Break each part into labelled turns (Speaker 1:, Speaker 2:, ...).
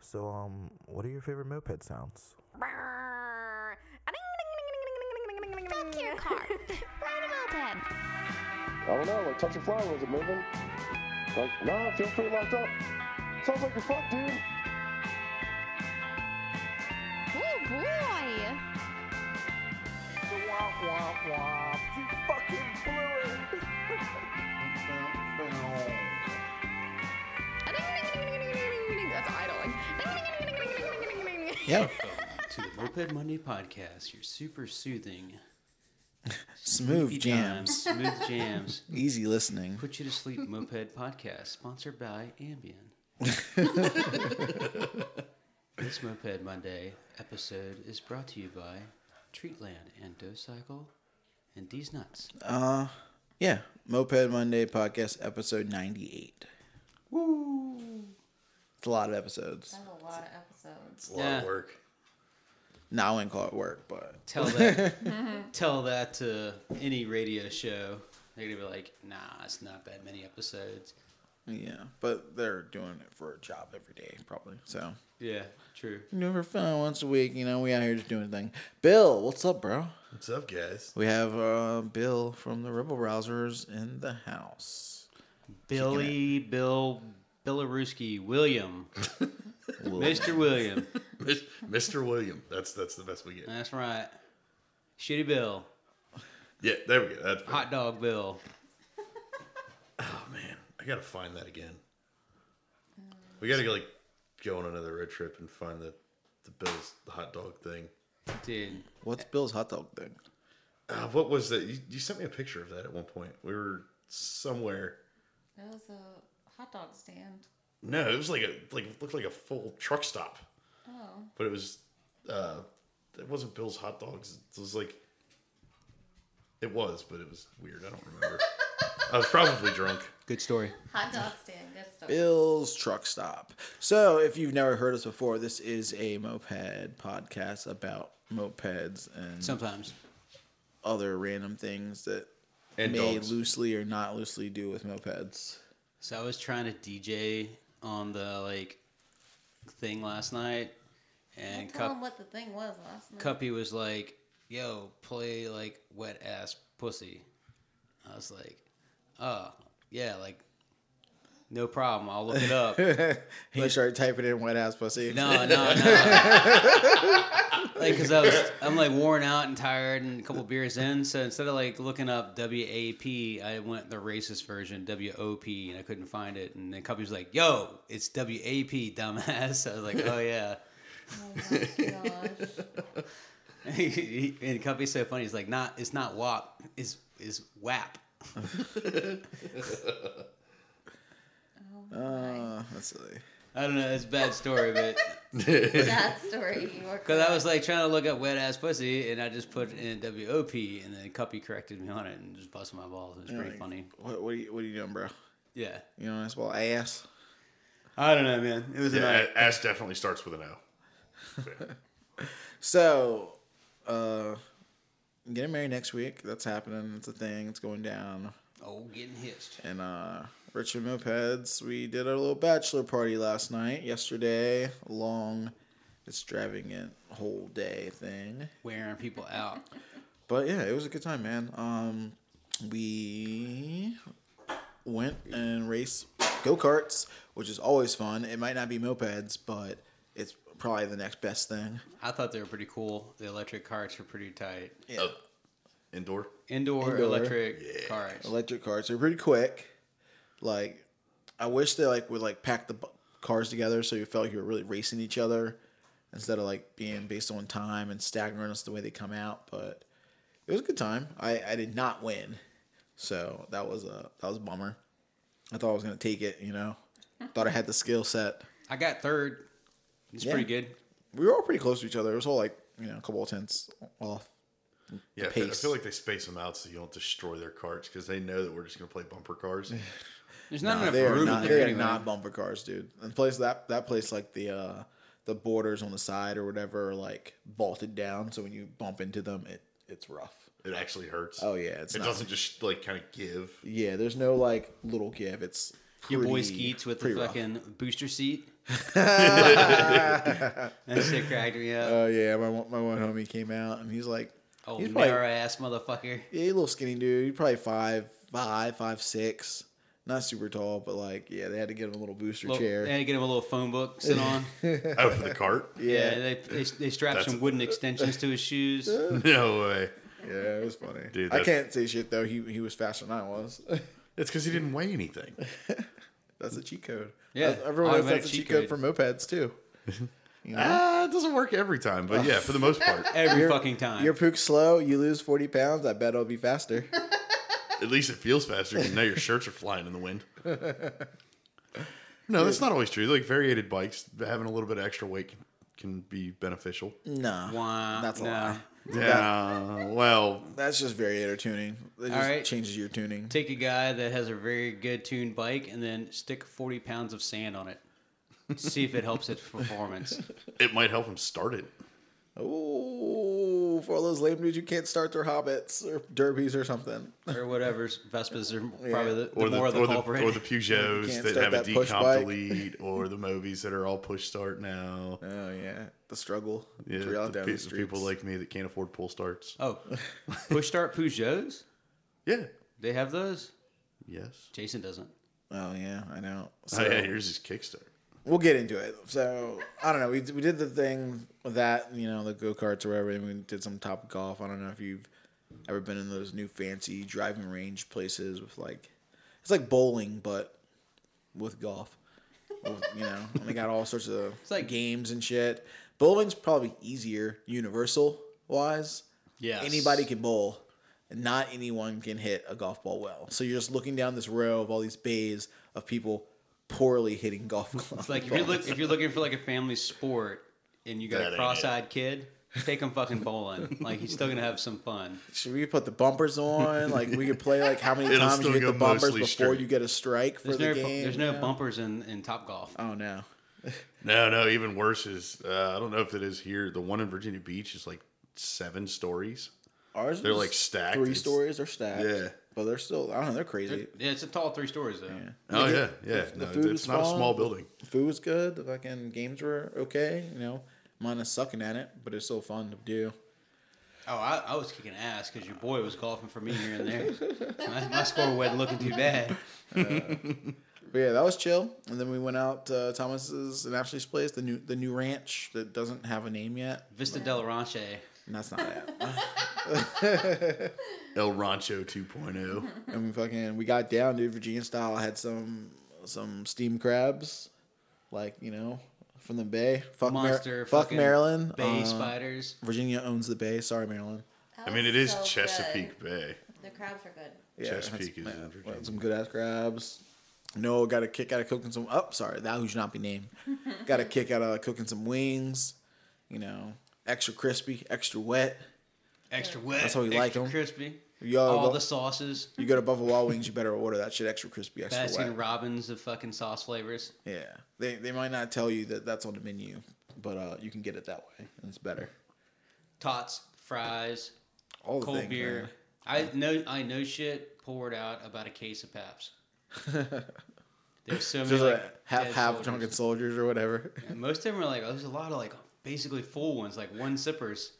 Speaker 1: So, um, what are your favorite moped sounds?
Speaker 2: Fuck your car. Ride a moped.
Speaker 3: I don't know, like touch a flower, is it moving? Like, nah, it feels pretty locked up. Sounds like you're fucked, dude.
Speaker 2: Oh boy. That's idling.
Speaker 4: Yeah.
Speaker 5: to the Moped Monday podcast, your super soothing,
Speaker 4: Smooth
Speaker 5: goofy
Speaker 4: jams.
Speaker 5: times, smooth jams,
Speaker 4: Easy listening.
Speaker 5: put you to sleep moped podcast, sponsored by Ambien. this Moped Monday episode is brought to you by Treatland and Docycle and These Nuts.
Speaker 4: Uh, yeah. Moped Monday podcast episode 98.
Speaker 5: Woo!
Speaker 4: It's a lot of episodes.
Speaker 6: That's a lot of episodes.
Speaker 7: A lot
Speaker 5: Yeah.
Speaker 7: of work.
Speaker 4: No, I wouldn't call it work, but
Speaker 5: Tell that, tell that to any radio show. They're gonna be like, nah, it's not that many episodes.
Speaker 4: yeah. But they're doing it for a job every day, probably. So,
Speaker 5: Yeah, true.
Speaker 4: you know, for fun once a week, you know, we out here just doing a thing. Bill, what's up, bro?
Speaker 7: What's up, guys?
Speaker 4: We have uh, Bill from the Rebel Rousers in the house.
Speaker 5: Billy, Bill, Billaruski, William, Mr. William.
Speaker 7: Mis- Mr. William. That's that's the best we get.
Speaker 5: That's right. Shitty Bill,
Speaker 7: Yeah, there we go. That's
Speaker 5: hot dog Bill.
Speaker 7: Oh man, I gotta find that again. We gotta go like go on another road trip and find the the Bill's hot dog thing.
Speaker 5: Dude,
Speaker 4: What's Bill's hot dog thing?
Speaker 7: Uh, what was that? You, you sent me a picture of that at one point. We were somewhere.
Speaker 6: That was a hot dog stand.
Speaker 7: No, it was like a like looked like a full truck stop,
Speaker 6: Oh.
Speaker 7: but it was uh it wasn't Bill's hot dogs. It was like it was, but it was weird. I don't remember. I was probably drunk.
Speaker 5: good story.
Speaker 6: Hot dog stand. Good stuff.
Speaker 4: Bill's Truck Stop. So, if you've never heard us before, this is a moped podcast about mopeds and
Speaker 5: Sometimes.
Speaker 4: other random things that
Speaker 7: And
Speaker 4: may
Speaker 7: dogs.
Speaker 4: loosely or not loosely do with mopeds.
Speaker 5: So I was trying to DJ on the like thing last night,
Speaker 6: Don't
Speaker 5: and
Speaker 6: tell
Speaker 5: Cup,
Speaker 6: them what the thing was last night.
Speaker 5: Cuppy was like, "Yo, play like wet ass pussy." I was like, "Oh yeah, like no problem. I'll look it up."
Speaker 4: He started typing in wet ass pussy.
Speaker 5: No, no, no. like, cause I was, I'm like worn out and tired and a couple beers in. So instead of like looking up WAP, I went the racist version WOP and I couldn't find it. And then company's like, "Yo, it's WAP, dumbass." I was like, "Oh yeah."
Speaker 6: Oh my gosh.
Speaker 5: and company's so funny. He's like, "Not, it's not WAP. It's is WAP."
Speaker 6: Oh my.
Speaker 4: Uh, that's silly.
Speaker 5: I don't know. It's a bad story, but
Speaker 6: that story you were
Speaker 5: because I was like trying to look up wet ass pussy and I just put in WOP and then Cuppy corrected me on it and just busted my balls. It was pretty
Speaker 4: Like,
Speaker 5: funny.
Speaker 4: What, what, are you, what are you doing, bro?
Speaker 5: Yeah.
Speaker 4: You know, that's well ass.
Speaker 5: I don't know, man. It was an
Speaker 7: Yeah, ass definitely starts with an O.
Speaker 4: So, uh, I'm getting married next week. That's happening. It's a thing. It's going down.
Speaker 5: Oh, getting hitched.
Speaker 4: and uh Richmond Mopeds. We did our little bachelor party last night, yesterday, long, extravagant whole day thing.
Speaker 5: Wearing people out.
Speaker 4: But yeah, it was a good time, man. Um we went and raced go-karts, which is always fun. It might not be mopeds, but it's probably the next best thing.
Speaker 5: I thought they were pretty cool. The electric carts are pretty tight.
Speaker 4: Yeah.
Speaker 7: Indoor.
Speaker 5: Indoor,
Speaker 4: Indoor.
Speaker 5: electric carts.
Speaker 4: Electric cars are pretty quick. Like, I wish they like would like pack the bu- cars together so you felt like you were really racing each other instead of like being based on time and staggering us the way they come out. But it was a good time. I I did not win, so that was a that was a bummer. I thought I was gonna take it. You know, thought I had the skill set.
Speaker 5: I got third. It's
Speaker 4: Yeah.
Speaker 5: pretty good.
Speaker 4: We were all pretty close to each other. It was all like you know a couple of tenths off.
Speaker 7: Yeah, I feel, I
Speaker 4: pace.
Speaker 7: feel like they space them out so you don't destroy their carts because they know that we're just gonna play bumper cars.
Speaker 5: There's not enough
Speaker 4: they are
Speaker 5: room
Speaker 4: not,
Speaker 5: in
Speaker 4: they
Speaker 5: there
Speaker 4: are
Speaker 5: anyway.
Speaker 4: not bumper cars, dude. And place that that place like the uh the borders on the side or whatever are like bolted down, so when you bump into them, it it's rough.
Speaker 7: it actually hurts.
Speaker 4: Oh yeah, it's
Speaker 7: it
Speaker 4: not.
Speaker 7: doesn't just like kind of give.
Speaker 4: Yeah, there's no like little give. It's
Speaker 5: Your boy
Speaker 4: pretty-
Speaker 5: Skeets with the
Speaker 4: pretty rough.
Speaker 5: fucking booster seat. that shit cracked me up.
Speaker 4: Oh yeah, my one- my one homie came out and he's like,
Speaker 5: oh,
Speaker 4: he's
Speaker 5: narrow
Speaker 4: probably-
Speaker 5: ass motherfucker.
Speaker 4: yeah, he's a little skinny dude. He's probably five five five six, not super tall, but like yeah, they had to get him a little booster
Speaker 5: Little,
Speaker 4: chair.
Speaker 5: they had to get him a little phone book to sit on.
Speaker 7: Out for the cart?
Speaker 5: yeah,
Speaker 4: yeah,
Speaker 5: they, they they strapped
Speaker 7: That's-
Speaker 5: some wooden extensions to his shoes.
Speaker 7: No way.
Speaker 4: yeah, it was funny.
Speaker 7: Dude,
Speaker 4: I
Speaker 7: that's-
Speaker 4: can't say shit though. He he was faster than I was.
Speaker 7: It's because he didn't weigh anything.
Speaker 4: that's a cheat code.
Speaker 5: Yeah,
Speaker 4: That's- everyone knows
Speaker 5: automatic
Speaker 4: that's a
Speaker 5: cheat
Speaker 4: cheat code
Speaker 5: code.
Speaker 4: for mopeds too.
Speaker 7: Ah, it doesn't work every time, but yeah, for the most part,
Speaker 5: Every fucking time.
Speaker 4: Your pook's slow. You lose forty pounds. I bet I'll be faster.
Speaker 7: at least it feels faster. 'cause Now your shirts are flying in the wind. No, that's not always true. Like variated bikes, having a little bit of extra weight can, can be beneficial.
Speaker 4: no,
Speaker 5: Wah,
Speaker 4: that's a
Speaker 5: no.
Speaker 4: lie.
Speaker 7: Yeah. Well,
Speaker 4: That's just variator tuning. It just
Speaker 5: right.
Speaker 4: changes your tuning.
Speaker 5: Take a guy that has a very good tuned bike and then stick 40 pounds of sand on it. See if it helps its performance.
Speaker 7: it might help him start it.
Speaker 4: Ooh, for all those lame dudes who can't start their hobbits or derbies or something.
Speaker 5: Or whatever. Vespas are probably the, the
Speaker 7: Or the,
Speaker 5: more of the
Speaker 7: or, the,
Speaker 5: culprit.
Speaker 7: or the Peugeots
Speaker 4: can't
Speaker 7: that
Speaker 4: start
Speaker 7: have a
Speaker 4: that push
Speaker 7: decomp
Speaker 4: bike.
Speaker 7: delete, or the Mobies that are all push start now.
Speaker 4: Oh yeah, the struggle.
Speaker 7: Yeah,
Speaker 4: it's real
Speaker 7: the,
Speaker 4: down
Speaker 7: pe-
Speaker 4: the
Speaker 7: the
Speaker 4: streets.
Speaker 7: people like me that can't afford pull starts.
Speaker 5: oh, push start Peugeots?
Speaker 7: Yeah.
Speaker 5: They have those?
Speaker 7: Yes.
Speaker 5: Jason doesn't.
Speaker 4: oh yeah, I know.
Speaker 7: oh,
Speaker 4: So
Speaker 7: yeah, yours is Kickstart.
Speaker 4: we'll get into it. So I don't know. We we did the thing with that you know the go karts or whatever. And we did some top golf. I don't know if you've ever been in those new fancy driving range places with like it's like bowling but with golf. With, you know, and they got all sorts of it's
Speaker 5: like-
Speaker 4: like games and shit. Bowling's probably easier universal wise.
Speaker 5: Yeah.
Speaker 4: anybody can bowl and not anyone can hit a golf ball well so you're just looking down this row of all these bays of people poorly hitting golf clubs
Speaker 5: Like if you're, look, if you're looking for like a family sport and you got
Speaker 7: That ain't
Speaker 5: a
Speaker 7: it.
Speaker 5: cross-eyed kid, take him fucking bowling. like he's still gonna have some fun.
Speaker 4: should we put the bumpers on like we could play like how many
Speaker 7: It'll
Speaker 4: times
Speaker 7: still
Speaker 4: you hit the
Speaker 7: go
Speaker 4: bumpers
Speaker 7: mostly
Speaker 4: before
Speaker 7: straight.
Speaker 4: you get a strike for
Speaker 5: There's
Speaker 4: the
Speaker 5: no
Speaker 4: game
Speaker 5: there's no
Speaker 4: you know?
Speaker 5: bumpers in in Top Golf.
Speaker 4: oh no
Speaker 7: No, no, even worse is uh, I don't know if it is here. The one in Virginia Beach is like seven stories.
Speaker 4: ours
Speaker 7: They're,
Speaker 4: was
Speaker 7: like, stacked.
Speaker 4: three
Speaker 7: It's-
Speaker 4: stories are stacked
Speaker 7: Yeah.
Speaker 4: but they're still i don't know they're crazy
Speaker 5: Yeah, it's a tall three stories though.
Speaker 7: Oh
Speaker 4: Yeah,
Speaker 7: yeah,
Speaker 4: the-
Speaker 7: yeah.
Speaker 4: the
Speaker 7: No,
Speaker 4: food
Speaker 7: it's
Speaker 4: is
Speaker 7: not a small
Speaker 4: fine.
Speaker 7: building.
Speaker 4: food was good the fucking games were okay you know minus sucking at it but it's still fun to do
Speaker 5: Oh, I, I was kicking ass because your boy was golfing for me here and there. my, my score wasn't looking too bad.
Speaker 4: But yeah, that was chill. And then we went out to Thomas's and Ashley's place, the new the new ranch that doesn't have a name yet.
Speaker 5: Vista Del Ranche.
Speaker 4: And that's not it.
Speaker 7: El Rancho oh. 2.0.
Speaker 4: and we fucking we got down, dude, Virginia style. I had some some steam crabs, like you know, from the bay. Fuck, Mar-
Speaker 5: Monster.
Speaker 4: fuck
Speaker 5: fucking
Speaker 4: Maryland.
Speaker 5: Bay
Speaker 4: Uh,
Speaker 5: spiders.
Speaker 4: Virginia owns the bay. Sorry, Maryland.
Speaker 6: That
Speaker 7: I mean,
Speaker 6: was
Speaker 7: it is
Speaker 6: so good.
Speaker 7: Chesapeake Bay.
Speaker 6: The crabs are good.
Speaker 4: Yeah,
Speaker 7: Chesapeake is
Speaker 4: that's-
Speaker 7: in
Speaker 4: yeah,
Speaker 7: Virginia.
Speaker 4: Some good ass crabs. No, got a kick out of cooking some. Oh, sorry, that who should not be named. got a kick out of cooking some wings. You know, extra crispy, extra wet.
Speaker 5: Extra wet.
Speaker 4: That's how we
Speaker 5: extra
Speaker 4: like Oh, 'em.
Speaker 5: crispy.
Speaker 4: Yo,
Speaker 5: All
Speaker 4: well-
Speaker 5: the sauces.
Speaker 4: You go to Buffalo Wild Wings, you better order that shit extra crispy, extra
Speaker 5: Baskin
Speaker 4: wet.
Speaker 5: Robbins of fucking sauce flavors.
Speaker 4: Yeah, they they might not tell you that that's on the menu, but uh, you can get it that way, and it's better.
Speaker 5: Tots, fries,
Speaker 4: All the
Speaker 5: cold
Speaker 4: things,
Speaker 5: beer.
Speaker 4: man.
Speaker 5: I know I know shit poured out about a case of Paps. There's so many
Speaker 4: Just like,
Speaker 5: like,
Speaker 4: half
Speaker 5: dead
Speaker 4: half
Speaker 5: soldiers.
Speaker 4: drunken soldiers or whatever.
Speaker 5: And most of them are like, oh, there's a lot of like basically full ones, like one sippers.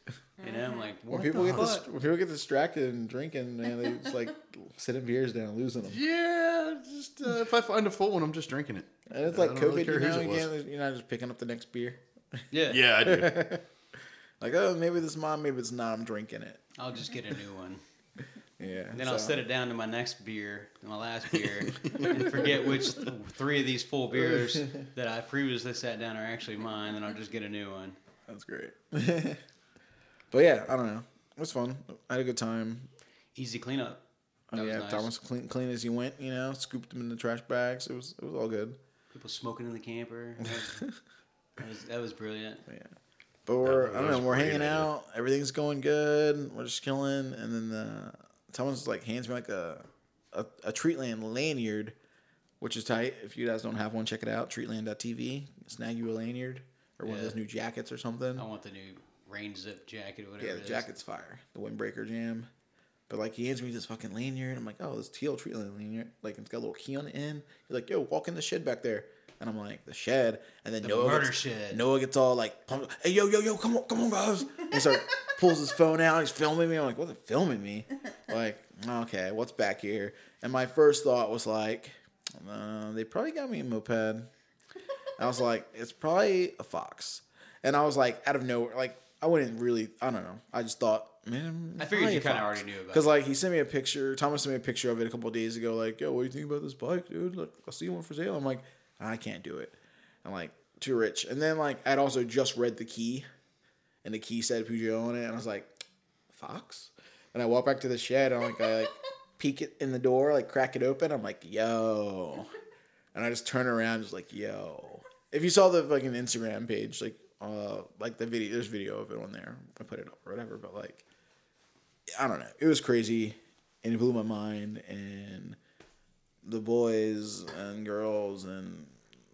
Speaker 5: You know, I'm like, what
Speaker 4: When people
Speaker 5: the
Speaker 4: get dis-
Speaker 5: fuck?
Speaker 4: when people get distracted and drinking, man, they just like sitting beers down, losing them.
Speaker 7: Yeah, just uh, if I find a full one, I'm just drinking it.
Speaker 4: And it's
Speaker 7: I
Speaker 4: like
Speaker 7: don't really
Speaker 4: COVID,
Speaker 7: care
Speaker 4: you
Speaker 7: whose
Speaker 4: know,
Speaker 7: it was.
Speaker 4: again, you're not just picking up the next beer.
Speaker 5: Yeah.
Speaker 7: Yeah, I do.
Speaker 4: Like, oh, maybe this is mine, maybe it's not. I'm drinking it.
Speaker 5: I'll just get a new one.
Speaker 4: Yeah.
Speaker 5: Then I'll set it down to my next beer, to my last beer, and forget which th- three of these full beers that I previously sat down are actually mine. Then I'll just get a new one.
Speaker 4: That's great. but yeah, I don't know. It was fun. I had a good time.
Speaker 5: Easy cleanup. That
Speaker 4: Oh
Speaker 5: was
Speaker 4: yeah,
Speaker 5: nice.
Speaker 4: Thomas clean, clean as you went, you know, scooped them in the trash bags. It was it was all good.
Speaker 5: People smoking in the camper. That was, that was, that was brilliant.
Speaker 4: But we're I
Speaker 7: that
Speaker 4: don't know,
Speaker 7: was
Speaker 4: we're
Speaker 7: great
Speaker 4: hanging
Speaker 7: idea.
Speaker 4: out, everything's going good, we're just chilling, and then the Thomas like hands me like a a, a Treatland lanyard, which is tight. If you guys don't have one, check it out. Treatland.tv. Snag you a lanyard or one of
Speaker 5: Yeah.
Speaker 4: those new jackets or something.
Speaker 5: I want the new rain zip jacket or whatever.
Speaker 4: yeah, the
Speaker 5: it is.
Speaker 4: jacket's fire. The windbreaker jam. But like he hands me this fucking lanyard. I'm like, oh, this teal tree lanyard. Like it's got a little key on the end. He's like, yo, walk in the shed back there. And I'm like, the shed. And then
Speaker 5: The
Speaker 4: Noah
Speaker 5: murder
Speaker 4: gets,
Speaker 5: shed.
Speaker 4: Noah gets all like, pumped, hey, yo, yo, yo, come on, come on, guys. And so pulls his phone out. He's filming me. I'm like, what's filming me? Like, okay, what's back here? And my first thought was like, uh, they probably got me a moped. I was like, it's probably a fox. And I was like, out of nowhere, like I wouldn't really, I don't know. I just thought, man,
Speaker 5: I figured you kinda already knew about
Speaker 4: Because
Speaker 5: it.
Speaker 4: like he sent me a picture. Thomas sent me a picture of it a couple of days ago. Like, yo, what do you think about this bike, dude? Look, I see one for sale. I'm like, I can't do it. I'm like too rich. And then like I'd also just read the key, and the key said Peugeot on it, and I was like, fox. And I walk back to the shed. And I'm like, I like peek it in the door, like crack it open. I'm like, yo. And I just turn around, just like, yo. If you saw the fucking Instagram page, like, uh, like the video, there's video of it on there. I put it up or whatever, but like, I don't know. It was crazy, and it blew my mind. And the boys and girls and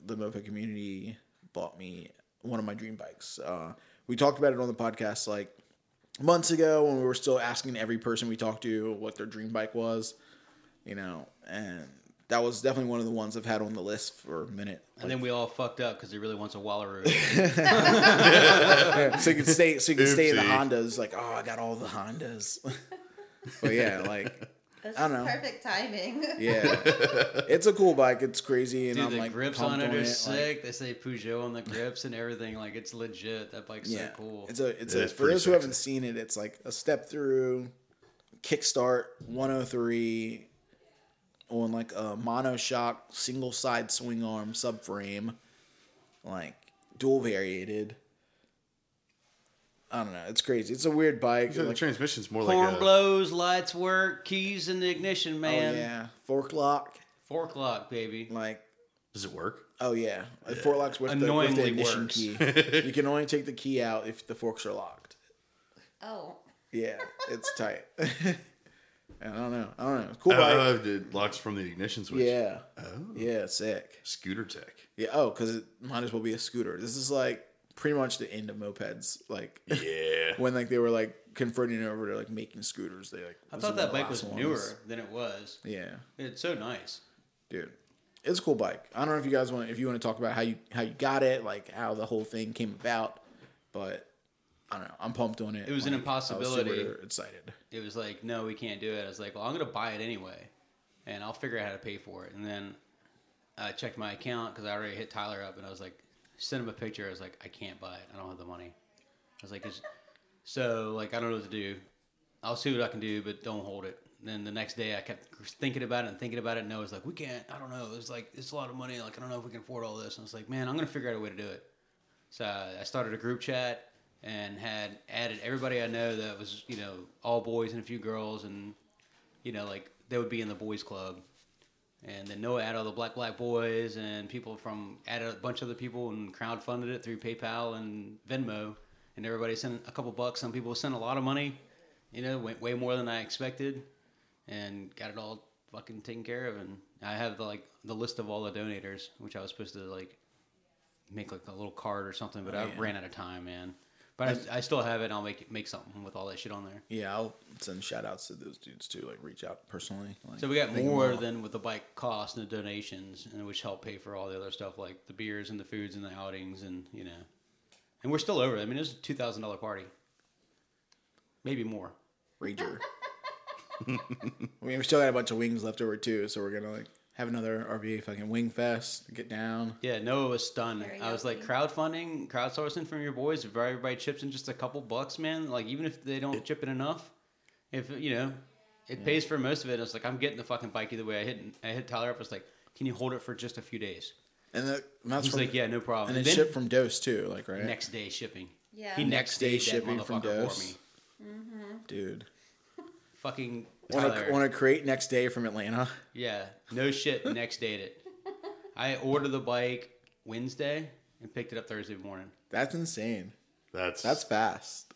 Speaker 4: the moped community bought me one of my dream bikes. Uh, we talked about it on the podcast like months ago when we were still asking every person we talked to what their dream bike was, you know, and that was definitely one of the ones I've had on the list for a minute.
Speaker 5: And then we all fucked up because he really wants a Wallaroo.
Speaker 4: so you can stay so you can stay in the
Speaker 7: Oopsie.
Speaker 4: Hondas, like, oh I got all the Hondas. but yeah, like
Speaker 6: That's
Speaker 4: I don't
Speaker 6: just
Speaker 4: know.
Speaker 6: Perfect timing.
Speaker 4: yeah. It's a cool bike, it's crazy and
Speaker 5: Dude,
Speaker 4: I'm
Speaker 5: the
Speaker 4: like
Speaker 5: grips
Speaker 4: pumped
Speaker 5: on it are
Speaker 4: like,
Speaker 5: sick. they say Peugeot on the grips and everything. Like it's legit. That bike's
Speaker 4: yeah,
Speaker 5: so cool.
Speaker 4: It's a it's
Speaker 7: Yeah,
Speaker 4: a,
Speaker 7: it's
Speaker 4: for
Speaker 7: pretty
Speaker 4: those who haven't
Speaker 7: sexy.
Speaker 4: seen it, it's like a step through kickstart 103 on like a mono shock single side swing arm subframe like dual variated I don't know. It's crazy. It's a weird bike.
Speaker 7: The
Speaker 4: like-
Speaker 7: transmission's more
Speaker 5: Horn
Speaker 7: like a.
Speaker 5: blows, lights work, keys in the ignition,
Speaker 4: oh
Speaker 5: man.
Speaker 4: yeah, fork lock.
Speaker 5: Fork lock, baby.
Speaker 4: Like
Speaker 7: Does it work?
Speaker 4: oh yeah, a fork lock's with the, with the
Speaker 5: Annoyingly
Speaker 4: ignition
Speaker 5: works.
Speaker 4: key. you can only take the key out if the forks are locked.
Speaker 6: Oh,
Speaker 4: Yeah, it's tight. I don't know. I don't know. Cool
Speaker 7: Oh,
Speaker 4: bike.
Speaker 7: uh, it locks from the ignition switch.
Speaker 4: yeah.
Speaker 7: Oh.
Speaker 4: Yeah, sick.
Speaker 7: Scooter tech.
Speaker 4: Yeah. Oh, because it might as well be a scooter. This is like pretty much the end of mopeds. Like
Speaker 7: Yeah.
Speaker 4: when like they were like converting over to like making scooters. They like.
Speaker 5: I
Speaker 4: was
Speaker 5: thought
Speaker 4: one of
Speaker 5: that
Speaker 4: the
Speaker 5: bike was
Speaker 4: last ones.
Speaker 5: newer than it was.
Speaker 4: Yeah,
Speaker 5: It's so nice.
Speaker 4: dude. It's a cool bike. I don't know if you guys want if you want to talk about how you how you got it, like how the whole thing came about, but I don't know. I'm pumped on it.
Speaker 5: It was an
Speaker 4: Like, I was
Speaker 5: impossibility.
Speaker 4: super excited.
Speaker 5: It was like, no, we can't do it. I was like, well, I'm gonna buy it anyway, and I'll figure out how to pay for it. And then I checked my account because I already hit Tyler up, and I was like, sent him a picture. I was like, I can't buy it. I don't have the money. I was like, it's- so like I don't know what to do. I'll see what I can do, but don't hold it. And then the next day, I kept thinking about it and thinking about it. And I was like, we can't. I don't know. It was like it's a lot of money. Like I don't know if we can afford all this. And I was like, man, I'm gonna figure out a way to do it. So I started a group chat and had added everybody I know that was you know all boys and a few girls, and you know like they would be in the boys club. And then Noah added all the Black Black Boys and people from added a bunch of other people and crowdfunded it through PayPal and Venmo. And everybody sent a couple bucks. Some people sent a lot of money, you know, way, way more than I expected, and got it all fucking taken care of. And I have the, like the list of all the donators, which I was supposed to like make like a little card or something, but I ran out of time, man. But I, I still have it. And I'll make make something with all that shit on there.
Speaker 4: Yeah, I'll send shout outs to those dudes too. Like reach out personally. Like,
Speaker 5: So we got
Speaker 4: thank them
Speaker 5: more
Speaker 4: all.
Speaker 5: than what the bike cost and the donations, and which helped pay for all the other stuff like the beers and the foods and the outings, and you know, and we're still over. I mean, it was a two thousand dollar party, maybe more.
Speaker 4: Rager. I mean, we still got a bunch of wings left over too, so we're gonna like have another RVA fucking wing fest. Get down.
Speaker 5: Yeah, Noah was stunned.
Speaker 6: Very
Speaker 5: I was like, crowdfunding, crowdsourcing from your boys. If everybody chips in just a couple bucks, man, like even if they don't chip in enough, if you know, it pays for most of it. I was like, I'm getting the fucking bike either way. I hit I hit Tyler up. I was like, can you hold it for just a few days?
Speaker 4: And, that, and that's
Speaker 5: He's
Speaker 4: from,
Speaker 5: like, yeah, no problem.
Speaker 4: And then
Speaker 5: then-
Speaker 4: shipped from Dose too, like right,
Speaker 5: next day shipping.
Speaker 6: Yeah.
Speaker 5: He next
Speaker 4: day
Speaker 5: day
Speaker 4: shipping
Speaker 5: shipping from
Speaker 4: from
Speaker 5: for
Speaker 4: Dose.
Speaker 5: me.
Speaker 4: dude.
Speaker 5: Fucking
Speaker 4: Want
Speaker 5: Tyler.
Speaker 4: to want to create next day from Atlanta?
Speaker 5: yeah, no shit. next date it. I ordered the bike Wednesday and picked it up Thursday morning.
Speaker 4: That's insane.
Speaker 7: That's
Speaker 4: That's fast.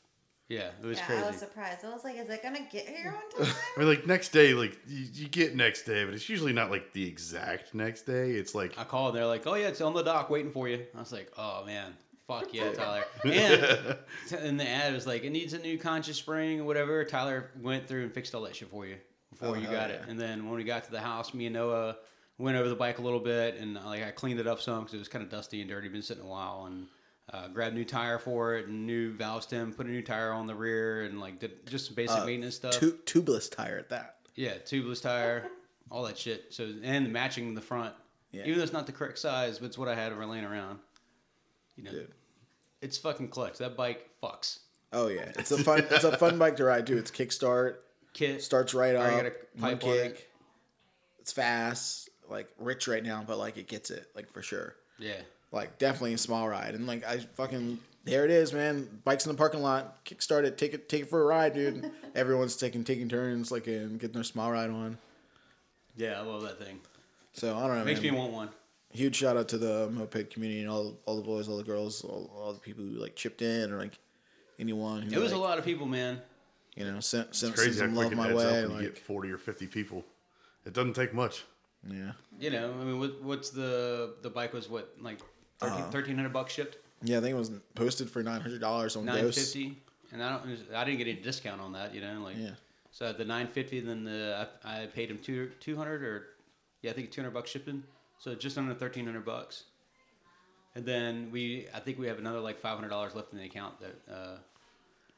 Speaker 5: Yeah, it was
Speaker 6: yeah,
Speaker 5: crazy.
Speaker 6: I was surprised. I was like, is it gonna get here on time?
Speaker 7: I mean, like next day, like you, you get next day, but it's usually not like the exact next day. It's like
Speaker 5: I called and they're like, "Oh yeah, it's on the dock waiting for you." I was like, "Oh man, Fuck yeah, Tyler. And t- in the ad, it was like, it needs a new conscious spring or whatever. Tyler went through and fixed all that shit for you before
Speaker 4: Oh,
Speaker 5: you
Speaker 4: hell
Speaker 5: got it.
Speaker 4: yeah.
Speaker 5: And then when we got to the house, me and Noah went over the bike a little bit and uh, like I cleaned it up some because it was kind of dusty and dirty, been sitting a while, and uh, grabbed new tire for it and new valve stem, put a new tire on the rear, and like did just some
Speaker 4: Uh,
Speaker 5: basic maintenance stuff.
Speaker 4: Tu- tubeless tire at that.
Speaker 5: Yeah, tubeless tire, all that shit. So and matching the front,
Speaker 4: Yeah.
Speaker 5: even though it's not the correct size, but it's what I had over laying around. You know,
Speaker 4: Dude.
Speaker 5: it's fucking clutch. That bike fucks.
Speaker 4: Oh yeah, it's a fun it's a fun bike to ride too. It's kickstart,
Speaker 5: Kit
Speaker 4: starts right
Speaker 5: Already
Speaker 4: up,
Speaker 5: got a
Speaker 4: one
Speaker 5: pipe on it.
Speaker 4: kick. It's fast, like rich right now, but like it gets it like for sure.
Speaker 5: Yeah,
Speaker 4: Like definitely a small ride, and like I fucking there it is, man. Bikes in the parking lot, kickstart it, take it, take it for a ride, dude. Everyone's taking taking turns, like and getting their small ride on.
Speaker 5: yeah, I love that thing.
Speaker 4: So I don't know.
Speaker 5: Makes
Speaker 4: man.
Speaker 5: me want one.
Speaker 4: huge shout out to the moped community and all all the boys, all the girls, all, all the people who like chipped in or like anyone. Who,
Speaker 5: It was a
Speaker 4: like,
Speaker 5: lot of people, man.
Speaker 4: you know, sent sent, sent
Speaker 7: Crazy how
Speaker 4: some
Speaker 7: quick
Speaker 4: love
Speaker 7: it
Speaker 4: my
Speaker 7: adds
Speaker 4: way.
Speaker 7: up when you get
Speaker 4: Like,
Speaker 7: forty or fifty people. It doesn't take much.
Speaker 4: yeah,
Speaker 5: You know, I mean, what, what's the the bike was what like thirteen hundred bucks shipped,
Speaker 4: yeah, I think it was posted for nine hundred dollars on
Speaker 5: nine
Speaker 4: Ghost.
Speaker 5: fifty, and I don't, I didn't get any discount on that. You know, like
Speaker 4: Yeah,
Speaker 5: So at the nine fifty, then the I, I paid him two two hundred or yeah, I think two hundred bucks shipping. So just under thirteen hundred bucks. And then we, I think we have another like five hundred dollars left in the account that uh,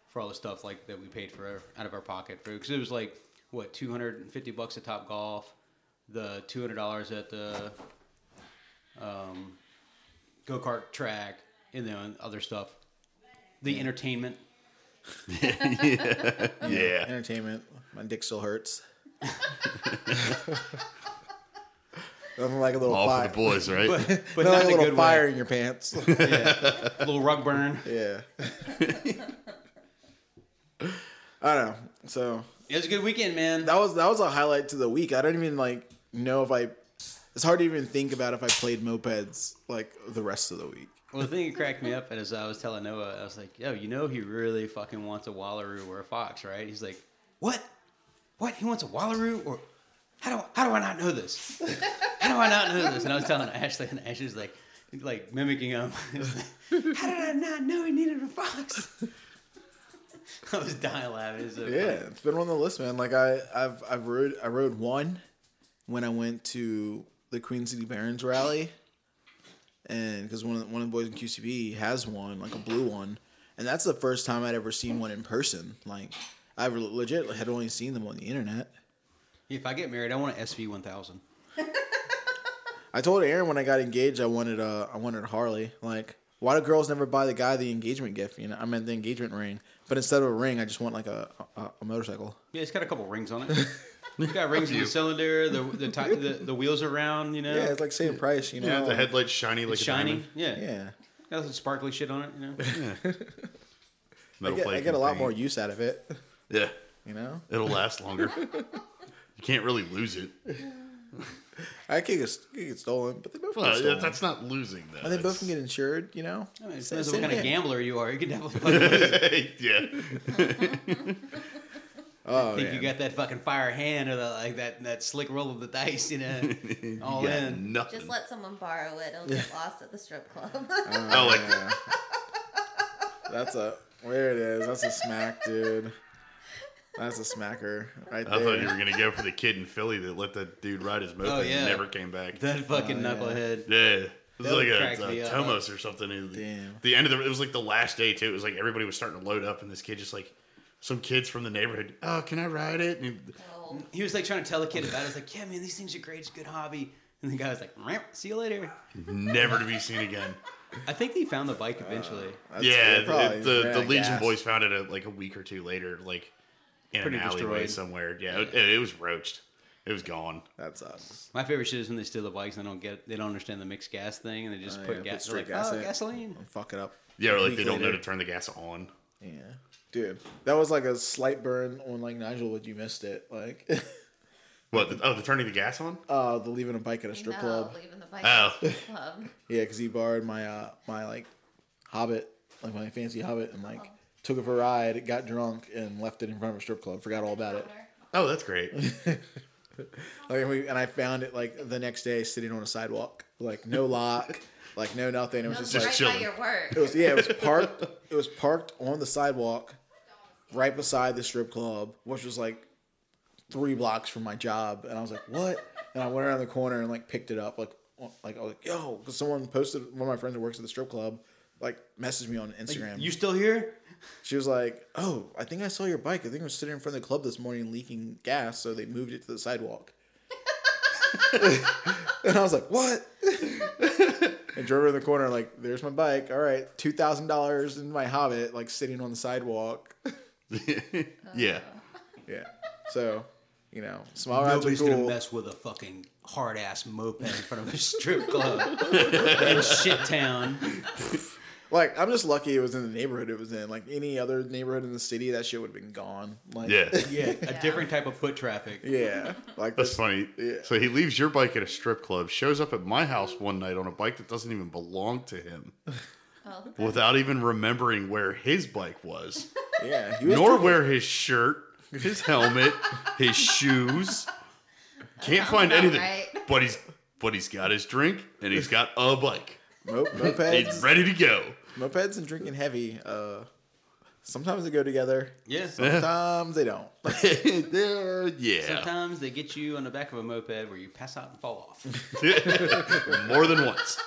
Speaker 5: for all the stuff like that we paid for out of our pocket for because it was like what two hundred and fifty bucks at Top Golf, the two hundred dollars at the um, go kart track, and then other stuff, the entertainment.
Speaker 7: Yeah.
Speaker 4: entertainment. My dick still hurts. Nothing like a little
Speaker 7: All
Speaker 4: fire.
Speaker 7: for the boys, right?
Speaker 5: But not
Speaker 4: Nothing like
Speaker 5: in
Speaker 4: a
Speaker 5: a
Speaker 4: little
Speaker 5: good
Speaker 4: fire
Speaker 5: way.
Speaker 4: in your pants.
Speaker 5: little rug burn.
Speaker 4: yeah. I don't know. So
Speaker 5: It was a good weekend, man.
Speaker 4: that was that was a highlight to the week. I don't even like know if I. It's hard to even think about if I played mopeds like the rest of the week.
Speaker 5: Well, the thing that cracked me up is I was telling Noah, I was like, yo, you know, he really fucking wants a Wallaroo or a Fox, right? He's like, what? What? He wants a Wallaroo or. How do, how do I not know this? How do I not know this? And I was telling Ashley, and Ashley was like, like mimicking him. how did I not know he needed a fox? I was dying laughing. It's so funny.
Speaker 4: Yeah, it's been on the list, man. Like I, I've, I've rode, I rode one when I went to the Queen City Barons rally, and because one of the, one of the boys in QCB has one, like a blue one, and that's the first time I'd ever seen one in person. Like I re- legit had only seen them on the internet.
Speaker 5: If I get married, I want an SV 1000.
Speaker 4: I told Aaron when I got engaged, I wanted a, I wanted a Harley. Like, why do girls never buy the guy the engagement gift? You know, I meant the engagement ring, but instead of a ring, I just want like a a, a motorcycle.
Speaker 5: Yeah, it's got a couple rings on it. It's got rings in the cylinder, the the, top, the the wheels are round, you know.
Speaker 4: Yeah, it's like same price, you know.
Speaker 7: yeah, the headlight's shiny like
Speaker 5: It's
Speaker 7: a
Speaker 5: shiny.
Speaker 7: diamond.
Speaker 5: Yeah.
Speaker 4: Yeah.
Speaker 5: Got some sparkly shit on it, you know.
Speaker 4: I
Speaker 7: Metal
Speaker 4: get, I
Speaker 7: plate
Speaker 4: get a lot
Speaker 7: thing.
Speaker 4: more use out of it,
Speaker 7: Yeah,
Speaker 4: you know.
Speaker 7: it'll last longer. you can't really lose it.
Speaker 4: I could get, could get stolen, but they both
Speaker 7: Well,
Speaker 4: get stolen.
Speaker 7: that's not losing though.
Speaker 4: and they both can get insured, you know.
Speaker 5: I mean, it
Speaker 4: Sa-
Speaker 5: depends on what
Speaker 4: same
Speaker 5: kind of
Speaker 4: thing.
Speaker 5: gambler you are. You can definitely fucking lose.
Speaker 7: get. yeah.
Speaker 4: Oh,
Speaker 5: think you
Speaker 4: man.
Speaker 5: got that fucking fire hand or the, like that that slick roll of the dice, you know. All
Speaker 7: Yeah,
Speaker 5: in.
Speaker 7: nothing.
Speaker 6: Just let someone borrow it. It'll get lost at the strip club.
Speaker 7: oh, like
Speaker 4: that's a where it is. That's a smack, dude. That's a smacker right
Speaker 7: I thought you
Speaker 4: there.
Speaker 7: were gonna go for the kid in Philly that let that dude ride his moped
Speaker 5: Oh, yeah.
Speaker 7: and never came back.
Speaker 5: That fucking
Speaker 4: Oh, yeah.
Speaker 5: knucklehead.
Speaker 7: yeah, it was
Speaker 5: That
Speaker 7: like
Speaker 5: would
Speaker 7: a,
Speaker 5: crack
Speaker 7: a
Speaker 5: me up.
Speaker 7: Tomos or something. It was-
Speaker 4: Damn.
Speaker 7: The end of the it was like the last day too. It was like everybody was starting to load up, and this kid just like some kids from the neighborhood. Oh, can I ride it? And he-
Speaker 6: Oh,
Speaker 5: He was like trying to tell the kid about it. I was like, yeah, man, these things are great. It's a good hobby. And the guy was like, "Ramp, see you later.
Speaker 7: never to be seen again.
Speaker 5: I think they found the bike eventually.
Speaker 4: That's-
Speaker 7: yeah,
Speaker 4: they probably
Speaker 7: it-
Speaker 4: just
Speaker 7: the
Speaker 4: ran
Speaker 7: the
Speaker 4: out of
Speaker 7: Legion
Speaker 4: gas.
Speaker 7: boys found it uh like a week or two later, like in
Speaker 5: Pretty
Speaker 7: an alleyway
Speaker 5: destroyed.
Speaker 7: somewhere. Yeah, It, it was roached. It was gone.
Speaker 4: That sucks.
Speaker 5: My favorite shit is when they steal the bikes and they don't get, they don't understand the mixed gas thing and they just
Speaker 4: Oh,
Speaker 5: put
Speaker 4: yeah, put
Speaker 5: gas. They're
Speaker 4: straight
Speaker 5: like,
Speaker 4: gas
Speaker 5: oh,
Speaker 4: in it."
Speaker 5: gasoline.
Speaker 4: Fuck it up.
Speaker 7: Yeah, or like
Speaker 4: Week
Speaker 7: they don't know
Speaker 4: later.
Speaker 7: to turn the gas on.
Speaker 4: Yeah, dude, that was like a slight burn on like Nigel. Would you missed it? Like,
Speaker 7: What? The, oh, the turning the gas on?
Speaker 4: uh, the leaving a bike at a strip
Speaker 6: no,
Speaker 4: club.
Speaker 6: leaving the bike
Speaker 7: Oh.
Speaker 6: at the strip club.
Speaker 4: Yeah, because he borrowed my uh my like Hobbit, like my fancy Hobbit, and like took it for a ride, got drunk, and left it in front of a strip club. Forgot all about it.
Speaker 7: Oh, that's great.
Speaker 4: Like and we and I found it like the next day sitting on a sidewalk, like no lock, like no nothing. It was
Speaker 6: That
Speaker 4: just
Speaker 6: was
Speaker 4: like,
Speaker 6: right by
Speaker 7: chilling.
Speaker 6: your work.
Speaker 4: it was yeah, it was parked. it was parked on the sidewalk, right beside the strip club, which was like three blocks from my job. And I was like, "What?" And I went around the corner and like picked it up. Like, on- like I was like, "Yo!" Because someone posted. One of my friends who works at the strip club like messaged me on Instagram.
Speaker 5: You still here?
Speaker 4: she was like, "Oh, I think I saw your bike. I think it was sitting in front of the club this morning leaking gas, so they moved it to the sidewalk." and I was like, "What?" and drove her in the corner. Like, there's my bike. All right, two thousand dollars in my Hobbit, like sitting on the sidewalk. yeah.
Speaker 7: yeah.
Speaker 4: So, you know, small rides are
Speaker 5: Nobody's gonna
Speaker 4: Oh, cool.
Speaker 5: mess with a fucking hard ass moped in front of a strip club in shit town.
Speaker 4: Like, I'm just lucky it was in the neighborhood it was in. Like any other neighborhood in the city, that shit would have been gone. Like,
Speaker 7: Yeah.
Speaker 5: Yeah, a different type of foot traffic.
Speaker 4: yeah. Like
Speaker 7: That's
Speaker 4: this-
Speaker 7: funny.
Speaker 4: Yeah.
Speaker 7: So he leaves your bike at a strip club, shows up at my house one night on a bike that doesn't even belong to him
Speaker 6: Oh,
Speaker 7: without even remembering where his bike was,
Speaker 4: Yeah. He was
Speaker 7: nor
Speaker 4: drinking-
Speaker 7: where his shirt, his helmet, his shoes. Can't find
Speaker 6: about
Speaker 7: anything.
Speaker 6: right.
Speaker 7: But he's but he's got his drink and he's got a bike.
Speaker 4: Mo-
Speaker 7: He's
Speaker 4: mopeds.
Speaker 7: ready to go.
Speaker 4: Mopeds and drinking heavy, uh, sometimes they go together.
Speaker 5: Yeah.
Speaker 4: Sometimes they don't.
Speaker 7: Uh, yeah.
Speaker 5: Sometimes they get you on the back of a moped where you pass out and fall off.
Speaker 7: More than once.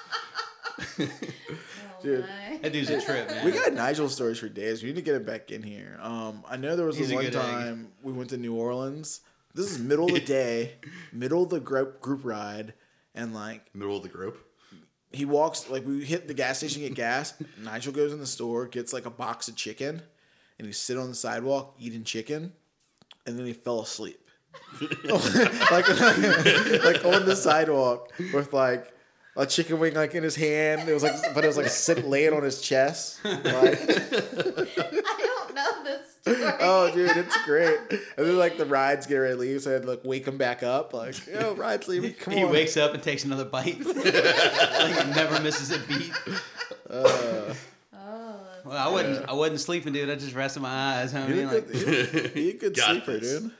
Speaker 6: oh
Speaker 4: Dude.
Speaker 6: my.
Speaker 5: That dude's a trip, man.
Speaker 4: We got Nigel stories for days. We need to get it back in here. Um, I know there was
Speaker 5: He's
Speaker 4: a
Speaker 5: a
Speaker 4: one
Speaker 5: good egg.
Speaker 4: time we went to New Orleans. This is middle of the day, middle of the group group ride, and like
Speaker 7: Middle of the group.
Speaker 4: he walks like we hit the gas station get gas. Nigel goes in the store, gets like a box of chicken, and he sit on the sidewalk eating chicken, and then he fell asleep. like, like on the sidewalk with like a chicken wing like in his hand. It was like but it was like sit laying on his chest. Like,
Speaker 6: I don't know this story.
Speaker 4: oh dude, it's great. And then like the rides get ready to leave, so I had to like wake him back up, like, yo, ride's leaving. Come
Speaker 5: He
Speaker 4: on.
Speaker 5: wakes up and takes another bite. like he never misses a beat.
Speaker 4: Uh.
Speaker 6: Oh, that's-
Speaker 5: Well, I wasn't. I wasn't sleeping, dude. I just rested my eyes. I
Speaker 4: He
Speaker 5: mean,
Speaker 4: did
Speaker 5: like,
Speaker 4: good- he He a good
Speaker 7: Got
Speaker 4: sleeper,
Speaker 7: this.
Speaker 4: dude.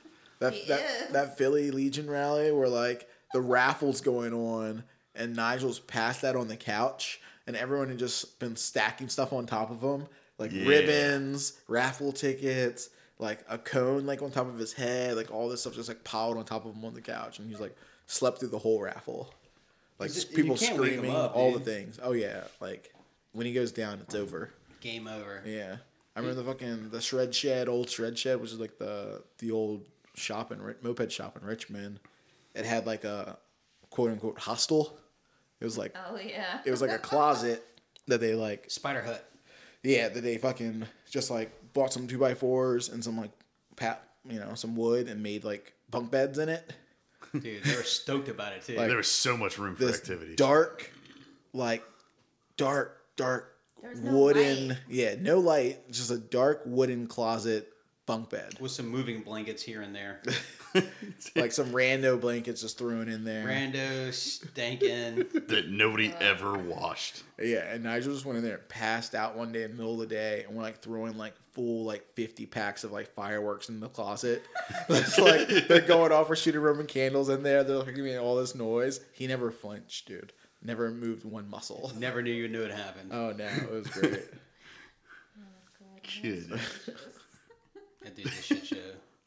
Speaker 4: That
Speaker 6: He
Speaker 4: that,
Speaker 6: is.
Speaker 4: that Philly Legion rally where like the raffles going on and Nigel's passed that on the couch and everyone had just been stacking stuff on top of him, like
Speaker 7: Yeah.
Speaker 4: ribbons, raffle tickets, like a cone like on top of his head, like all this stuff just like piled on top of him on the couch and he's like slept through the whole raffle. Like
Speaker 5: You
Speaker 4: just
Speaker 5: ju-
Speaker 4: people
Speaker 5: you can't wake him
Speaker 4: screaming,
Speaker 5: up,
Speaker 4: all
Speaker 5: dude.
Speaker 4: the things. Oh yeah, like when he goes down, it's over.
Speaker 5: game over.
Speaker 4: Yeah. I remember the fucking the shred shed, old shred shed, which is like the the old shop in Ri- moped shop in Richmond. It had like a quote unquote hostel. It was like
Speaker 6: oh yeah.
Speaker 4: it was like a closet that they like
Speaker 5: Spider hut.
Speaker 4: yeah that they fucking just like bought some two by fours and some like pat you know some wood and made like bunk beds in it.
Speaker 5: Dude, they were stoked about it too.
Speaker 4: Like-
Speaker 7: There was so much room for
Speaker 4: This
Speaker 7: activity.
Speaker 4: dark, like dark dark
Speaker 6: There was no
Speaker 4: wooden
Speaker 6: light.
Speaker 4: yeah no light just a dark wooden closet bunk bed.
Speaker 5: with some moving blankets here and there.
Speaker 4: like some rando blankets just thrown in there.
Speaker 5: Rando stankin'.
Speaker 7: that nobody ever washed.
Speaker 4: yeah, and Nigel just went in there, and passed out one day in the middle of the day, and we're like throwing like full like fifty packs of like fireworks in the closet. it's like they're going off. We're shooting Roman candles in there. They're making all this noise. He never flinched, dude. Never moved one muscle.
Speaker 5: Never knew you knew it happened.
Speaker 4: Oh no, it was great.
Speaker 7: Kid.
Speaker 5: That dude's a shit show.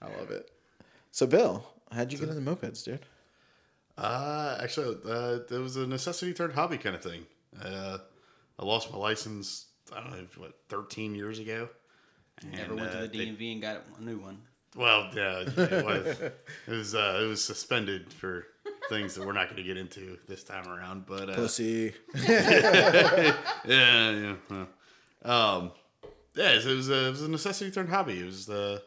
Speaker 4: I love it. So Bill, how'd you get into mopeds, dude?
Speaker 7: Uh, actually, uh, it was a necessity turned hobby kind of thing. Uh, I lost my license, I don't know, what, 13 years ago?
Speaker 5: Never
Speaker 7: And,
Speaker 5: went
Speaker 7: uh,
Speaker 5: to the
Speaker 7: they-
Speaker 5: DMV and got a new one.
Speaker 7: Well, yeah, it was. it was, uh, it was suspended for things that we're not going to get into this time around. But uh,
Speaker 4: Pussy.
Speaker 7: yeah, yeah. yeah. Um, yeah, so it was a, it was a necessity turned hobby. It was the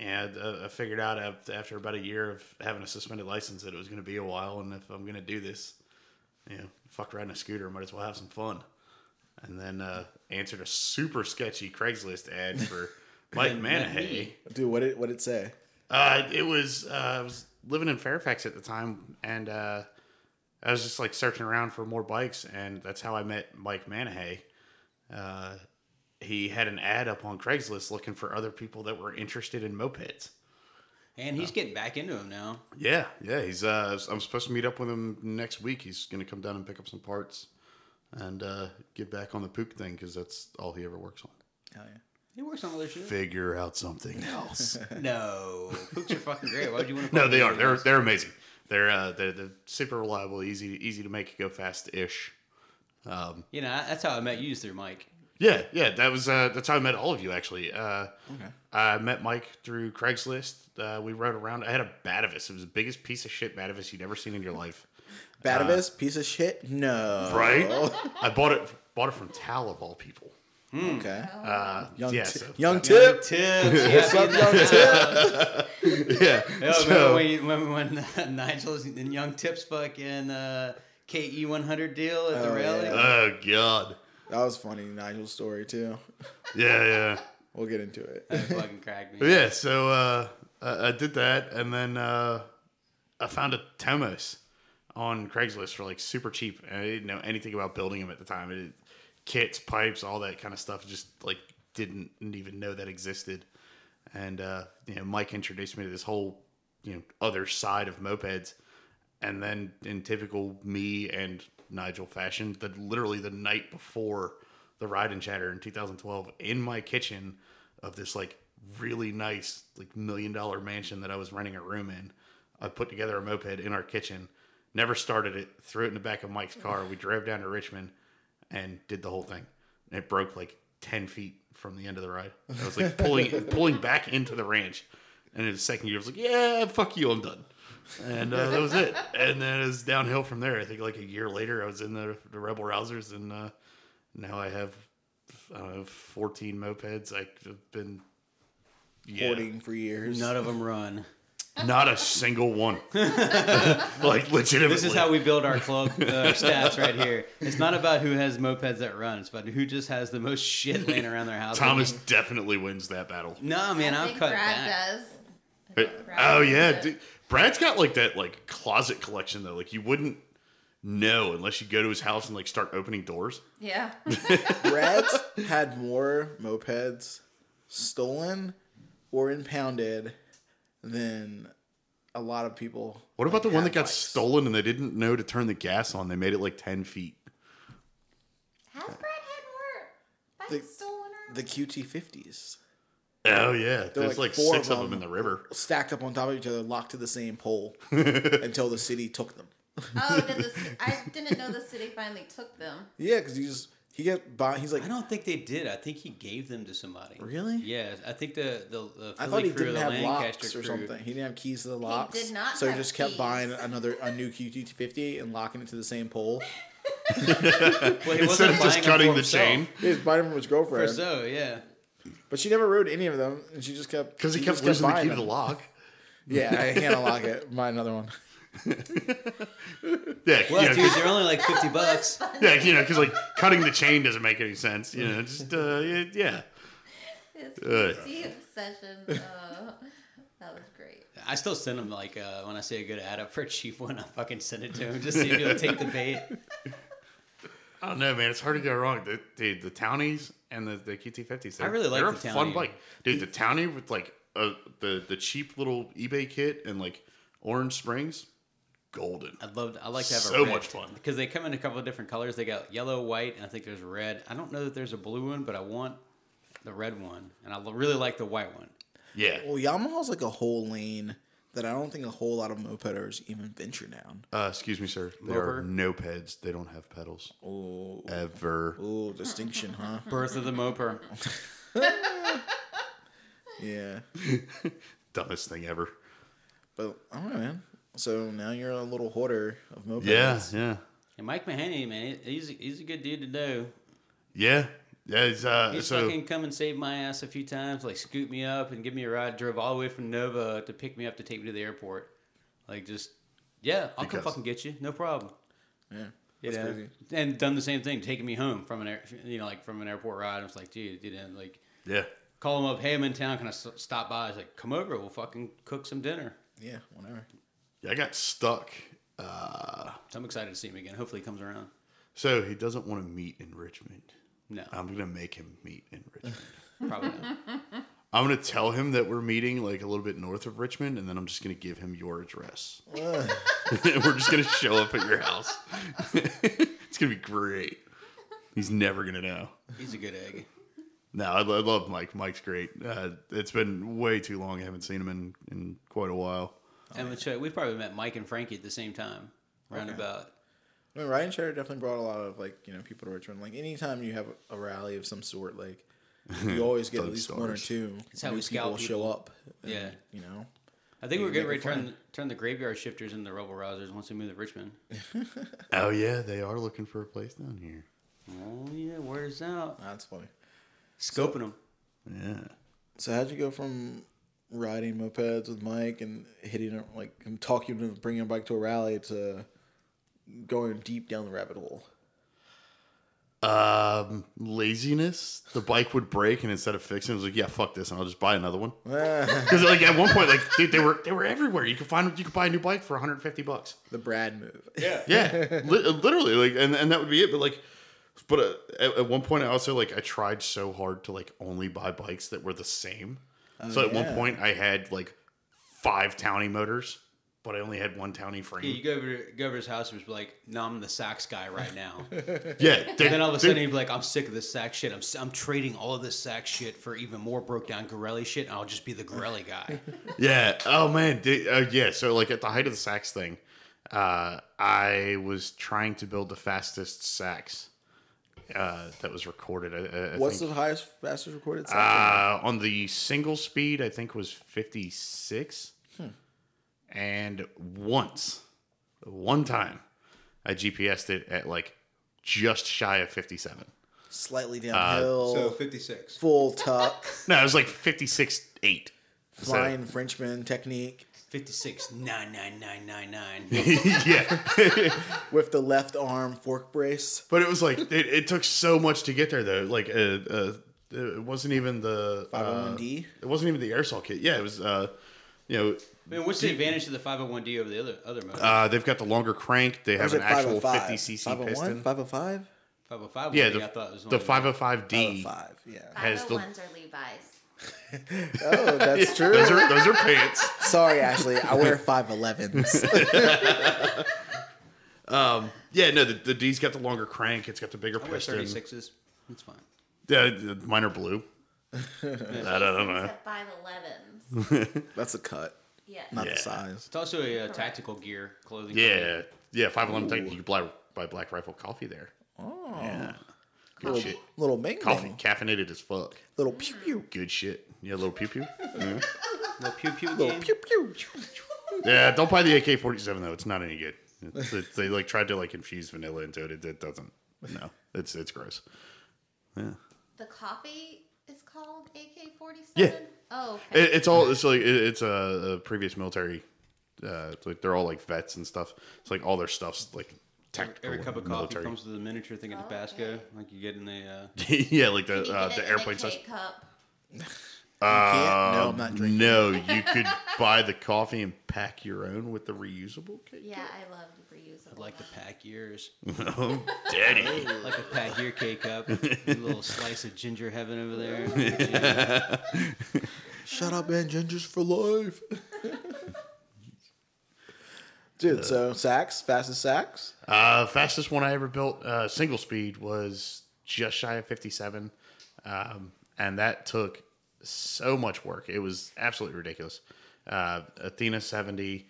Speaker 7: and uh, I figured out af- after about a year of having a suspended license that it was going to be a while, and if I'm going to do this, you know, fuck riding a scooter, might as well have some fun. And then uh, answered a super sketchy Craigslist ad for Mike Manahay.
Speaker 4: Dude, what did what did it say?
Speaker 7: Uh, it was uh, I was living in Fairfax at the time, and uh, I was just like searching around for more bikes, and that's how I met Mike Manahay. Uh, he had an ad up on Craigslist looking for other people that were interested in mopeds.
Speaker 5: And
Speaker 7: Oh.
Speaker 5: he's getting back into him now.
Speaker 7: Yeah, yeah. He's uh, I'm supposed to meet up with him next week. He's gonna come down and pick up some parts. and uh, get back on the poop thing because that's all he ever works on.
Speaker 4: Hell yeah.
Speaker 5: He works on other shit.
Speaker 7: Figure out something else.
Speaker 5: No, Poops are fucking great. Why would you want to?
Speaker 7: no, they are. They're they're amazing. They're uh, they're, they're super reliable, easy easy to make, go fast ish. Um,
Speaker 5: You know that's how I met you is through Mike.
Speaker 7: Yeah, yeah, that was uh, that's how I met all of you actually. Uh, I met Mike through Craigslist. Uh, we rode around. I had a Badivus. It was the biggest piece of shit Badivus you'd ever seen in your life.
Speaker 4: Badabus, piece of shit? No.
Speaker 7: Right? I bought it bought it from Tal of all people.
Speaker 4: Okay.
Speaker 7: Uh,
Speaker 4: Young,
Speaker 7: yeah,
Speaker 4: Ti-
Speaker 7: so-
Speaker 4: young Tip.
Speaker 5: Tips.
Speaker 4: What's up, Young Tip?
Speaker 7: yeah.
Speaker 5: Oh,
Speaker 7: so-
Speaker 5: remember when, when, when Nigel's and Young Tips fucking uh, KE 100 deal at the
Speaker 4: Oh,
Speaker 5: rally?
Speaker 4: yeah.
Speaker 7: oh god.
Speaker 4: That was funny, Nigel's story, too.
Speaker 7: Yeah, yeah.
Speaker 4: We'll get into it.
Speaker 5: That fucking cracked me.
Speaker 7: Yeah, so uh, I, I did that, and then uh, I found a Tomos on Craigslist for like super cheap. And I didn't know anything about building them at the time. It, kits, pipes, all that kind of stuff. Just like didn't even know that existed. And uh, you know, Mike introduced me to this whole you know other side of mopeds. And then in typical me and Nigel fashion, that literally the night before the ride and chatter in 2012 in my kitchen of this like really nice like million dollar mansion that I was renting a room in, I put together a moped in our kitchen, never started it, threw it in the back of Mike's car. We drove down to Richmond and did the whole thing. And it broke like 10 feet from the end of the ride. I was like pulling pulling back into the ranch. And in the second year, I was like, yeah, fuck you, I'm done. And uh, that was it. And then it was downhill from there. I think like a year later, I was in the, the Rebel Rousers, and uh, now I have I don't know, 14 mopeds. I've been yeah,
Speaker 4: Hoarding for years.
Speaker 5: None of them run.
Speaker 7: not a single one. like legitimately.
Speaker 5: This is how we build our club uh, our stats right here. It's not about who has mopeds that run. It's about who just has the most shit laying around their house.
Speaker 7: Thomas definitely wins that battle.
Speaker 5: No, man,
Speaker 6: I
Speaker 5: I've
Speaker 6: think
Speaker 5: cut
Speaker 6: Brad
Speaker 5: back.
Speaker 6: does.
Speaker 7: oh yeah,
Speaker 6: does it.
Speaker 7: dude. Brad's got like that like closet collection though. Like you wouldn't know unless you go to his house and like start opening doors.
Speaker 6: Yeah.
Speaker 4: Brad's had more mopeds stolen or impounded than a lot of people.
Speaker 7: What about
Speaker 4: like,
Speaker 7: the one
Speaker 4: had
Speaker 7: that got
Speaker 4: bikes.
Speaker 7: stolen and they didn't know to turn the gas on? They made it like ten feet.
Speaker 6: Has Brad had more bikes
Speaker 4: The-
Speaker 6: stolen or
Speaker 4: The QT50s
Speaker 7: Oh yeah,
Speaker 4: like,
Speaker 7: there's like,
Speaker 4: four
Speaker 7: six
Speaker 4: of
Speaker 7: of them
Speaker 4: them.
Speaker 7: in the river.
Speaker 4: stacked up on top of each other, locked to the same pole until the city took them.
Speaker 6: Oh, did the, ci- I didn't know the city finally took them.
Speaker 4: Yeah, because he just he got by. He's like,
Speaker 5: I don't think they did. I think he gave them to somebody.
Speaker 4: Really?
Speaker 5: Yeah, I think the the, the Philly
Speaker 4: I thought he
Speaker 5: crew,
Speaker 4: didn't
Speaker 5: the
Speaker 4: have
Speaker 5: Lancaster
Speaker 4: locks or
Speaker 5: crew-
Speaker 4: something. He didn't have keys to the locks.
Speaker 6: did not
Speaker 4: So he
Speaker 6: have
Speaker 4: just kept
Speaker 6: keys.
Speaker 4: buying another a new QT50 and locking it to the same pole.
Speaker 5: Well, he
Speaker 7: Instead
Speaker 5: wasn't
Speaker 7: of just
Speaker 5: buying them for
Speaker 7: cutting the
Speaker 5: himself.
Speaker 7: chain,
Speaker 4: He was buying them from his
Speaker 5: For
Speaker 4: girlfriend,
Speaker 5: so, yeah.
Speaker 4: but she never rode any of them, and she just kept
Speaker 7: because he kept
Speaker 4: just
Speaker 7: losing the
Speaker 4: buying
Speaker 7: key to the
Speaker 4: them.
Speaker 7: lock.
Speaker 4: Yeah, I can't unlock it. Buy another one.
Speaker 7: Yeah,
Speaker 5: Well,
Speaker 7: you know,
Speaker 5: dude,
Speaker 7: 'cause-
Speaker 5: they're only like fifty bucks.
Speaker 7: yeah, you know, because like cutting the chain doesn't make any sense. You know, just uh, yeah, yeah.
Speaker 6: His
Speaker 7: Ugh.
Speaker 6: tea obsession. Oh, that was great.
Speaker 5: I still send him like uh, when I see a good ad up for a cheap one, I fucking send it to him just see if he'll take the bait.
Speaker 7: I don't know, man. It's hard to go wrong. The, dude, the townies and the, the QT50s.
Speaker 5: I really like
Speaker 7: they're
Speaker 5: the
Speaker 7: a fun
Speaker 5: Townie.
Speaker 7: bike, dude. The townie with like uh, the the cheap little eBay kit and like Orange Springs, golden.
Speaker 5: I'd love. To, I like to have a
Speaker 7: So
Speaker 5: red
Speaker 7: much fun.
Speaker 5: because they come in a couple of different colors. They got yellow, white, and I think there's red. I don't know that there's a blue one, but I want the red one, and I lo- really like the white one.
Speaker 7: Yeah,
Speaker 4: Well, Yamaha's like a whole lane that I don't think a whole lot of mopeders even venture down.
Speaker 7: Uh, excuse me, sir. There
Speaker 5: Lower.
Speaker 7: are no peds. They don't have pedals
Speaker 4: Oh,
Speaker 7: ever.
Speaker 4: oh, distinction, huh?
Speaker 5: Birth of the Moper.
Speaker 4: Yeah,
Speaker 7: Dumbest thing ever.
Speaker 4: but I don't know, man. So now you're a little hoarder of mopeds.
Speaker 7: Yeah, yeah,
Speaker 5: And Mike Mahaney, man, he- he's he's a good dude to know.
Speaker 7: yeah. Yeah, it's, uh,
Speaker 5: He's
Speaker 7: so
Speaker 5: fucking come and saved my ass a few times, like scoop me up and give me a ride. Drove all the way from Nova to pick me up to take me to the airport. Like just, yeah, I'll come
Speaker 7: Because-
Speaker 5: fucking get you, no problem.
Speaker 4: yeah.
Speaker 5: You
Speaker 4: That's
Speaker 5: know?
Speaker 4: crazy.
Speaker 5: and done the same thing, taking me home from an air, you know, like from an airport ride. I was like, dude, you know, like
Speaker 7: yeah.
Speaker 5: call him up, hey, I'm in town, can I s- stop by? He's like, come over, we'll fucking cook some dinner.
Speaker 4: Yeah, whatever.
Speaker 7: yeah. I got stuck. Uh,
Speaker 5: So I'm excited to see him again. Hopefully, he comes around.
Speaker 7: so he doesn't want to meet in Richmond.
Speaker 5: No,
Speaker 7: I'm gonna make him meet in Richmond.
Speaker 5: probably not.
Speaker 7: I'm gonna tell him that we're meeting like a little bit north of Richmond, and then I'm just gonna give him your address. we're just gonna show up at your house. it's gonna be great. He's never gonna know.
Speaker 5: He's a good egg.
Speaker 7: No, I, lo- I love Mike. Mike's great. Uh, it's been way too long. I haven't seen him in, in quite a while.
Speaker 5: and with Chuck, we probably met Mike and Frankie at the same time, roundabout.
Speaker 4: I mean, Ryan Shatter definitely brought a lot of like you know people to Richmond. Like anytime you have a rally of some sort, like you always get at least one or
Speaker 7: Thugstarters.
Speaker 4: two.
Speaker 5: It's how
Speaker 4: new
Speaker 5: we scout
Speaker 4: show up. and,
Speaker 5: Yeah.
Speaker 4: you know,
Speaker 5: I think we're
Speaker 4: make
Speaker 5: getting ready
Speaker 4: it
Speaker 5: to turn,
Speaker 4: fun.
Speaker 5: turn the graveyard shifters into rebel rousers once we move to Richmond.
Speaker 7: Oh yeah, they are looking for a place down here.
Speaker 5: oh yeah, word is out.
Speaker 4: that's funny.
Speaker 5: Scoping them.
Speaker 7: Yeah.
Speaker 4: So how'd you go from riding mopeds with Mike and hitting a- like him talking to bringing a bike to a rally to going deep down the rabbit hole?
Speaker 7: Um, laziness. The bike would break, and instead of fixing, it I was like, "Yeah, fuck this," and I'll just buy another one.
Speaker 4: Ah,
Speaker 7: Because like at one point, like dude, they were they were everywhere. You could find you could buy a new bike for 150 bucks.
Speaker 4: the Brad move.
Speaker 7: Yeah, li- literally, like, and and that would be it. But like, but uh, at, at one point, I also like I tried so hard to like only buy bikes that were the same. so at
Speaker 4: yeah.
Speaker 7: one point, I had like five Townie motors, but I only had one Townie
Speaker 5: Yeah, you
Speaker 7: frame.
Speaker 5: go over to, go over to his house and just be like, no, I'm the sax guy right now.
Speaker 7: Yeah, they-
Speaker 5: And then all of a
Speaker 7: they-
Speaker 5: sudden he'd be like, "I'm sick of this sack shit. I'm s- I'm trading all of this sack shit for even more broke down Gorelli shit, and I'll just be the Gorelli guy."
Speaker 7: Yeah. Oh man. Did, uh, yeah. So like at the height of the sax thing, uh, I was trying to build the fastest sax uh, that was recorded. I- I, I
Speaker 4: What's
Speaker 7: think.
Speaker 4: the highest fastest recorded? cycle?
Speaker 7: uh, on the single speed? I think was fifty six. And once, one time, I GPSed it at like just shy of fifty seven.
Speaker 4: Slightly
Speaker 7: uh,
Speaker 4: downhill,
Speaker 5: 56.
Speaker 4: full tuck,
Speaker 7: No, it was like fifty six eight.
Speaker 4: flying Frenchman technique
Speaker 5: 56 99999.
Speaker 7: yeah.
Speaker 4: with the left arm fork brace.
Speaker 7: But it was like it, it took so much to get there though. Like uh, uh, it wasn't even the uh,
Speaker 4: 501D?
Speaker 7: It wasn't even the aerosol kit. Yeah, it was. Uh, you know,
Speaker 5: Man, what's the advantage of the 501D over the other other mode?
Speaker 7: uh, they've got the longer crank. They
Speaker 4: Or
Speaker 7: Uh, have
Speaker 4: is
Speaker 7: an
Speaker 4: it
Speaker 7: actual
Speaker 4: 505?
Speaker 7: 50 cc
Speaker 4: 501?
Speaker 7: piston.
Speaker 4: 505?
Speaker 5: 505
Speaker 7: Yeah,
Speaker 5: yeah,
Speaker 7: the,
Speaker 5: I thought it was
Speaker 7: the 505D.
Speaker 4: 505, yeah.
Speaker 7: Has the-
Speaker 6: 501s are Levi's.
Speaker 4: Oh, that's true.
Speaker 7: Those are those are pants.
Speaker 4: Sorry, Ashley. I wear 511s.
Speaker 7: Yeah, no, the, the D's got the longer crank. It's got the bigger
Speaker 5: I wear
Speaker 7: piston.
Speaker 5: 36s. That's fine.
Speaker 7: Yeah, the- mine are blue. I don't, I don't know.
Speaker 6: Except
Speaker 7: Hmm.
Speaker 6: 511s.
Speaker 4: That's a cut,
Speaker 6: Yeah.
Speaker 4: not
Speaker 7: Yeah.
Speaker 4: the size.
Speaker 5: It's also a uh, tactical gear clothing.
Speaker 7: Yeah, yeah, 511 tank. You could buy buy Black Rifle coffee there. Oh, yeah. Good
Speaker 4: Little,
Speaker 7: shit.
Speaker 4: little bang
Speaker 7: Coffee,
Speaker 4: bang.
Speaker 7: caffeinated as fuck.
Speaker 4: Little pew pew.
Speaker 7: Good shit. Yeah, little pew pew. Yeah.
Speaker 5: company. Little pew pew
Speaker 4: Little
Speaker 5: game.
Speaker 4: pew pew.
Speaker 7: Yeah, don't buy the AK forty seven though. It's not any good. It's, it's, they like tried to like infuse vanilla into it. It, it doesn't. No, it's it's gross. Yeah,
Speaker 6: The coffee is called AK 47?
Speaker 7: Yeah.
Speaker 6: Oh, okay.
Speaker 7: it, it's all. It's like it, it's a, uh previous military. Uh, it's like they're all like vets and stuff. It's like all their stuff's like tactical.
Speaker 5: Every cup of
Speaker 7: and
Speaker 5: coffee
Speaker 7: military.
Speaker 5: comes with a miniature thing of Tabasco,
Speaker 6: Okay.
Speaker 5: like you get in the. Uh,
Speaker 7: yeah, like
Speaker 6: You
Speaker 7: the
Speaker 6: get
Speaker 7: uh,
Speaker 6: it in
Speaker 7: the
Speaker 6: a
Speaker 7: airplane
Speaker 6: K
Speaker 7: size.
Speaker 6: cup.
Speaker 4: can't? No, I'm not
Speaker 7: Um,
Speaker 4: drinking.
Speaker 7: No, you could buy the coffee and pack your own with the reusable cake.
Speaker 6: Yeah, I love the reusable.
Speaker 5: I'd like to pack yours.
Speaker 7: Oh, daddy.
Speaker 5: Like a pat your cake up, a little slice of ginger heaven over there.
Speaker 4: Shut up, man. Gingers for life. Dude, so sacks, fastest sacks.
Speaker 7: Uh, fastest one I ever built, uh, single speed, was just shy of 57. Um, and that took so much work. It was absolutely ridiculous. Uh, Athena 70,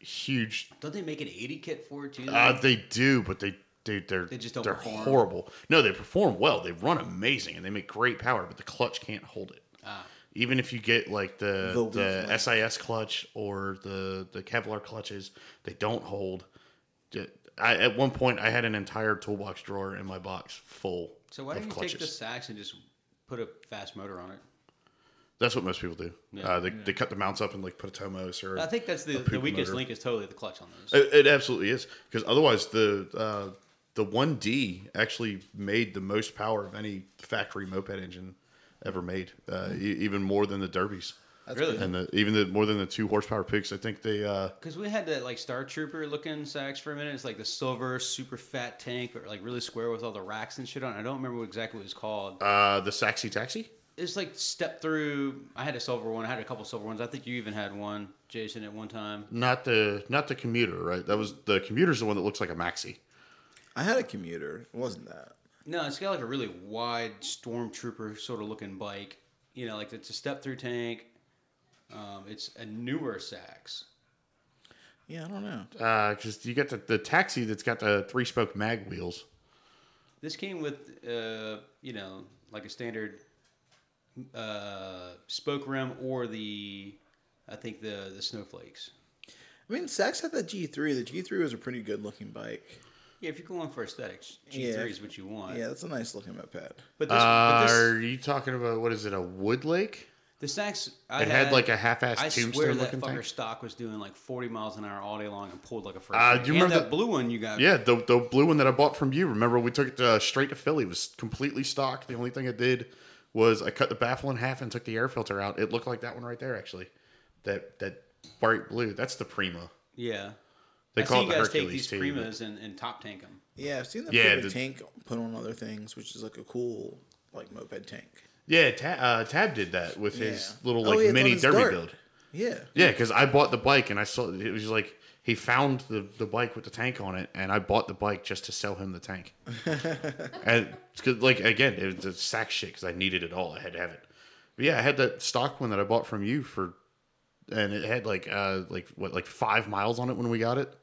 Speaker 7: huge.
Speaker 5: Don't they make an 80 kit for it too? though?
Speaker 7: Uh, they do, but they, they, they're, they
Speaker 5: just don't
Speaker 7: are
Speaker 5: perform.
Speaker 7: horrible. No, they perform well. They run amazing and they make great power, but the clutch can't hold it.
Speaker 5: Ah.
Speaker 7: Even if you get like the
Speaker 4: The
Speaker 7: the,
Speaker 4: weak
Speaker 7: SIS clutch or the the Kevlar clutches, they don't hold. Ju- I, at one point, I had an entire toolbox drawer in my box full
Speaker 5: so why
Speaker 7: of
Speaker 5: don't you
Speaker 7: clutches.
Speaker 5: take the sax and just put a fast motor on it?
Speaker 7: That's what most people do.
Speaker 5: Yeah.
Speaker 7: uh, they, they cut the mounts up and like put a Tomos or
Speaker 5: I think that's the, the
Speaker 7: poop
Speaker 5: weakest
Speaker 7: motor. Uh,
Speaker 5: link is totally the clutch on those.
Speaker 7: It, it absolutely is because otherwise the uh, the one D actually made the most power of any factory moped engine ever made, uh, e- even more than the derbies
Speaker 5: really?
Speaker 7: and the, even the more than the two horsepower picks. I think they uh,
Speaker 5: Because we had that like Star Trooper looking sax for a minute. It's like the silver, super fat tank, but like really square with all the racks and shit on. it. I don't remember what exactly what it was called.
Speaker 7: uh, the Saxy Taxi.
Speaker 5: it's like step through. I had a silver one. I had a couple silver ones. I think you even had one, Jason, at one time.
Speaker 7: Not the not the commuter, right? That was the commuter's the one that looks like a maxi.
Speaker 4: I had a commuter. It wasn't that.
Speaker 5: No, it's got like a really wide stormtrooper sort of looking bike. You know, like it's a step through tank. Um, it's a newer Sax.
Speaker 4: Yeah, I don't know.
Speaker 7: Because Uh, you got the, the taxi that's got the three spoke mag wheels.
Speaker 5: This came with, uh, you know, like a standard uh, spoke rim or the, I think the the snowflakes.
Speaker 4: I mean, Sax had that G three. The G three was a pretty good looking bike.
Speaker 5: Yeah, if you're going for aesthetics, G3
Speaker 4: Yeah.
Speaker 5: is what you want.
Speaker 4: Yeah, that's a nice looking moped.
Speaker 5: But this,
Speaker 7: Uh,
Speaker 5: but this
Speaker 7: are you talking about what is it? A wood lake?
Speaker 5: the Sax, I
Speaker 7: It had, like a half-assed
Speaker 5: I swear
Speaker 7: tombstone
Speaker 5: that
Speaker 7: looking
Speaker 5: fucker
Speaker 7: thing.
Speaker 5: stock was doing like 40 miles an hour all day long and pulled like a first.
Speaker 7: Uh,
Speaker 5: rate.
Speaker 7: do you
Speaker 5: And
Speaker 7: remember
Speaker 5: that
Speaker 7: that-
Speaker 5: blue one you got?
Speaker 7: Yeah, the the blue one that I bought from you. Remember, we took it uh, straight to Philly. It was completely stock. The only thing I did was I cut the baffle in half and took the air filter out. It looked like that one right there, actually. That that bright blue. That's the Prima.
Speaker 5: yeah.
Speaker 7: They
Speaker 5: I see
Speaker 7: call it
Speaker 5: you
Speaker 7: the
Speaker 5: guys
Speaker 7: Hercules
Speaker 5: take these
Speaker 7: too, but-
Speaker 5: Primas and, and top tank them.
Speaker 4: Yeah, I've seen the
Speaker 7: Yeah,
Speaker 4: yeah,
Speaker 7: the-
Speaker 4: tank put on other things, which is like a cool like moped tank.
Speaker 7: Yeah, Ta- uh, Tab did that with his
Speaker 4: Yeah.
Speaker 7: little
Speaker 4: Oh,
Speaker 7: like
Speaker 4: yeah, it's on
Speaker 7: mini
Speaker 4: his
Speaker 7: derby
Speaker 4: dart.
Speaker 7: build.
Speaker 4: Yeah,
Speaker 7: Yeah, because I bought the bike and I saw it was like he found the, the bike with the tank on it, and I bought the bike just to sell him the tank. and it's 'cause, like again, it was a sack shit because I needed it all. I had to have it. But yeah, I had that stock one that I bought from you for, and it had like uh like what like five miles on it when we got it,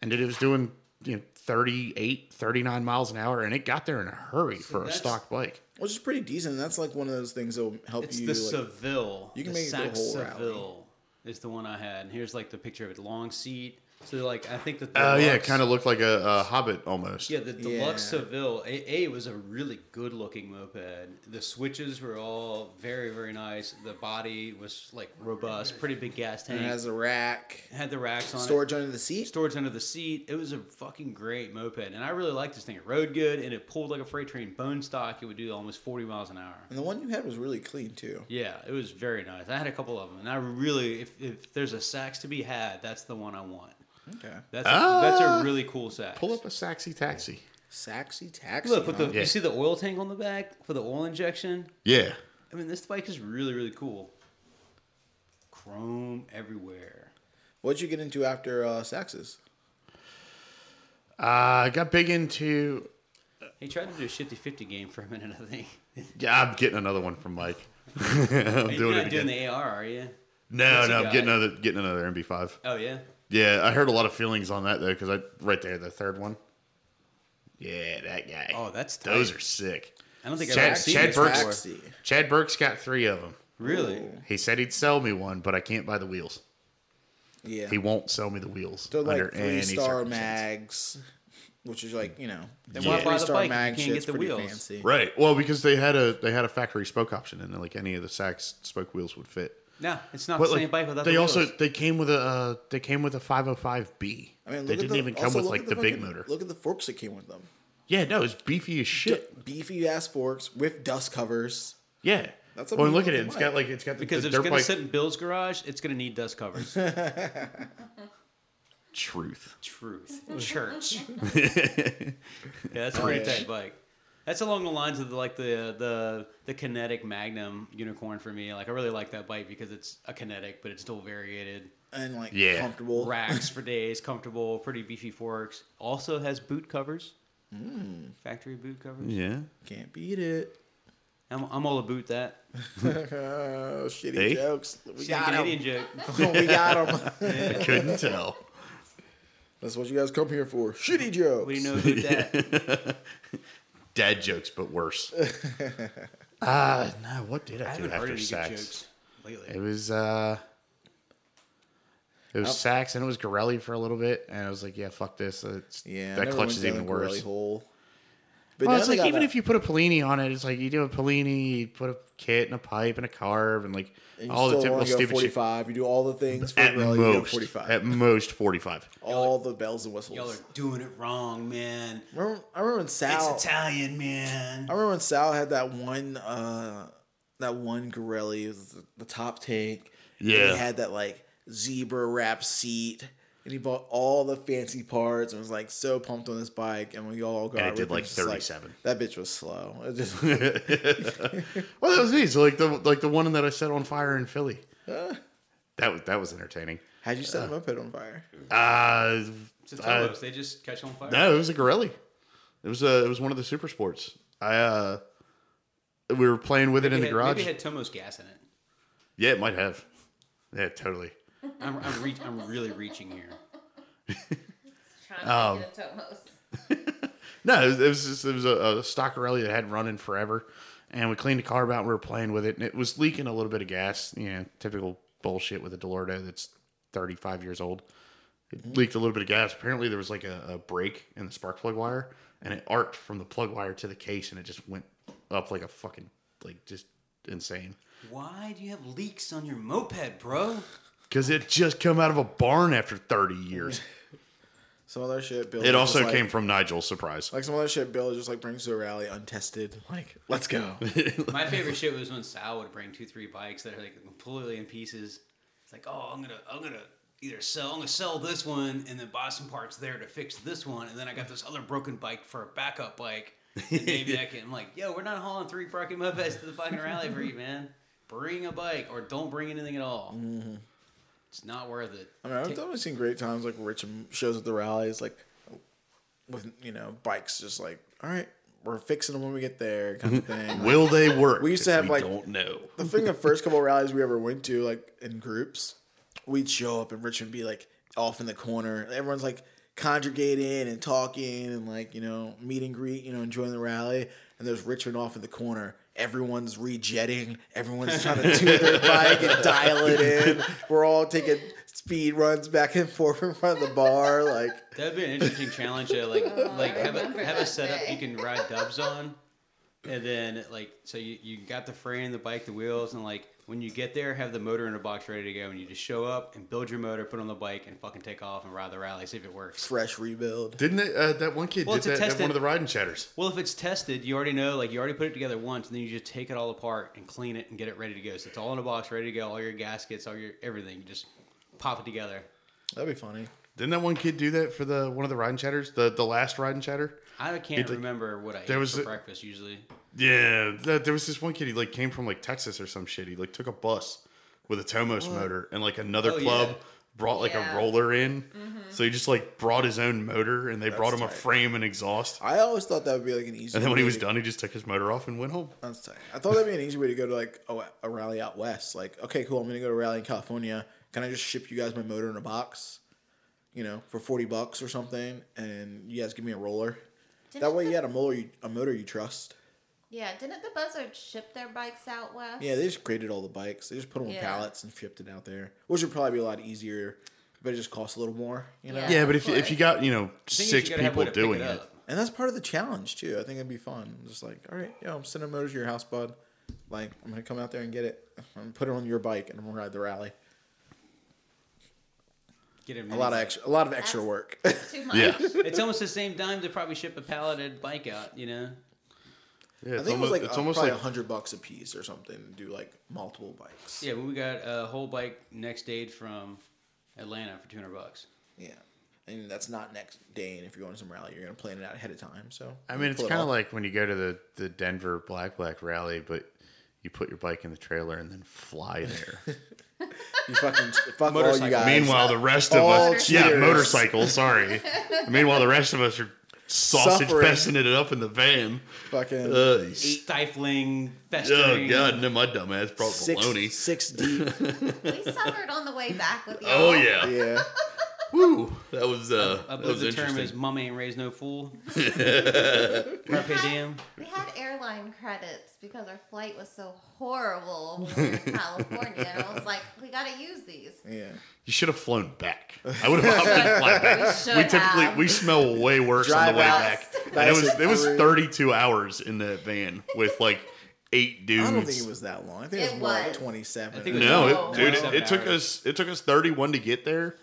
Speaker 7: and it was doing you know 38, 39 miles an hour, and it got there in a hurry for a
Speaker 5: that's-
Speaker 7: stock bike.
Speaker 4: which is pretty decent. and That's like one of those things that will help
Speaker 5: It's
Speaker 4: you.
Speaker 5: the
Speaker 4: like,
Speaker 5: Seville.
Speaker 4: you can
Speaker 5: the
Speaker 4: make it the
Speaker 5: Sax
Speaker 4: whole rally.
Speaker 5: Seville is the one I had. And here's like the picture of it, long seat. So like I think that the
Speaker 7: Oh yeah, it
Speaker 5: Lux-
Speaker 7: kind of looked like a, a Hobbit almost.
Speaker 5: Yeah, the deluxe
Speaker 4: Yeah.
Speaker 5: Seville A, A was a really good looking moped. The switches were all very very nice. The body was like robust, pretty big gas tank.
Speaker 4: and it has a rack,
Speaker 5: had the racks on it.
Speaker 4: storage under the seat.
Speaker 5: storage under the seat. It was a fucking great moped, and I really liked this thing. It rode good, and it pulled like a freight train. Bone stock, it would do almost forty miles an hour.
Speaker 4: and the one you had was really clean too.
Speaker 5: Yeah, it was very nice. I had a couple of them, and I really, if, if there's a sax to be had, that's the one I want.
Speaker 4: Okay,
Speaker 5: That's a, that's
Speaker 7: Ah!
Speaker 5: a really cool sax.
Speaker 7: Pull up a Saxy taxi.
Speaker 4: Saxy taxi.
Speaker 5: Look, with the
Speaker 4: huh?
Speaker 7: Yeah.
Speaker 5: you see the oil tank on the back for the oil injection.
Speaker 7: Yeah.
Speaker 5: I mean, this bike is really really cool. Chrome everywhere.
Speaker 4: what'd you get into after uh, Saxes?
Speaker 7: Uh, I got big into.
Speaker 5: He tried to do a shifty fifty game for a minute. I think
Speaker 7: Yeah, I'm getting another one from Mike. I'm
Speaker 5: you're
Speaker 7: doing
Speaker 5: not
Speaker 7: it
Speaker 5: doing
Speaker 7: again.
Speaker 5: the AR, are you?
Speaker 7: no,
Speaker 5: What's he
Speaker 7: no, I'm
Speaker 5: got?
Speaker 7: getting another getting another MB5.
Speaker 5: Oh yeah.
Speaker 7: Yeah, I heard a lot of feelings on that though, because I right there the third one. Yeah, that guy.
Speaker 5: Oh, that's tight.
Speaker 7: those are sick.
Speaker 5: I don't think I've
Speaker 7: Chad-
Speaker 5: ever seen
Speaker 7: Chad
Speaker 5: this
Speaker 7: Burks-
Speaker 5: before.
Speaker 4: Saxy.
Speaker 7: Chad Burke's got three of them.
Speaker 5: Really?
Speaker 7: He said he'd sell me one, but I can't buy the wheels.
Speaker 4: Yeah,
Speaker 7: He won't sell me the wheels
Speaker 4: they're
Speaker 7: under
Speaker 4: like three
Speaker 7: any
Speaker 4: star
Speaker 7: circumstance.
Speaker 4: mags, which is like you know
Speaker 7: Yeah. why buy the
Speaker 4: three star
Speaker 5: bike if you
Speaker 4: mag
Speaker 5: can't get
Speaker 4: shit's
Speaker 5: the
Speaker 4: pretty
Speaker 5: wheels?
Speaker 4: fancy.
Speaker 7: Right. Well, because they had a they had a factory spoke option, and like any of the Sax spoke wheels would fit.
Speaker 5: No, it's not
Speaker 7: But
Speaker 5: the same
Speaker 7: like,
Speaker 5: bike without
Speaker 7: they
Speaker 5: the
Speaker 7: also
Speaker 5: wheels.
Speaker 7: they came with a uh, they came with a 505B.
Speaker 4: I mean, look
Speaker 7: they
Speaker 4: at
Speaker 7: didn't
Speaker 4: the-
Speaker 7: even come
Speaker 4: also
Speaker 7: with
Speaker 4: look
Speaker 7: like
Speaker 4: at
Speaker 7: the, big
Speaker 4: fucking-
Speaker 7: motor.
Speaker 4: Look at the forks that came with them.
Speaker 7: Yeah, no, it's beefy as shit.
Speaker 4: Beefy ass forks with dust covers.
Speaker 7: Yeah,
Speaker 4: That's
Speaker 7: that's
Speaker 4: a
Speaker 7: well. Look at it.
Speaker 4: mean
Speaker 7: It's
Speaker 4: bike.
Speaker 7: got like it's got the,
Speaker 5: because
Speaker 7: the
Speaker 5: if it's
Speaker 7: dirt
Speaker 5: going to
Speaker 7: bike
Speaker 5: sit in Bill's garage, it's going to need dust covers.
Speaker 7: truth.
Speaker 5: Truth. Church. yeah, that's a pretty tight bike. That's along the lines of the, like the the the kinetic Magnum unicorn for me. Like I really like that bike because it's a kinetic, but it's still variated.
Speaker 4: and like
Speaker 7: Yeah.
Speaker 4: comfortable.
Speaker 5: Racks for days, comfortable, pretty beefy forks. Also has boot covers,
Speaker 7: Mm.
Speaker 5: factory boot covers.
Speaker 7: Yeah.
Speaker 4: Can't beat it.
Speaker 5: I'm, I'm all about that.
Speaker 4: Oh, shitty
Speaker 7: Hey.
Speaker 4: jokes. We
Speaker 5: Shitty
Speaker 4: got,
Speaker 5: Canadian
Speaker 4: 'em.
Speaker 5: joke.
Speaker 4: we got them.
Speaker 7: I couldn't tell.
Speaker 4: That's what you guys come here for. Shitty jokes.
Speaker 5: What do you know about that?
Speaker 7: Dad jokes, but worse. Ah, no. What did I,
Speaker 5: I
Speaker 7: do
Speaker 5: haven't heard
Speaker 7: after
Speaker 5: any
Speaker 7: Sax?
Speaker 5: good jokes lately.
Speaker 7: It was uh it was Sax and it was Gorelli for a little bit, and I was like, yeah, fuck this. It's,
Speaker 4: Yeah, I
Speaker 7: that
Speaker 4: never
Speaker 7: clutch
Speaker 4: went
Speaker 7: is
Speaker 4: down
Speaker 7: even
Speaker 4: the Pirelli
Speaker 7: worse.
Speaker 4: Hole. But
Speaker 7: well,
Speaker 4: now
Speaker 7: it's
Speaker 4: they
Speaker 7: like
Speaker 4: got
Speaker 7: even
Speaker 4: that-
Speaker 7: if you put a Pelini on it, it's like you do a Pelini, you put a kit and a pipe and a carb and like
Speaker 4: and you
Speaker 7: all the
Speaker 4: still wanna
Speaker 7: typical
Speaker 4: go
Speaker 7: stupid shit.
Speaker 4: 45, you do all the things for
Speaker 7: At
Speaker 4: Pirelli, you go
Speaker 7: most,
Speaker 4: 45.
Speaker 7: at most forty-five.
Speaker 4: all the bells and
Speaker 5: Y'all are
Speaker 4: whistles.
Speaker 5: doing it wrong, man.
Speaker 4: Remember, I remember when Sal.
Speaker 5: It's Italian, man.
Speaker 4: I remember when Sal had that one, uh, that one Gorelli, it was the- the top tank. and
Speaker 7: Yeah.
Speaker 4: he had that like zebra wrap seat, and he bought all the fancy parts and was like so pumped on this bike. And we all got
Speaker 7: And it
Speaker 4: with
Speaker 7: did,
Speaker 4: him,
Speaker 7: like,
Speaker 4: it's just
Speaker 7: 37.
Speaker 4: that bitch was slow. It just
Speaker 7: Well, that was me. So like the like the one that I set on fire in Philly. that was that was entertaining.
Speaker 4: how'd you set a moped on fire?
Speaker 7: Uh,
Speaker 5: It's a Tolos. they just catch on fire.
Speaker 7: no, it was a Gorelli. It was uh, it was one of the super sports. I uh, we were playing with it in the
Speaker 5: had,
Speaker 7: garage.
Speaker 5: Maybe it had Tomo's gas in it.
Speaker 7: yeah, it might have. Yeah, totally.
Speaker 5: I'm I'm, reach, I'm really reaching here.
Speaker 6: Trying to
Speaker 7: Um,
Speaker 6: get it to almost.
Speaker 7: No, it was, it was just it was a, a stock rally that had running forever, and we cleaned the car out. and We were playing with it, and it was leaking a little bit of gas. You know, typical bullshit with a Delorto that's thirty five years old. It
Speaker 4: Mm-hmm.
Speaker 7: leaked a little bit of gas. Apparently, there was like a, a break in the spark plug wire, and it arced from the plug wire to the case, and it just went up like a fucking like just insane.
Speaker 5: Why do you have leaks on your moped, bro?
Speaker 7: Because it just come out of a barn after thirty years.
Speaker 4: Some other shit. Bill
Speaker 7: It
Speaker 4: just,
Speaker 7: also
Speaker 4: like-
Speaker 7: came from Nigel. Surprise.
Speaker 4: like some other shit. Bill just like brings to a rally untested. Like, let's go.
Speaker 5: My favorite shit was when Sal would bring two, three bikes that are like completely in pieces. It's like, oh, I'm gonna, I'm gonna either sell, I'm gonna sell this one, and then buy some parts there to fix this one, and then I got this other broken bike for a backup bike. And maybe I can. I'm like, yo, we're not hauling three broken mopeds to the fucking rally for you, man. Bring a bike, or don't bring anything at all. It's not worth it.
Speaker 4: I mean, I've definitely seen great times like rich shows at the rallies, like with you know bikes, just like all right, we're fixing them when we get there, kind of thing. Like,
Speaker 7: Will they work?
Speaker 4: We used to have, like-
Speaker 7: don't know.
Speaker 4: the thing, the first couple of rallies we ever went to, like in groups, we'd show up in Richmond, be like off in the corner. Everyone's like congregating and talking and like you know meet and greet, you know enjoying the rally. And there's Richmond off in the corner. Everyone's rejetting. Everyone's trying to tune their bike and dial it in. We're all taking speed runs back and forth in front of the bar. Like
Speaker 5: That'd be an interesting challenge to like like have a have a
Speaker 6: Oh, that
Speaker 5: setup you
Speaker 6: day.
Speaker 5: can ride dubs on, and then like so you, you got the frame, the bike, the wheels, and like when you get there, have the motor in a box ready to go, and you just show up and build your motor, put on the bike, and fucking take off and ride the rally, see if it works.
Speaker 4: fresh rebuild.
Speaker 7: Didn't it, uh, that one kid
Speaker 5: Well, it's a
Speaker 7: did that at
Speaker 5: test
Speaker 7: one
Speaker 5: that-
Speaker 7: of the riding chatters?
Speaker 5: Well, if it's tested, you already know like you already put it together once, and then you just take it all apart and clean it and get it ready to go. So it's all in a box, ready to go. All your gaskets, all your everything, you just pop it together.
Speaker 4: That'd be funny.
Speaker 7: Didn't that one kid do that for the one of the riding chatters? The the last riding chatter?
Speaker 5: I can't
Speaker 7: like-
Speaker 5: remember what I ate
Speaker 7: there was
Speaker 5: for
Speaker 7: a-
Speaker 5: breakfast usually.
Speaker 7: Yeah, that, there was this one kid. He like came from like Texas or some shit. He like took a bus with a Tomos motor and like another
Speaker 5: Oh,
Speaker 7: club
Speaker 5: yeah. Mm-hmm.
Speaker 7: brought like
Speaker 6: Yeah.
Speaker 7: a roller in. So he just like brought his own motor and they brought him a
Speaker 4: tight.
Speaker 7: frame and exhaust.
Speaker 4: I always thought that would be like an easy.
Speaker 7: And then when he
Speaker 4: way
Speaker 7: was
Speaker 4: to-
Speaker 7: done, he just took his motor off and went home.
Speaker 4: That's tight. I thought that'd be an easy way to go to like a, a rally out west. Like, okay, cool, I'm gonna go to a rally in California. Can I just ship you guys my motor in a box? You know, for forty bucks or something, and you guys give me a roller. that way, you had a motor you, a motor you trust.
Speaker 6: Yeah, didn't the Buzzards ship their bikes out west?
Speaker 4: Yeah, they just graded all the bikes. They just put them on
Speaker 6: Yeah.
Speaker 4: pallets and shipped it out there, which would probably be a lot easier, but it just costs a little more. You know,
Speaker 6: Yeah,
Speaker 7: Yeah,
Speaker 6: of
Speaker 7: but if, if you
Speaker 6: course.
Speaker 7: got, you know,
Speaker 5: Thing is,
Speaker 7: six
Speaker 5: you gotta have
Speaker 7: people
Speaker 5: a way to pick
Speaker 7: doing it.
Speaker 5: up.
Speaker 4: and that's part of the challenge too. I think it'd be fun. I'm just like, all right, yo, I'm sending a motor to your house, bud. Like, I'm gonna come out there and get it. I'm gonna put it on your bike, and I'm gonna ride the rally.
Speaker 5: Get it
Speaker 4: A lot of
Speaker 5: ready.
Speaker 4: extra, a lot of extra work.
Speaker 6: Too much.
Speaker 7: Yeah.
Speaker 5: It's almost the same dime to probably ship a palleted bike out, you know?
Speaker 7: Yeah,
Speaker 4: I
Speaker 7: it's
Speaker 4: think
Speaker 7: almost,
Speaker 4: it was like
Speaker 7: it's
Speaker 4: uh,
Speaker 7: almost
Speaker 4: probably
Speaker 7: like
Speaker 4: a hundred bucks a piece or something. to Do like multiple bikes.
Speaker 5: Yeah, but we got a whole bike next aid from Atlanta for 200 bucks.
Speaker 4: Yeah. And that's not next day. And if you're going to some rally, you're going to plan it out ahead of time. So
Speaker 7: I
Speaker 4: you
Speaker 7: mean,
Speaker 4: can
Speaker 7: it's
Speaker 4: pull it
Speaker 7: kind of
Speaker 4: off.
Speaker 7: like when you go to the, the Denver Black Black Rally, but you put your bike in the trailer and then fly there.
Speaker 4: you fucking fuck all
Speaker 5: Motorcycle.
Speaker 4: you guys.
Speaker 7: Meanwhile, the rest of
Speaker 4: All
Speaker 7: us, yeah,
Speaker 4: cheaters.
Speaker 7: motorcycle. Sorry. Meanwhile, the rest of us are sausage
Speaker 4: Suffering.
Speaker 7: festing it up in the van.
Speaker 4: fucking
Speaker 7: Ugh,
Speaker 5: Stifling,
Speaker 7: oh
Speaker 5: festering.
Speaker 7: god, no, my dumb ass brought baloney.
Speaker 4: six, six deep.
Speaker 6: We suffered on the way back with you.
Speaker 7: Oh yeah,
Speaker 4: yeah.
Speaker 7: woo! That was uh,
Speaker 5: I
Speaker 7: that
Speaker 5: believe
Speaker 7: was
Speaker 5: the term is
Speaker 7: interesting.
Speaker 5: mama ain't raised no fool. Carpe diem.
Speaker 6: We had airline credits because our flight was so horrible when we were in California. And I was like, we got to use these.
Speaker 4: Yeah.
Speaker 7: You should have flown back. I would have opted to fly back.
Speaker 6: should
Speaker 7: We typically
Speaker 6: have.
Speaker 7: we smell way worse on
Speaker 4: Drive
Speaker 7: the way
Speaker 4: out.
Speaker 7: back. And it
Speaker 4: Nice
Speaker 7: was
Speaker 4: and
Speaker 7: it was
Speaker 4: through.
Speaker 7: 32 hours in that van with like eight dudes.
Speaker 4: I don't think it was that long. I think it was
Speaker 6: It
Speaker 4: more like
Speaker 6: was.
Speaker 4: 27.
Speaker 5: I think it was-
Speaker 7: No,
Speaker 6: No.
Speaker 7: it, dude, it,
Speaker 5: Twenty-seven
Speaker 7: it took
Speaker 5: hours.
Speaker 7: us it took us 31 to get there,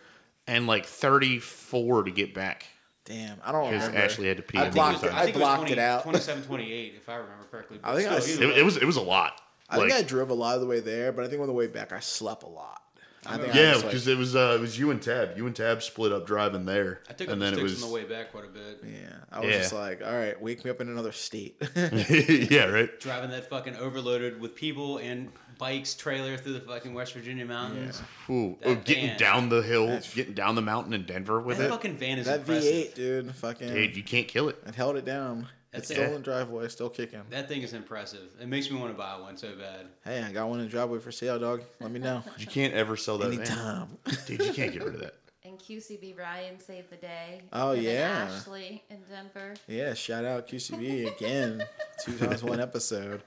Speaker 7: and like 34 to get back
Speaker 4: Damn. I don't
Speaker 7: because
Speaker 4: remember.
Speaker 7: Ashley had to pee.
Speaker 4: I
Speaker 7: at the
Speaker 4: blocked
Speaker 7: same
Speaker 4: it.
Speaker 7: time.
Speaker 4: I blocked it out.
Speaker 5: 27, 28, if I remember correctly.
Speaker 4: I think I
Speaker 5: Still,
Speaker 4: s-
Speaker 5: either
Speaker 7: It, it was it was a lot.
Speaker 4: I think
Speaker 7: Like,
Speaker 4: I drove a lot of the way there, but I think on the way back, I slept a lot. I think I
Speaker 7: yeah,
Speaker 4: was, like-
Speaker 7: because it was uh, it was you and Tab. You and Tab split up driving there,
Speaker 5: I took up
Speaker 7: and
Speaker 5: the
Speaker 7: then
Speaker 5: sticks
Speaker 7: it was
Speaker 5: on the way back quite a bit.
Speaker 4: yeah, I was
Speaker 7: Yeah.
Speaker 4: just like, all right, wake me up in another state.
Speaker 7: yeah, right.
Speaker 5: Driving that fucking overloaded with people and bikes trailer through the fucking West Virginia mountains.
Speaker 7: Ooh,
Speaker 5: That
Speaker 7: oh, getting
Speaker 5: van.
Speaker 7: down the hill, getting down the mountain in Denver with
Speaker 5: That
Speaker 7: it.
Speaker 5: fucking van is
Speaker 4: That
Speaker 5: impressive.
Speaker 4: V8, dude, fucking,
Speaker 7: Dude, you can't kill it.
Speaker 4: it held it down. It's
Speaker 5: That's
Speaker 4: still in
Speaker 7: it.
Speaker 4: the driveway, still kicking.
Speaker 5: That thing is impressive. It makes me want to buy one so bad.
Speaker 4: Hey, I got one in the driveway for sale, dog. Let me know
Speaker 7: You can't ever sell that van.
Speaker 4: anytime.
Speaker 7: Dude, you can't get rid of that.
Speaker 6: And QCB Ryan saved the day.
Speaker 4: Oh,
Speaker 6: and then
Speaker 4: yeah.
Speaker 6: Ashley in Denver.
Speaker 4: Yeah, shout out QCB again. Two times one episode.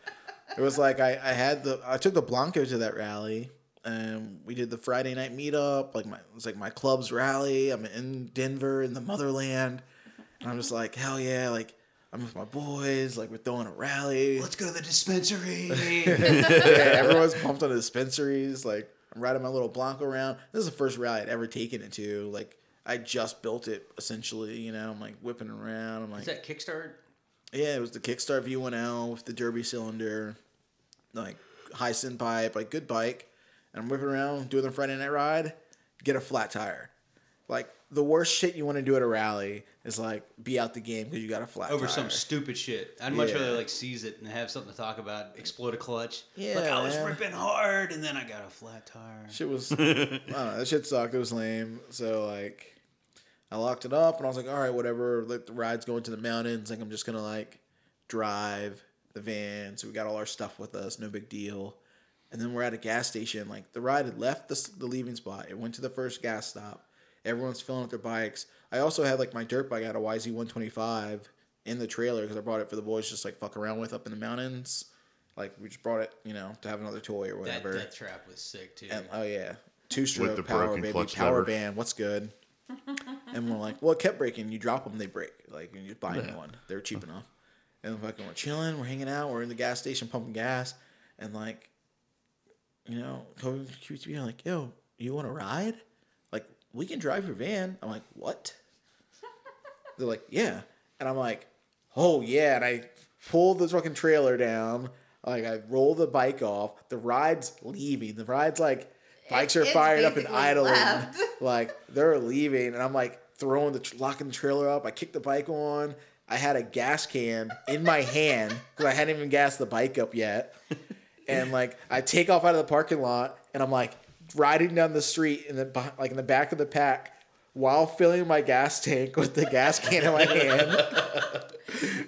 Speaker 4: It was like I, I had the I took the Blanco to that rally. and we did the Friday night meetup. Like my it was like my club's rally. I'm in Denver in the motherland. And I'm just like, hell yeah, like I'm with my boys, like we're throwing a rally.
Speaker 5: Let's go to the dispensary.
Speaker 4: Everyone's pumped on the dispensaries. Like I'm riding my little Blanco around. This is the first rally I'd ever taken it to. Like I just built it essentially, you know, I'm like whipping around. I'm like
Speaker 5: is that Kickstart?
Speaker 4: yeah, it was the Kickstart V1L with the Derby cylinder, like high sin pipe, like good bike. And I'm whipping around doing the Friday night ride, get a flat tire. Like the worst shit you want to do at a rally is like be out the game because you got a flat
Speaker 5: Over
Speaker 4: tire.
Speaker 5: some stupid shit. I'd much
Speaker 4: Yeah.
Speaker 5: rather like seize it and have something to talk about. Explode a clutch.
Speaker 4: Yeah,
Speaker 5: Look, I was
Speaker 4: man.
Speaker 5: ripping hard and then I got a flat tire.
Speaker 4: Shit was, I don't know, that shit sucked. It was lame. So like, I locked it up and I was like, all right, whatever. Like the ride's going to the mountains. Like I'm just gonna like drive the van. So we got all our stuff with us. No big deal. And then we're at a gas station. Like the ride had left the, s- the leaving spot. It went to the first gas stop. Everyone's filling up their bikes. I also had like my dirt bike. I had a YZ 125 in the trailer because I brought it for the boys to just like fuck around with up in the mountains. Like we just brought it, you know, to have another toy or
Speaker 5: That
Speaker 4: whatever.
Speaker 5: death trap was sick too.
Speaker 4: And, oh yeah, two
Speaker 7: the
Speaker 4: stroke power
Speaker 7: broken
Speaker 4: baby,
Speaker 7: clutch
Speaker 4: power
Speaker 7: lever.
Speaker 4: band. What's good? and we're like, well, it kept breaking. You drop them, they break. Like and you just buy a new one. They're cheap enough. And fucking we're chilling, we're hanging out, we're in the gas station pumping gas, and like, you know, Kobe keeps being like, yo, you want to ride? Like we can drive your van. I'm like, what? They're like, yeah. And I'm like, oh, yeah. And I pull the fucking trailer down. Like, I roll the bike off. The ride's leaving. The ride's like, bikes are
Speaker 6: it's
Speaker 4: fired up and
Speaker 6: basically
Speaker 4: idling.
Speaker 6: left.
Speaker 4: like, they're leaving. And I'm like, throwing the, tr- locking the trailer up. I kick the bike on. I had a gas can in my hand because I hadn't even gassed the bike up yet. And like, I take off out of the parking lot and I'm like, riding down the street in the beh- like in the back of the pack while filling my gas tank with the gas can in my hand.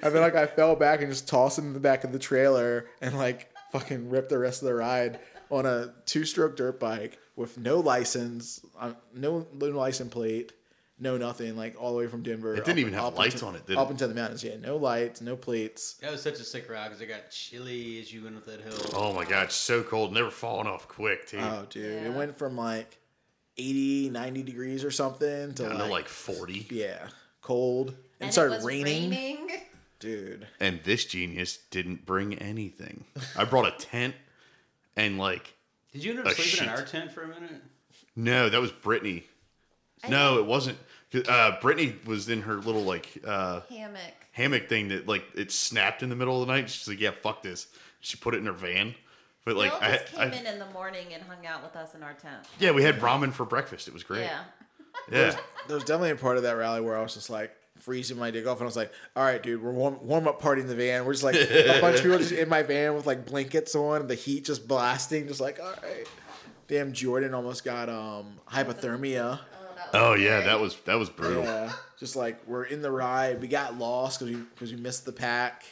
Speaker 4: And then like I fell back and just tossed it in the back of the trailer and like fucking ripped the rest of the ride on a two stroke dirt bike with no license, uh, no, no license plate, no nothing, like all the way from Denver. It
Speaker 7: didn't even have lights on it, did
Speaker 4: Up
Speaker 7: it?
Speaker 4: into the mountains, yeah. No lights, no plates.
Speaker 5: That was such a sick ride because it got chilly as you went up that hill.
Speaker 7: Oh my god, it's so cold. Never falling off quick, too.
Speaker 4: Oh, dude. It
Speaker 6: Yeah.
Speaker 4: went from like 80, 90 degrees or something to
Speaker 7: Down to
Speaker 4: like,
Speaker 7: like 40.
Speaker 4: yeah, cold. And,
Speaker 6: And
Speaker 4: it started
Speaker 6: was
Speaker 4: raining.
Speaker 6: raining.
Speaker 4: Dude.
Speaker 7: And this genius didn't bring anything. I brought a tent and like,
Speaker 5: Did you end up
Speaker 7: A
Speaker 5: sleeping in
Speaker 7: sheet.
Speaker 5: our tent for a minute?
Speaker 7: no, that was Brittany. No, it wasn't. 'Cause, Uh, Brittany was in her little like uh,
Speaker 6: Hammock.
Speaker 7: hammock thing that like it snapped in the middle of the night. She's like, yeah, fuck this. She put it in her van. But like,
Speaker 6: Bill
Speaker 7: I,
Speaker 6: just
Speaker 7: I-
Speaker 6: came in in the morning and hung out with us in our tent.
Speaker 7: yeah, we had ramen for breakfast. It was great.
Speaker 6: Yeah.
Speaker 7: Yeah.
Speaker 4: There was definitely a part of that rally where I was just like freezing my dick off, and I was like, "All right, dude, we're warm, warm up party in the van. We're just like a bunch of people just in my van with like blankets on, the heat just blasting, just like all right." Damn, Jordan almost got um hypothermia.
Speaker 6: that was
Speaker 7: Oh yeah,
Speaker 6: great.
Speaker 7: that was that was brutal.
Speaker 4: Yeah, just like we're in the ride, we got lost because we because we missed the pack,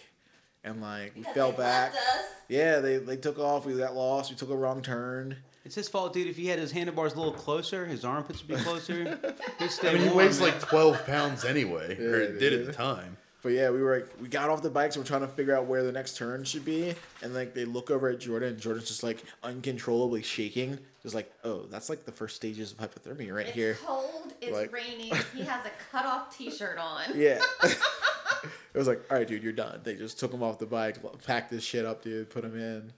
Speaker 4: and like we
Speaker 6: Because
Speaker 4: fell
Speaker 6: they
Speaker 4: back.
Speaker 6: left us.
Speaker 4: Yeah, they they took off. We got lost. We took a wrong turn.
Speaker 5: It's his fault, dude. If he had his handlebars a little closer, his armpits would be closer. He'd stay
Speaker 7: I mean, he
Speaker 5: warm,
Speaker 7: weighs
Speaker 5: man.
Speaker 7: like 12 pounds anyway, or
Speaker 4: Yeah,
Speaker 7: did at
Speaker 4: dude.
Speaker 7: the time.
Speaker 4: But yeah, we were like, we got off the bikes. We're trying to figure out where the next turn should be, and like they look over at Jordan, and Jordan's just like uncontrollably shaking. Just like, oh, that's like the first stages of hypothermia right
Speaker 6: It's
Speaker 4: here.
Speaker 6: cold. It's
Speaker 4: Like-
Speaker 6: raining. He has a cutoff T-shirt on.
Speaker 4: Yeah. it was like, all right, dude, you're done. They just took him off the bike, packed this shit up, dude, put him in.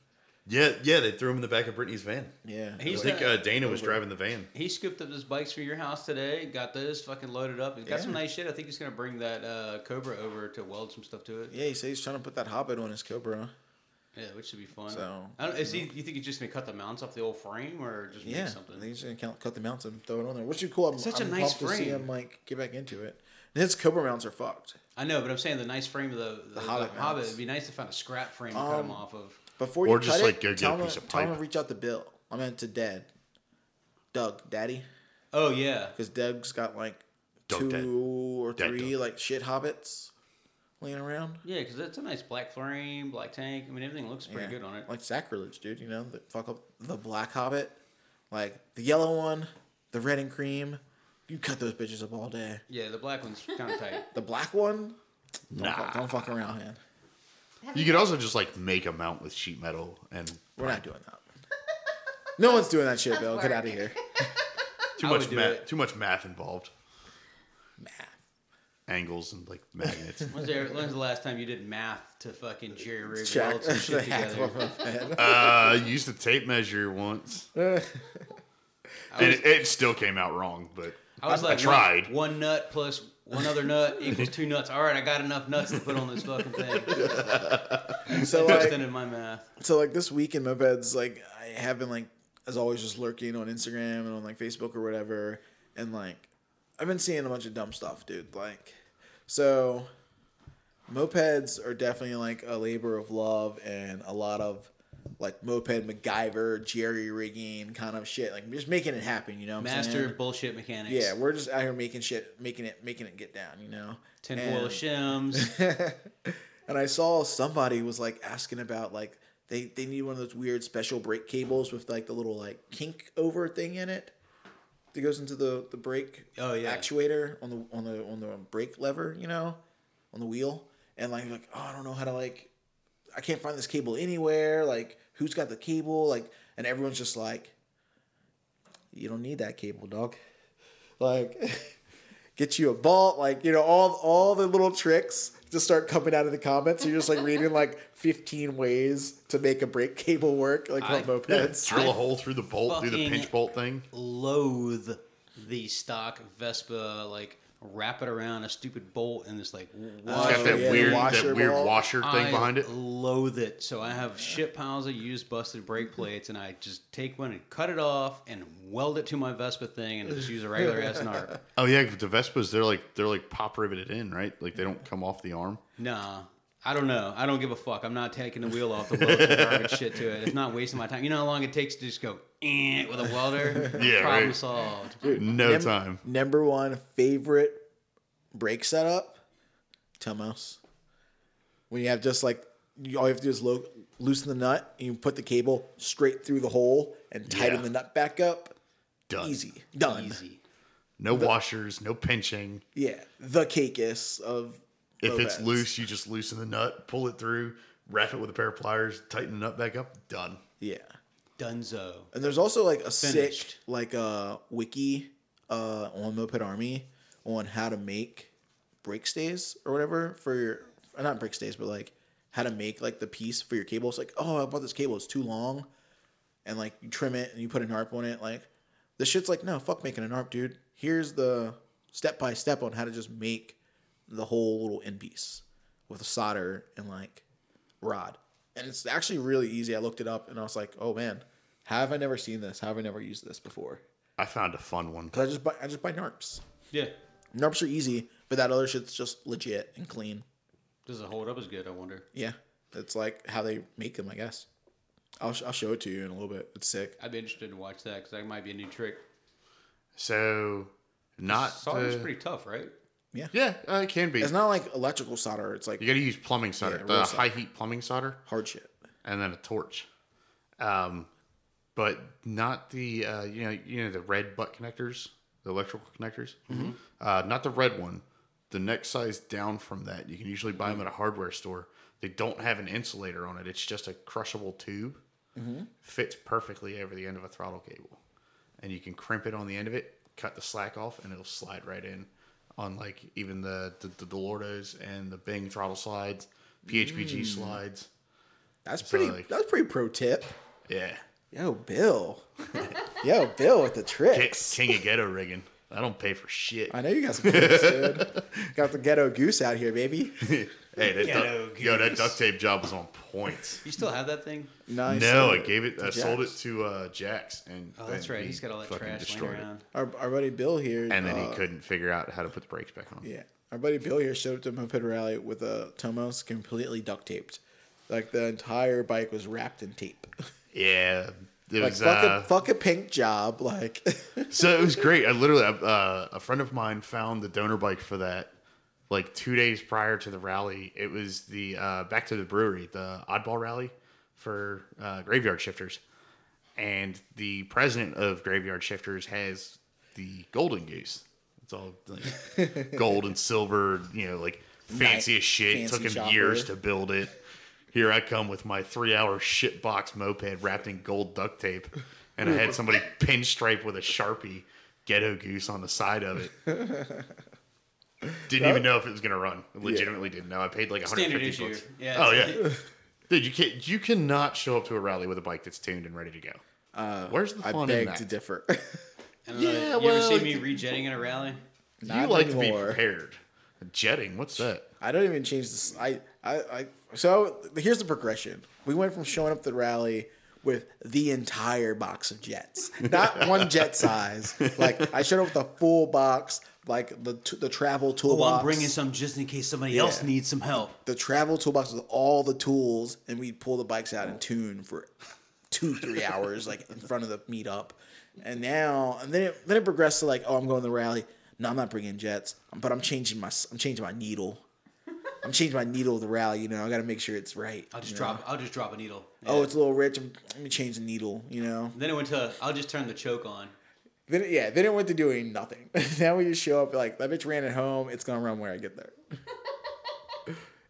Speaker 7: Yeah, yeah, they threw him in the back of Brittany's van.
Speaker 4: Yeah.
Speaker 5: He's
Speaker 7: I think
Speaker 5: uh,
Speaker 7: uh, Dana was driving the van.
Speaker 5: he scooped up his bikes for your house today. Got those fucking loaded up. He's got some nice shit. I think he's gonna bring that uh, Cobra over to weld some stuff to it. Yeah,
Speaker 4: yeah, he said he's trying to put that Hobbit on his Cobra.
Speaker 5: which should be fun.
Speaker 4: So-
Speaker 5: I don't, is he? You think he's just gonna cut the mounts off the old frame or just
Speaker 4: Yeah,
Speaker 5: make
Speaker 4: I
Speaker 5: something?
Speaker 4: think he's gonna count, cut the mounts and throw it on there. Which is cool. I'm,
Speaker 5: such a
Speaker 4: I'm
Speaker 5: nice
Speaker 4: pumped to see
Speaker 5: frame.
Speaker 4: him like get back into it. And his Cobra mounts are fucked.
Speaker 5: I know, but I'm saying the nice frame of the, the, the
Speaker 4: Hobbit
Speaker 5: Hobbit.
Speaker 4: mounts.
Speaker 5: It'd be nice to find a scrap frame to cut
Speaker 4: Um,
Speaker 5: him off of.
Speaker 4: Before you
Speaker 7: Or
Speaker 4: cut
Speaker 7: just,
Speaker 4: it,
Speaker 7: like, go get
Speaker 4: tell
Speaker 7: a
Speaker 4: him-
Speaker 7: piece of
Speaker 4: tell him
Speaker 7: pipe.
Speaker 4: to reach out to Bill. I meant to Dad, Doug, Daddy,
Speaker 5: Oh yeah.
Speaker 4: because Doug's got like
Speaker 7: Doug,
Speaker 4: two
Speaker 7: Dad.
Speaker 4: or
Speaker 7: Dad,
Speaker 4: three like shit hobbits laying around.
Speaker 5: Yeah, because that's a nice black flame, black tank. I mean, everything looks pretty
Speaker 4: Yeah.
Speaker 5: good on it.
Speaker 4: Like sacrilege, dude. You know, the, fuck up the black hobbit, like the yellow one, the red and cream. You cut those bitches up all day.
Speaker 5: yeah, the black one's kind of tight.
Speaker 4: The black one, don't, fuck, don't fuck around, man.
Speaker 6: Have
Speaker 7: You could also just like make a mount with sheet metal and
Speaker 4: We're not doing that. No one's doing that shit, Bill. Get out of here.
Speaker 7: too
Speaker 5: I
Speaker 7: much
Speaker 5: would do
Speaker 7: math.
Speaker 5: it.
Speaker 7: Too much math involved.
Speaker 4: Math.
Speaker 7: Angles and like magnets.
Speaker 5: When's the, when's the last time you did math to fucking jerry rig
Speaker 4: Jack
Speaker 5: some shit
Speaker 4: the hack
Speaker 5: together?
Speaker 4: of a man.
Speaker 7: uh, I used a tape measure once, and it, it still came out wrong. But
Speaker 5: I was
Speaker 7: I
Speaker 5: like,
Speaker 7: tried.
Speaker 5: One, one nut plus one other nut equals two nuts. All right, I got enough nuts to put on this fucking thing.
Speaker 4: So
Speaker 5: I
Speaker 4: like,
Speaker 5: extended my math.
Speaker 4: so like this week in mopeds, like I have been like as always just lurking on Instagram and on like Facebook or whatever, and like I've been seeing a bunch of dumb stuff, dude. Like, so mopeds are definitely like a labor of love and a lot of like moped MacGyver jerry rigging kind of shit, like just making it happen. You know, what I'm
Speaker 5: Master
Speaker 4: saying?
Speaker 5: bullshit mechanics.
Speaker 4: Yeah, we're just out here making shit, making it, making it get down. You know,
Speaker 5: Tinfoil
Speaker 4: And-
Speaker 5: shims.
Speaker 4: and I saw somebody was like asking about like they they need one of those weird special brake cables with like the little like kink over thing in it that goes into the the brake
Speaker 5: Oh, yeah.
Speaker 4: actuator on the on the on the brake lever you know on the wheel and like like oh I don't know how to like I can't find this cable anywhere like who's got the cable like and everyone's just like you don't need that cable dog like get you a vault, like you know, all all the little tricks just start coming out of the comments. You're just like reading like 15 ways to make a brake cable work, like
Speaker 5: I-
Speaker 4: on mopeds.
Speaker 7: drill a hole through the bolt, do the
Speaker 5: fucking-
Speaker 7: pinch bolt thing.
Speaker 5: Loathe the stock Vespa. Like wrap it around a stupid bolt and it's like.
Speaker 7: It's got
Speaker 4: Oh,
Speaker 7: that
Speaker 4: yeah, the
Speaker 7: weird,
Speaker 4: washer
Speaker 7: that weird
Speaker 4: bolt.
Speaker 7: washer thing
Speaker 5: I
Speaker 7: behind it.
Speaker 5: loathe it. So I have shit pounds of used busted brake plates, and I just take one and cut it off and weld it to my Vespa thing, and just use a regular S narp.
Speaker 7: Oh yeah, but the Vespas, they're like they're like pop riveted in, right? Like they don't come off the arm.
Speaker 5: Nah. I don't know. I don't give a fuck. I'm not taking the wheel off the weld and garbage shit to it. It's not wasting my time. You know how long it takes to just go eh, with a welder?
Speaker 7: Yeah,
Speaker 5: Problem
Speaker 7: right.
Speaker 5: solved.
Speaker 7: No
Speaker 4: Num-
Speaker 7: time.
Speaker 4: Number one favorite brake setup, Telmos. When you have just like you, all you have to do is lo- loosen the nut and you put the cable straight through the hole and tighten
Speaker 7: Yeah.
Speaker 4: the nut back up.
Speaker 7: Done.
Speaker 4: Easy, done.
Speaker 5: Easy.
Speaker 7: No washers, no pinching.
Speaker 4: Yeah, the cakeus of.
Speaker 7: If it's
Speaker 4: mopeds.
Speaker 7: loose, you just loosen the nut, pull it through, wrap it with a pair of pliers, tighten the nut back up. Done.
Speaker 4: yeah.
Speaker 5: Dunzo.
Speaker 4: And there's also like a sick
Speaker 5: Finished.
Speaker 4: like uh, wiki uh, on Moped Army on how to make brake stays or whatever for your uh, not brake stays but like how to make like the piece for your cable. It's like oh I bought this cable it's too long, and like you trim it and you put an ARP on it. Like this shit's like no fuck making an ARP, dude. Here's the step by step on how to just make the whole little end piece with solder and like rod. And it's actually really easy. I looked it up and I was like, oh man, how have I never seen this? How have I never used this before?
Speaker 7: I found a fun one.
Speaker 4: Because I just buy I just buy NARPs.
Speaker 5: Yeah.
Speaker 4: NARPs are easy, but that other shit's just legit and clean.
Speaker 5: Does it hold up as good, I wonder?
Speaker 4: Yeah. That's like how they make them, I guess. I'll, sh- I'll show it to you in a little bit. It's sick.
Speaker 5: I'd be interested to watch that because that might be a new trick.
Speaker 7: So not
Speaker 5: Solder's
Speaker 7: uh,
Speaker 5: pretty tough, right?
Speaker 7: Yeah, uh, it can be.
Speaker 4: It's not like electrical solder. It's like
Speaker 7: you got to use plumbing solder,
Speaker 4: Yeah, real
Speaker 7: the
Speaker 4: solder.
Speaker 7: high heat plumbing solder,
Speaker 4: hard shit.
Speaker 7: and then a torch. Um, but not the uh, you know you know the red butt connectors, the electrical connectors. Uh, not the red one. The next size down from that, you can usually buy them at a hardware store. They don't have an insulator on it. It's just a crushable tube. Fits perfectly over the end of a throttle cable, and you can crimp it on the end of it, cut the slack off, and it'll slide right in. On like even the the, the Delortos and the Bing throttle slides, PHPG slides.
Speaker 4: That's pretty.
Speaker 7: like-
Speaker 4: that's pretty pro tip.
Speaker 7: Yeah.
Speaker 4: Yo, Bill. Yo, Bill with the
Speaker 7: King,
Speaker 4: tricks.
Speaker 7: king of ghetto rigging. I don't pay for shit.
Speaker 4: I know you got some tricks, dude. Got the ghetto goose out here, baby.
Speaker 7: Hey, that
Speaker 5: Ghetto
Speaker 7: duct, yo, that
Speaker 5: goose.
Speaker 7: duct tape job was on point.
Speaker 5: You still have that thing?
Speaker 4: Nice. uh,
Speaker 7: no, I gave it. I
Speaker 4: to
Speaker 7: sold it
Speaker 4: Jax.
Speaker 7: to uh, Jax, and
Speaker 5: Oh, that's
Speaker 7: then
Speaker 5: right.
Speaker 7: he
Speaker 5: He's got all that
Speaker 7: fucking
Speaker 5: trash laying
Speaker 7: destroyed it.
Speaker 5: around.
Speaker 4: Our, our buddy Bill here.
Speaker 7: And then
Speaker 4: uh,
Speaker 7: he couldn't figure out how to put the brakes back on.
Speaker 4: Yeah. Our buddy Bill here showed up to Moped Rally with a Tomos completely duct taped. Like the entire bike was wrapped in tape.
Speaker 7: Yeah. It
Speaker 4: Like
Speaker 7: was,
Speaker 4: fuck,
Speaker 7: uh,
Speaker 4: a, fuck a pink job. Like
Speaker 7: so it was great. I literally, uh, a friend of mine found the donor bike for that like two days prior to the rally. It was the uh, back to the brewery, the oddball rally for uh, graveyard shifters. And the president of graveyard shifters has the golden goose. It's all like gold and silver, you know, like fancy as shit.
Speaker 4: Fancy
Speaker 7: Took him
Speaker 4: shopper.
Speaker 7: years to build it. Here I come with my three hour shit box moped wrapped in gold duct tape. And I had somebody pinstripe with a Sharpie ghetto goose on the side of it. Didn't even know if it was gonna run. Legitimately didn't know. I paid like
Speaker 5: Standard
Speaker 7: 150
Speaker 5: issue.
Speaker 7: bucks.
Speaker 5: Yeah.
Speaker 7: Oh yeah. Dude, you can not you cannot show up to a rally with a bike that's tuned and ready to go. Uh, Where's the
Speaker 4: I
Speaker 7: fun in
Speaker 4: beg
Speaker 7: that?
Speaker 4: to differ.
Speaker 5: I don't know,
Speaker 7: Yeah,
Speaker 5: you
Speaker 7: well,
Speaker 5: ever see me
Speaker 7: you-
Speaker 5: rejetting at a rally?
Speaker 7: you
Speaker 4: Not
Speaker 7: like to be
Speaker 4: anymore.
Speaker 7: prepared. Jetting, what's that?
Speaker 4: I don't even change this. I, I, I. So here's the progression. We went from showing up to the rally with the entire box of jets, not one jet size. Like I showed up with a full box, like the t- the travel
Speaker 5: Oh,
Speaker 4: toolbox.
Speaker 5: I'm bringing some just in case somebody else needs some help.
Speaker 4: the travel toolbox with all the tools, and we'd pull the bikes out and tune for two, three hours, like in front of the meetup. And now, and then it, then it progressed to like, oh, I'm going to the rally. No, I'm not bringing jets, but I'm changing my I'm changing my needle. I'm changing my needle of the rally. You know, I got to make sure it's right.
Speaker 5: I'll just
Speaker 4: you know?
Speaker 5: drop. I'll just drop a needle.
Speaker 4: Oh, it's a little rich. I'm- Let me change the needle. You know.
Speaker 5: Then it went to. I'll just turn the choke on.
Speaker 4: Then yeah, then it went to doing nothing. now we just show up like that bitch ran at home. It's gonna run where I get there.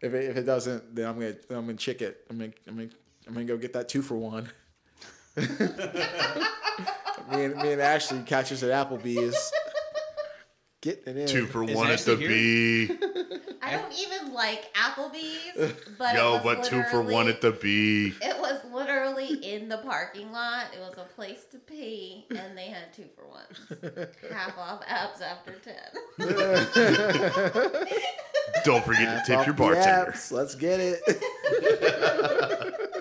Speaker 4: if, it, if it doesn't, then I'm gonna then I'm gonna chick it. I'm gonna I'm gonna, I'm gonna go get that two for one. me and me and Ashley catches at Applebee's. Getting it in.
Speaker 7: Two for
Speaker 5: Is
Speaker 7: one at
Speaker 5: Ashley
Speaker 7: the
Speaker 5: here?
Speaker 7: bee.
Speaker 6: I don't even like Applebee's, but it
Speaker 7: Eh? Yo,
Speaker 6: was
Speaker 7: but two for
Speaker 6: literally-
Speaker 7: one at the bee.
Speaker 6: It was literally in the parking lot. It was a place to pee, and they had two for ones, half off apps after ten.
Speaker 7: Don't forget to tip
Speaker 4: Off
Speaker 7: your
Speaker 4: the
Speaker 7: bartender.
Speaker 4: apps. Let's get it.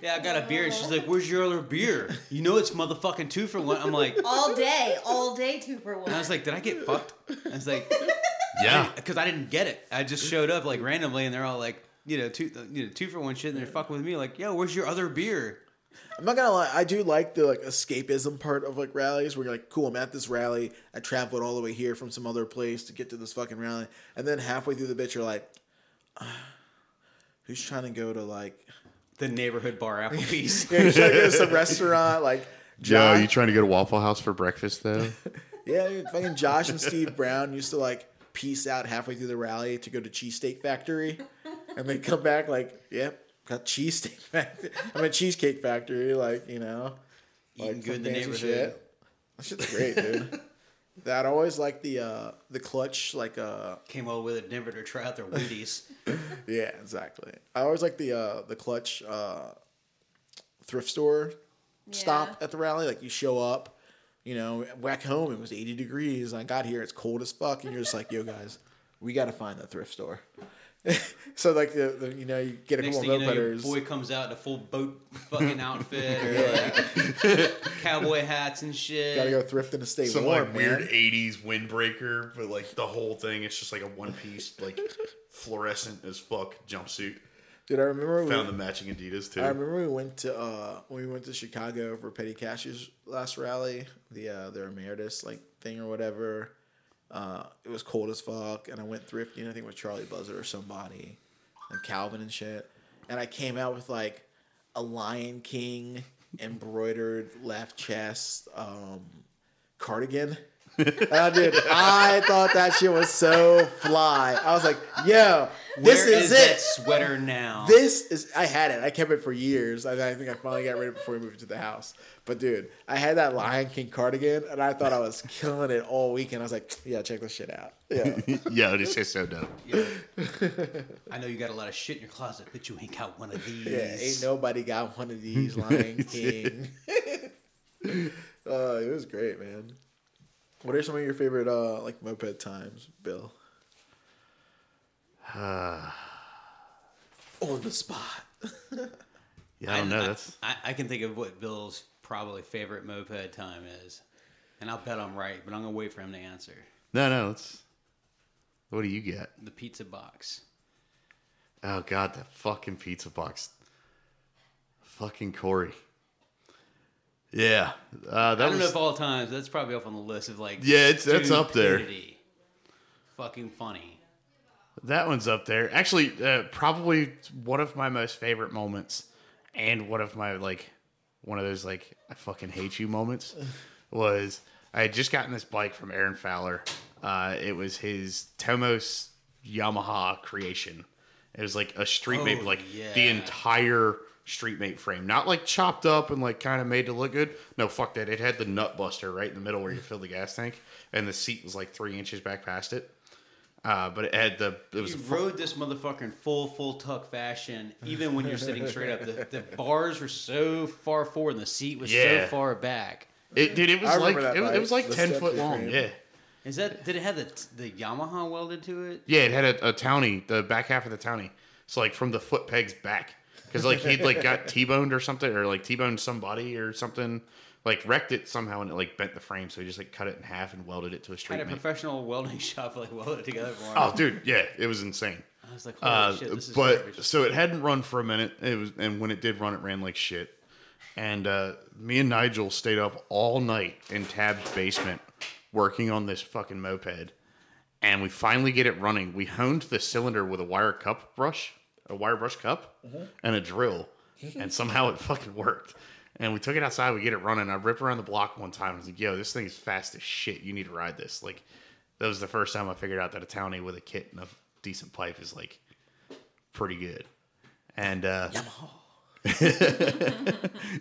Speaker 5: Yeah, I got a beer. And she's like, "Where's your other beer? You know it's motherfucking two for one." I'm like, and
Speaker 6: all day, all day, two for one.
Speaker 5: I was like, "Did I get fucked?" I was like,
Speaker 7: Yeah.
Speaker 5: because I didn't get it. I just showed up like randomly, and they're all like, you know, two, you know, two for one shit, and they're fucking with me like, "Yo, where's your other beer?"
Speaker 4: I'm not gonna lie, I do like the like escapism part of like rallies where you're like, cool, I'm at this rally, I traveled all the way here from some other place to get to this fucking rally, and then halfway through the bit you're like, "Ah, who's trying to go to like,
Speaker 5: The neighborhood bar Applebee's.
Speaker 4: yeah, who's trying to go to some restaurant like,
Speaker 7: Joe,
Speaker 4: Josh,
Speaker 7: you trying to go to Waffle House for breakfast though?
Speaker 4: yeah, dude, fucking Josh and Steve Brown used to like peace out halfway through the rally to go to Cheesesteak Factory, and they come back like, yep, got Cheesesteak Factory, I'm at Cheesecake Factory, like you know.
Speaker 5: Eating
Speaker 4: Like,
Speaker 5: good in the
Speaker 4: some fancy
Speaker 5: neighborhood.
Speaker 4: Shit. That shit's great, dude. that I always like the uh the clutch, like uh
Speaker 5: Came all the way to Denver to try out their Wendy's.
Speaker 4: yeah, exactly. I always like the uh the clutch uh thrift store stop
Speaker 6: Yeah.
Speaker 4: at the rally. Like you show up, you know, back home it was eighty degrees. I got here, it's cold as fuck, and you're just like, yo guys, we gotta find that thrift store. so like the, the you know you get a
Speaker 5: Next
Speaker 4: couple
Speaker 5: thing you know, your
Speaker 4: mopeders.
Speaker 5: boy comes out in a full boat fucking outfit or like cowboy hats and shit.
Speaker 4: Gotta go thrifting to stay
Speaker 7: Some
Speaker 4: warm,
Speaker 7: like
Speaker 4: man.
Speaker 7: weird '80s windbreaker, but like the whole thing, it's just like a one-piece, like fluorescent as fuck jumpsuit.
Speaker 4: Dude, I remember we-
Speaker 7: Found the matching Adidas too.
Speaker 4: I remember we went to uh, when we went to Chicago for Petty Cash's last rally, the uh, their emeritus like thing or whatever. Uh, it was cold as fuck, and I went thrifting. I think with Charlie Buzzard or somebody, and Calvin and shit. And I came out with like a Lion King embroidered left chest um, cardigan. And I did. I thought that shit was so fly. I was like, "Yo, this
Speaker 5: Where
Speaker 4: is
Speaker 5: that
Speaker 4: it."
Speaker 5: sweater now.
Speaker 4: This is I had it. I kept it for years. I, I think I finally got rid of it before we moved to the house. But dude, I had that Lion King cardigan, and I thought I was killing it all weekend. I was like, yeah, check this shit out. Yeah,
Speaker 7: yeah, it's just so dope.
Speaker 5: Yeah. I know you got a lot of shit in your closet, but you ain't got one of these.
Speaker 4: yeah. Ain't nobody got one of these Lion King. uh, it was great, man. What are some of your favorite uh like moped times, Bill? On the spot.
Speaker 7: Yeah, I don't know. That's
Speaker 5: I, I can think of what Bill's probably favorite moped time is, and I'll bet I'm right, but I'm gonna wait for him to answer.
Speaker 7: no, no. It's what do you get?
Speaker 5: The pizza box.
Speaker 7: Oh god, that fucking pizza box. Fucking Corey. Yeah, uh, that
Speaker 5: I don't know
Speaker 7: was
Speaker 5: if all times. That's probably up on the list of like.
Speaker 7: Yeah, it's- that's up there.
Speaker 5: stupidity. Fucking funny.
Speaker 7: that one's up there. Actually, uh, probably one of my most favorite moments, and one of my like one of those like I fucking hate you moments was I had just gotten this bike from Aaron Fowler. Uh, it was his Tomos Yamaha creation. It was like a street mate,
Speaker 5: Oh,
Speaker 7: like the
Speaker 5: yeah.
Speaker 7: entire street mate frame, not like chopped up and like kind of made to look good. No, fuck that. It had the nut buster right in the middle where you fill the gas tank, and the seat was like three inches back past it. Uh, but it had the it was
Speaker 5: You
Speaker 7: a fu-
Speaker 5: rode this motherfucker in full full tuck fashion, even when you're sitting straight up. The, the bars were so far forward, and the seat was
Speaker 7: Yeah.
Speaker 5: so far back.
Speaker 7: it, dude. It was
Speaker 4: I
Speaker 7: like
Speaker 4: remember that
Speaker 7: it, was- it
Speaker 4: bike,
Speaker 7: was like
Speaker 4: the
Speaker 7: ten
Speaker 4: step
Speaker 7: foot
Speaker 4: frame.
Speaker 7: long. Yeah,
Speaker 5: Is that did it have the the Yamaha welded to it?
Speaker 7: yeah. It had a, a townie, the back half of the townie. So like from the foot pegs back, because like he'd like got t boned or something, or like t boned somebody or something, like wrecked it somehow, and it like bent the frame. So he just like cut it in half and welded it to a
Speaker 5: Had a
Speaker 7: straight. mate.
Speaker 5: professional welding shop like welded it together for him.
Speaker 7: Oh, dude, yeah, it was insane.
Speaker 5: I was like, holy
Speaker 7: Uh,
Speaker 5: Oh, shit, this is
Speaker 7: but
Speaker 5: garbage.
Speaker 7: so it hadn't run for a minute. It was, and when it did run, it ran like shit. And uh, me and Nigel stayed up all night in Tab's basement working on this fucking moped. And we finally get it running. We honed the cylinder with a wire cup brush, a wire brush cup, and a drill. And somehow it fucking worked. And we took it outside. We get it running. I rip around the block one time. I was like, "Yo, this thing is fast as shit. You need to ride this." Like, that was the first time I figured out that a townie with a kit and a decent pipe is like pretty good. And uh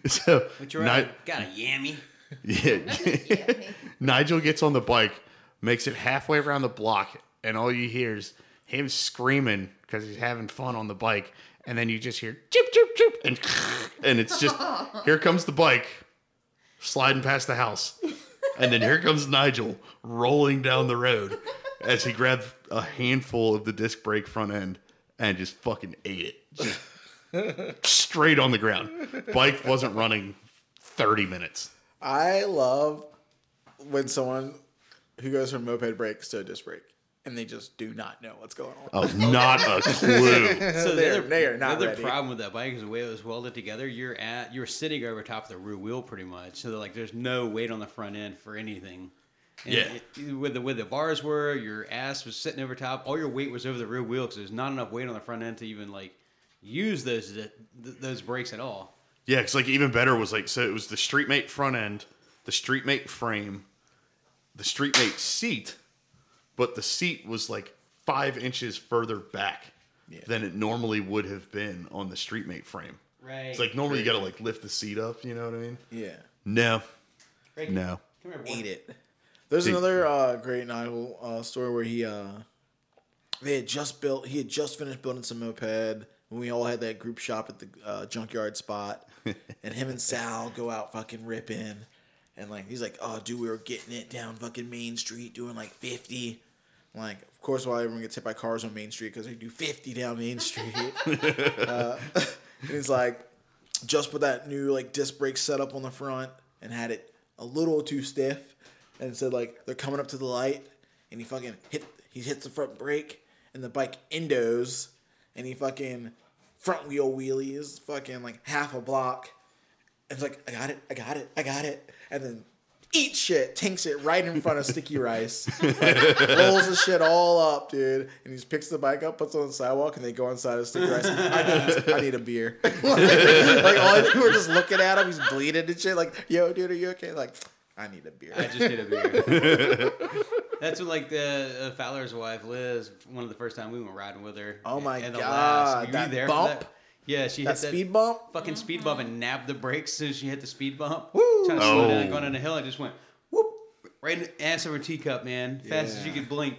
Speaker 7: so
Speaker 5: but you're
Speaker 7: Ni-
Speaker 5: right. Got a yammy.
Speaker 7: yeah. Nigel gets on the bike, makes it halfway around the block, and all you hear is him screaming because he's having fun on the bike, and then you just hear chip chip chip and and it's just here comes the bike sliding past the house. And then here comes Nigel rolling down the road as he grabbed a handful of the disc brake front end and just fucking ate it. Just straight on the ground. Bike wasn't running 30 minutes.
Speaker 4: I love when someone who goes from moped brakes to a disc brake and they just do not know what's going on.
Speaker 7: of Oh, not a clue.
Speaker 5: So the
Speaker 4: They're-
Speaker 5: other,
Speaker 4: they are not
Speaker 5: the other
Speaker 4: ready.
Speaker 5: problem with that bike is the way it was welded together. You're at you're sitting over top of the rear wheel pretty much, so that, like there's no weight on the front end for anything. And
Speaker 7: Yeah.
Speaker 5: it- with the with the bars were your ass was sitting over top. All your weight was over the rear wheel because there's not enough weight on the front end to even like use those th- those brakes at all.
Speaker 7: Yeah, it's like even better was like so it was the streetmate front end, the streetmate frame, the streetmate seat, but the seat was like five inches further back than it normally would have been on the streetmate frame.
Speaker 5: Right.
Speaker 7: It's like normally you gotta like lift the seat up, you know what I mean?
Speaker 4: Yeah.
Speaker 7: No. No.
Speaker 5: Come here, boy.
Speaker 4: Eat it. There's
Speaker 7: Dude.
Speaker 4: another uh, great Nigel uh, story where he uh, they had just built he had just finished building some moped and we all had that group shop at the uh, junkyard spot and him and Sal go out fucking ripping and like he's like oh dude we were getting it down fucking Main Street doing like 50 like of course why everyone gets hit by cars on Main Street because they do 50 down Main Street uh, and he's like just put that new like disc brake setup on the front and had it a little too stiff and said like they're coming up to the light and he fucking hit he hits the front brake and the bike endos and he fucking front wheel wheelies fucking like half a block and it's like I got it I got it I got it and then eat shit tanks it right in front of sticky rice rolls the shit all up dude and he just picks the bike up puts it on the sidewalk and they go inside of sticky rice I need, I need a beer like all people were just looking at him. He's bleeding and shit. Like, yo, dude, are you okay? Like, I need a beer.
Speaker 5: I just need a beer. That's when like the uh, Fowler's wife Liz, one of the first time we went riding with her.
Speaker 4: Oh my
Speaker 5: and the
Speaker 4: God,
Speaker 5: Were you
Speaker 4: that
Speaker 5: there
Speaker 4: bump?
Speaker 5: For that? Yeah, she
Speaker 4: that
Speaker 5: hit that
Speaker 4: speed bump.
Speaker 5: fucking speed bump and nabbed the brakes as soon as she hit the speed bump.
Speaker 4: Woo!
Speaker 5: Trying to slow down,
Speaker 7: Oh.
Speaker 5: going down the hill, and just went whoop right in the ass of her teacup, man. Fast as you
Speaker 4: Yeah.
Speaker 5: could blink.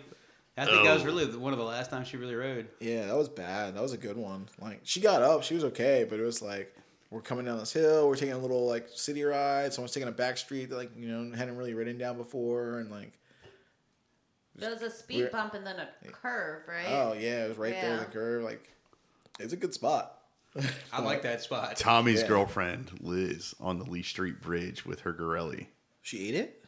Speaker 5: I think that was
Speaker 7: Oh.
Speaker 5: really the- one of the last times she really rode.
Speaker 4: Yeah, that was bad. That was a good one. Like, she got up. She was okay, but it was like, we're coming down this hill. We're taking a little like city ride. Someone's taking a back street that like you know hadn't really ridden down before, and like,
Speaker 6: There was a speed
Speaker 4: We're-
Speaker 6: bump and then a curve, right?
Speaker 4: oh yeah, it was right there in the
Speaker 6: Yeah.
Speaker 4: curve. Like, it's a good spot.
Speaker 5: I like that spot.
Speaker 7: Tommy's
Speaker 4: Yeah.
Speaker 7: girlfriend, Liz, on the Lee Street Bridge with her Gorelli.
Speaker 4: She ate it.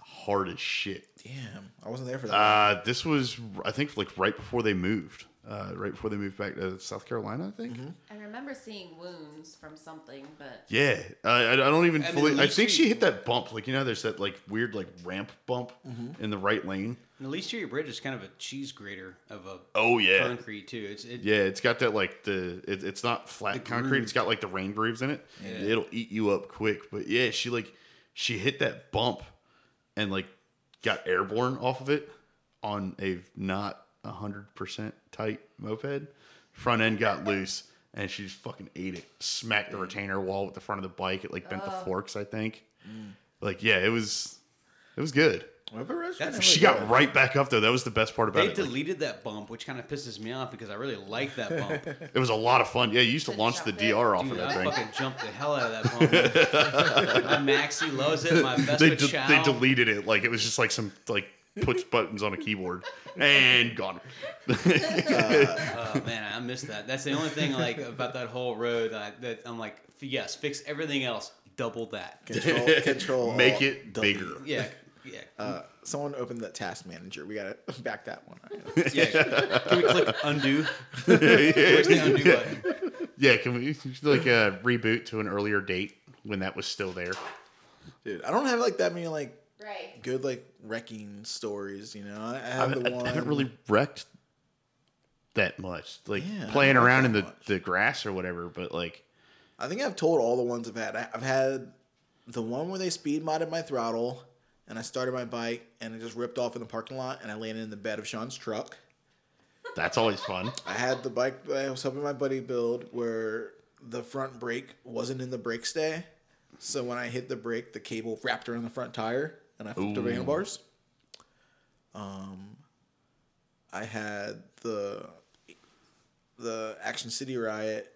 Speaker 7: Hard as shit.
Speaker 4: Damn, I wasn't there for that.
Speaker 7: Uh, this was, I think, like right before they moved. uh, right before they moved back to South Carolina, I think.
Speaker 6: I remember seeing wounds from something, but
Speaker 7: Yeah, I, I I don't even
Speaker 5: I mean,
Speaker 7: fully.
Speaker 5: at
Speaker 7: I
Speaker 5: least
Speaker 7: think
Speaker 5: you-
Speaker 7: she hit that bump, like you know, there's that like weird like ramp bump in the right lane.
Speaker 5: And the least area bridge is kind of a cheese grater of a
Speaker 7: Oh yeah,
Speaker 5: concrete too. It's it,
Speaker 7: yeah. It's got that like the it, it's not flat concrete.
Speaker 5: groove.
Speaker 7: It's got like the rain grooves in it. It'll eat you up quick. But yeah, she like she hit that bump and like got airborne off of it on a not hundred percent tight moped. Front end got loose and she just fucking ate it. Smacked the retainer wall with the front of the bike. It like bent the forks. I think.
Speaker 5: Mm.
Speaker 7: Like yeah, it was it was good.
Speaker 4: Remember Resident
Speaker 5: That's-
Speaker 4: Evil?
Speaker 7: She got right back up though. That was the best part about
Speaker 5: They
Speaker 7: it. Like,
Speaker 5: deleted that bump, which kind of pisses me off because I really like that bump. Dude,
Speaker 7: It was a lot of fun. Yeah, you used to
Speaker 6: Could've
Speaker 7: launch the
Speaker 6: shot it.
Speaker 7: DR off of that
Speaker 5: I
Speaker 7: thing.
Speaker 5: fucking jumped the hell out of that bump. my Maxie loves it. My best
Speaker 7: They,
Speaker 5: with
Speaker 7: de-
Speaker 5: Chow.
Speaker 7: they deleted it like it was just like some like push buttons on a keyboard and gone.
Speaker 5: Oh man, I missed that. That's the only thing like about that whole road that, I, that I'm like, f- yes, fix everything else, double that.
Speaker 4: control, control
Speaker 7: Make
Speaker 4: Alt,
Speaker 7: it
Speaker 4: delete.
Speaker 7: bigger.
Speaker 5: Yeah, yeah,
Speaker 4: Uh, someone opened the task manager. We gotta back that one.
Speaker 5: yeah. Can we click undo? Where's the
Speaker 7: yeah,
Speaker 5: undo button?
Speaker 7: yeah, can we like uh, reboot to an earlier date when that was still there?
Speaker 4: Dude, I don't have like that many like
Speaker 6: right.
Speaker 4: good like wrecking stories. You know, I I
Speaker 7: I,
Speaker 4: have the one.
Speaker 7: I haven't really wrecked that much, like
Speaker 4: Yeah, I don't
Speaker 7: playing
Speaker 4: wreck
Speaker 7: around
Speaker 4: that
Speaker 7: in the,
Speaker 4: much.
Speaker 7: the grass or whatever. But like,
Speaker 4: I think I've told all the ones I've had. I- I've had the one where they speed modded my throttle, and I started my bike, and it just ripped off in the parking lot, and I landed in the bed of Sean's truck.
Speaker 7: that's always fun.
Speaker 4: I had the bike that I was helping my buddy build where the front brake wasn't in the brake stay. So when I hit the brake, the cable wrapped around the front tire and I flipped over
Speaker 7: Ooh.
Speaker 4: handlebars. Um, I had the the Action City Riot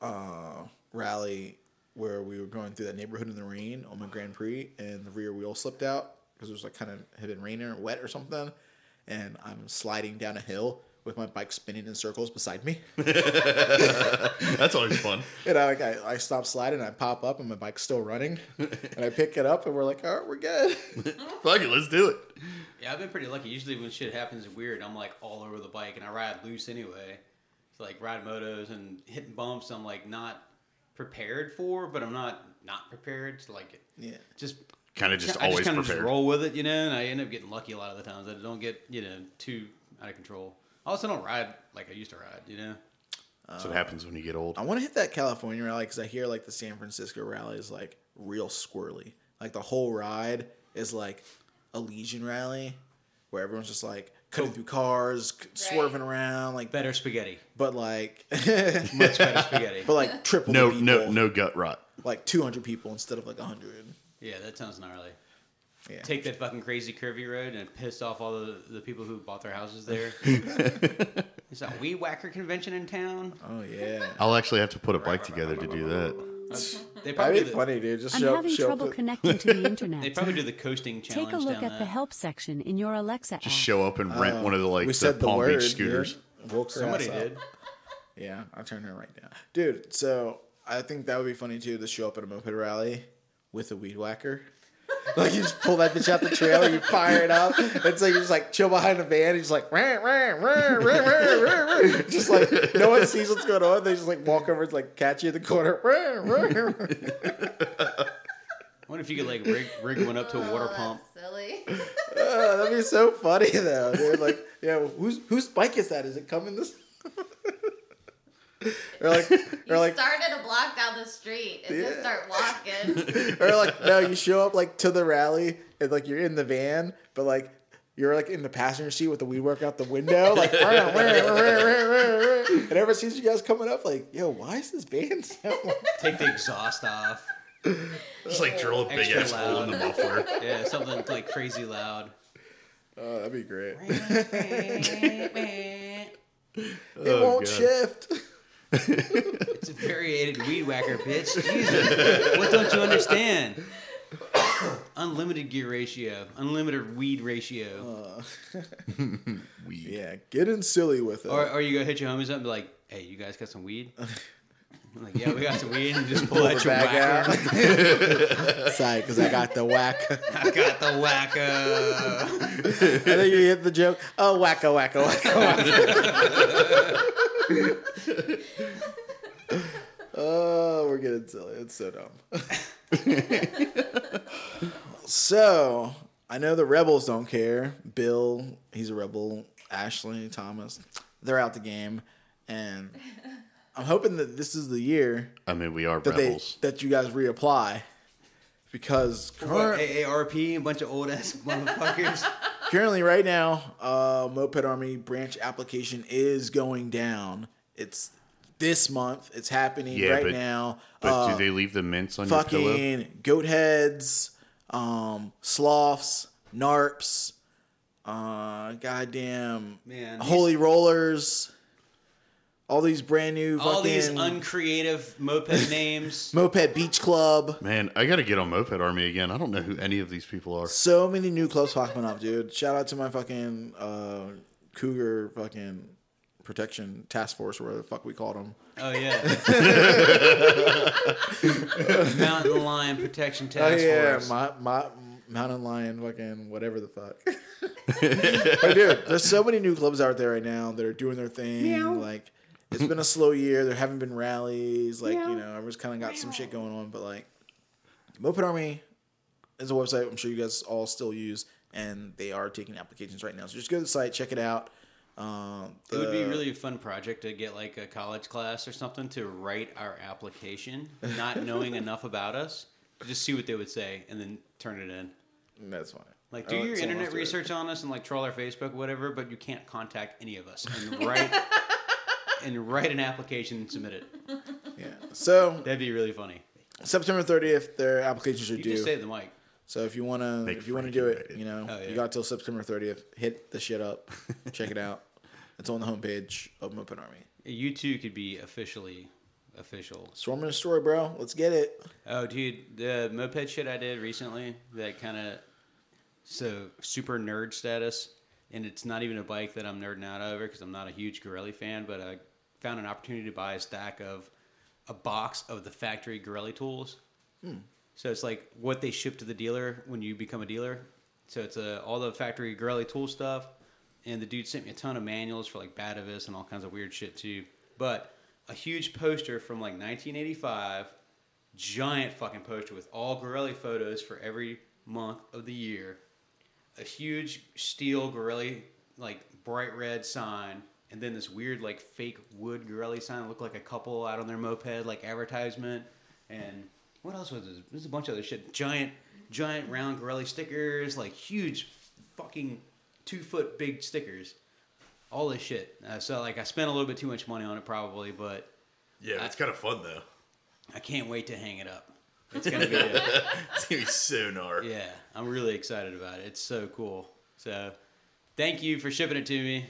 Speaker 4: uh, rally where we were going through that neighborhood in the rain on my Grand Prix, and the rear wheel slipped out because it was like kind of had been raining or wet or something, and I'm sliding down a hill with my bike spinning in circles beside me,
Speaker 7: That's always fun.
Speaker 4: and I like I, I stop sliding, I pop up, and my bike's still running, and I pick it up, and we're like, all right, we're good.
Speaker 7: Fuck it, let's do it.
Speaker 5: Yeah, I've been pretty lucky. Usually when shit happens weird, I'm like all over the bike and I ride loose anyway. So like ride motos and hitting bumps I'm like not prepared for, but I'm not not prepared to like
Speaker 4: yeah,
Speaker 5: just
Speaker 7: Kind of just
Speaker 5: I
Speaker 7: always
Speaker 5: just kind of just
Speaker 7: prepared.
Speaker 5: roll with it, you know, and I end up getting lucky a lot of the times. I don't get, you know, too out of control. I also don't ride like I used to ride, you know.
Speaker 7: That's what happens when you get old.
Speaker 4: I want to hit that California rally because I hear like the San Francisco rally is like real squirrely. Like the whole ride is like a Legion rally where everyone's just like cutting through cars, c swerving around, like
Speaker 5: Better spaghetti.
Speaker 4: but like but
Speaker 5: Much better spaghetti.
Speaker 4: like triple
Speaker 7: No,
Speaker 4: the people,
Speaker 7: no, no gut rot.
Speaker 4: like two hundred people instead of like hundred.
Speaker 5: Yeah, that sounds gnarly.
Speaker 4: Yeah.
Speaker 5: Take that fucking crazy curvy road and piss off all the, the people who bought their houses there. Is that weed whacker convention in town?
Speaker 4: Oh yeah,
Speaker 7: I'll actually have to put a bike together to do that.
Speaker 5: They probably
Speaker 4: that'd be
Speaker 5: do the,
Speaker 4: funny, dude. Just
Speaker 8: I'm
Speaker 4: show,
Speaker 8: having
Speaker 4: show
Speaker 8: trouble
Speaker 4: up. to-
Speaker 8: connecting to the
Speaker 5: they
Speaker 8: internet.
Speaker 5: probably do the coasting challenge
Speaker 8: Take a look
Speaker 5: down
Speaker 8: at the
Speaker 5: that.
Speaker 8: help section in your Alexa app.
Speaker 7: Just show up and rent one of the like
Speaker 4: we
Speaker 7: the
Speaker 4: said the
Speaker 7: Palm
Speaker 4: word.
Speaker 7: Beach scooters.
Speaker 4: dude. Woke her
Speaker 5: Somebody
Speaker 4: ass up.
Speaker 5: did.
Speaker 4: Yeah, I'll turn her right now. Dude, so I think that would be funny too to show up at a moped rally with a weed whacker. like you just pull that bitch out the trailer, you fire it up. It's like you just like chill behind a van and just like rah, rah, rah, rah, rah, rah, rah. just like no one sees what's going on. They just like walk over and like catch you in the corner. Rah, rah, rah.
Speaker 5: I wonder if you could like rig, rig one up to a water
Speaker 6: Oh,
Speaker 5: pump.
Speaker 6: That's silly.
Speaker 4: Uh, that'd be so funny though. Dude. Like, yeah, whose whose bike is that? Is it coming this? or like,
Speaker 6: You
Speaker 4: or like,
Speaker 6: started a block down the street and just
Speaker 4: Yeah.
Speaker 6: start walking.
Speaker 4: or like no, you show up like to the rally and like you're in the van, but like you're like in the passenger seat with the weed work out the window, like "Rah, rah, rah, rah, rah, rah," and everyone sees you guys coming up, like yo, why is this van so? loud?"
Speaker 5: Take the exhaust off.
Speaker 7: Just like drill a big
Speaker 5: Extra
Speaker 7: ass hole in the
Speaker 5: loud.
Speaker 7: muffler.
Speaker 5: Yeah, something like crazy loud.
Speaker 4: oh, that'd be great.
Speaker 5: it's
Speaker 4: It won't
Speaker 7: God.
Speaker 4: shift.
Speaker 5: a variated weed whacker, bitch. Jesus. What don't you understand? Unlimited gear ratio, unlimited weed ratio.
Speaker 4: Yeah, getting silly with it.
Speaker 5: Or, or you go hit your homies up and be like, hey, you guys got some weed? I'm like, yeah, we got some weed and just pull out your
Speaker 4: bag
Speaker 5: whacker.
Speaker 4: Sorry, because I got the whack.
Speaker 5: I got the whacker.
Speaker 4: I think you hit the joke. Oh, wacko, wacko, wacko, wacko. oh, we're getting silly. It's so dumb. so, I know the Rebels don't care. Bill, he's a Rebel. Ashley, Thomas, they're out the game. And I'm hoping that this is the year
Speaker 7: I mean, we are
Speaker 4: that, they,
Speaker 7: rebels.
Speaker 4: that you guys reapply. Because current,
Speaker 5: AARP, a bunch of old ass motherfuckers.
Speaker 4: Currently, right now, uh, Moped Army branch application is going down. It's this month. It's happening
Speaker 7: Yeah,
Speaker 4: right
Speaker 7: but-
Speaker 4: now.
Speaker 7: but
Speaker 4: Uh,
Speaker 7: do they leave the mints on your pillow?
Speaker 4: fucking goat heads, um, sloths, narps, uh, goddamn
Speaker 5: Man, these-
Speaker 4: holy rollers. All these brand new fucking
Speaker 5: All these uncreative moped names.
Speaker 4: Moped Beach Club.
Speaker 7: Man, I gotta get on Moped Army again. I don't know who any of these people are.
Speaker 4: So many new clubs popping up, dude. Shout out to my fucking uh, Cougar fucking protection task force, or whatever the fuck we called them.
Speaker 5: Oh yeah. Mountain Lion Protection
Speaker 4: Oh
Speaker 5: Task
Speaker 4: yeah,
Speaker 5: Force.
Speaker 4: my, my mountain lion, fucking whatever the fuck. But dude, there's so many new clubs out there right now that are doing their thing. Like it's been a slow year. There haven't been rallies. Like you know, everyone's kind of got some shit going on. But like, Moped Army is a website I'm sure you guys all still use, and they are taking applications right now. So just go to the site, check it out. Um,
Speaker 5: It would be
Speaker 4: the-
Speaker 5: really a fun project to get like a college class or something to write our application, not knowing enough about us, just see what they would say and then turn it in.
Speaker 4: that's fine.
Speaker 5: Like, do
Speaker 4: Oh,
Speaker 5: your
Speaker 4: someone
Speaker 5: internet
Speaker 4: else did it.
Speaker 5: research on us and like troll our Facebook, whatever, but you can't contact any of us and write and write an application and submit it.
Speaker 4: Yeah. So
Speaker 5: That'd be really funny.
Speaker 4: September 30th, their applications are
Speaker 5: You
Speaker 4: due.
Speaker 5: just say the mic.
Speaker 4: So if you wanna,
Speaker 7: Make
Speaker 4: if you wanna
Speaker 7: Frankie
Speaker 4: do
Speaker 7: write
Speaker 4: it,
Speaker 7: it.
Speaker 4: you know,
Speaker 5: Oh, yeah.
Speaker 4: you got till September 30th. Hit the shit up, check it out. It's on the homepage of Moped Army.
Speaker 5: You two could be officially official.
Speaker 4: Storm and Destroy, bro. Let's get it.
Speaker 5: Oh, dude, the moped shit I did recently that kind of so super nerd status, and it's not even a bike that I'm nerding out over because I'm not a huge Gorelli fan, but I found an opportunity to buy a stack of a box of the factory Gorelli tools. So it's like what they ship to the dealer when you become a dealer. So it's uh, all the factory Gorelli tool stuff. And the dude sent me a ton of manuals for like Batavis and all kinds of weird shit too. But a huge poster from like 1985, giant fucking poster with all Gorelli photos for every month of the year. A huge steel Gorelli, like bright red sign. And then this weird, like fake wood Gorelli sign that looked like a couple out on their moped, like advertisement. And what else was this? There's a bunch of other shit. Giant, giant round Gorelli stickers, like huge fucking two foot big stickers. All this shit. Uh, so, like, I spent a little bit too much money on it probably, but
Speaker 7: Yeah, it's kind of fun though.
Speaker 5: I can't wait to hang it up. It's gonna be good.
Speaker 7: It's gonna be so gnarly.
Speaker 5: yeah. I'm really excited about it. It's so cool. So, thank you for shipping it to me.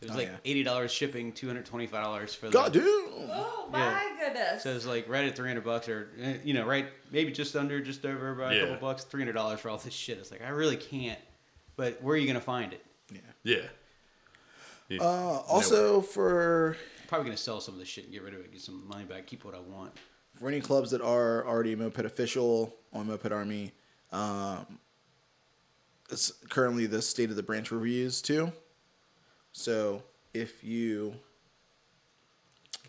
Speaker 5: It was
Speaker 4: Oh,
Speaker 5: like
Speaker 4: yeah.
Speaker 5: eighty dollars shipping, two hundred twenty-five dollars for the.
Speaker 4: God, dude.
Speaker 6: Oh my
Speaker 5: Yeah.
Speaker 6: goodness.
Speaker 5: So it's like right at three hundred bucks, or eh, you know, right maybe just under, just over by a
Speaker 7: Yeah.
Speaker 5: couple bucks, three hundred dollars for all this shit. It's like I really can't. But where are you gonna find it?
Speaker 7: Yeah. Yeah.
Speaker 4: Uh, also, for
Speaker 5: Probably gonna sell some of this shit and get rid of it, get some money back, keep what I want.
Speaker 4: for any clubs that are already Moped official on Moped Army, um, it's currently the state of the branch reviews too. So if you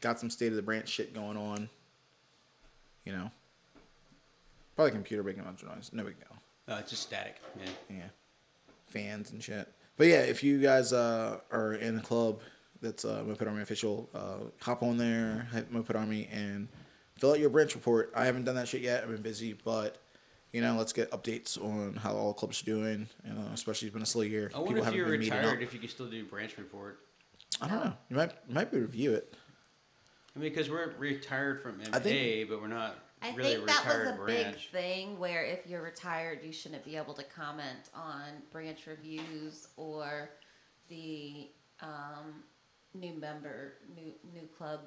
Speaker 4: got some state of the branch shit going on, you know, probably computer making a bunch of noise. No big deal
Speaker 5: Uh, it's just static. Yeah.
Speaker 4: yeah, fans and shit. But yeah, if you guys uh, are in a club that's uh, Moped Army official, uh, hop on there, hit Moped Army, and fill out your branch report. I haven't done that shit yet. I've been busy, but you know, let's get updates on how all clubs are doing. You know, especially it's been a slow year.
Speaker 5: I wonder if
Speaker 4: haven't
Speaker 5: you're
Speaker 4: been meeting up.
Speaker 5: retired, if you can still do branch report.
Speaker 4: I don't know. You might you might be review it.
Speaker 5: I mean, because we're retired from MA,
Speaker 4: I think-
Speaker 5: but we're not
Speaker 6: I
Speaker 5: really
Speaker 6: think that was
Speaker 5: retired
Speaker 6: a
Speaker 5: branch.
Speaker 6: big thing where if you're retired, you shouldn't be able to comment on branch reviews or the um, new member, new new club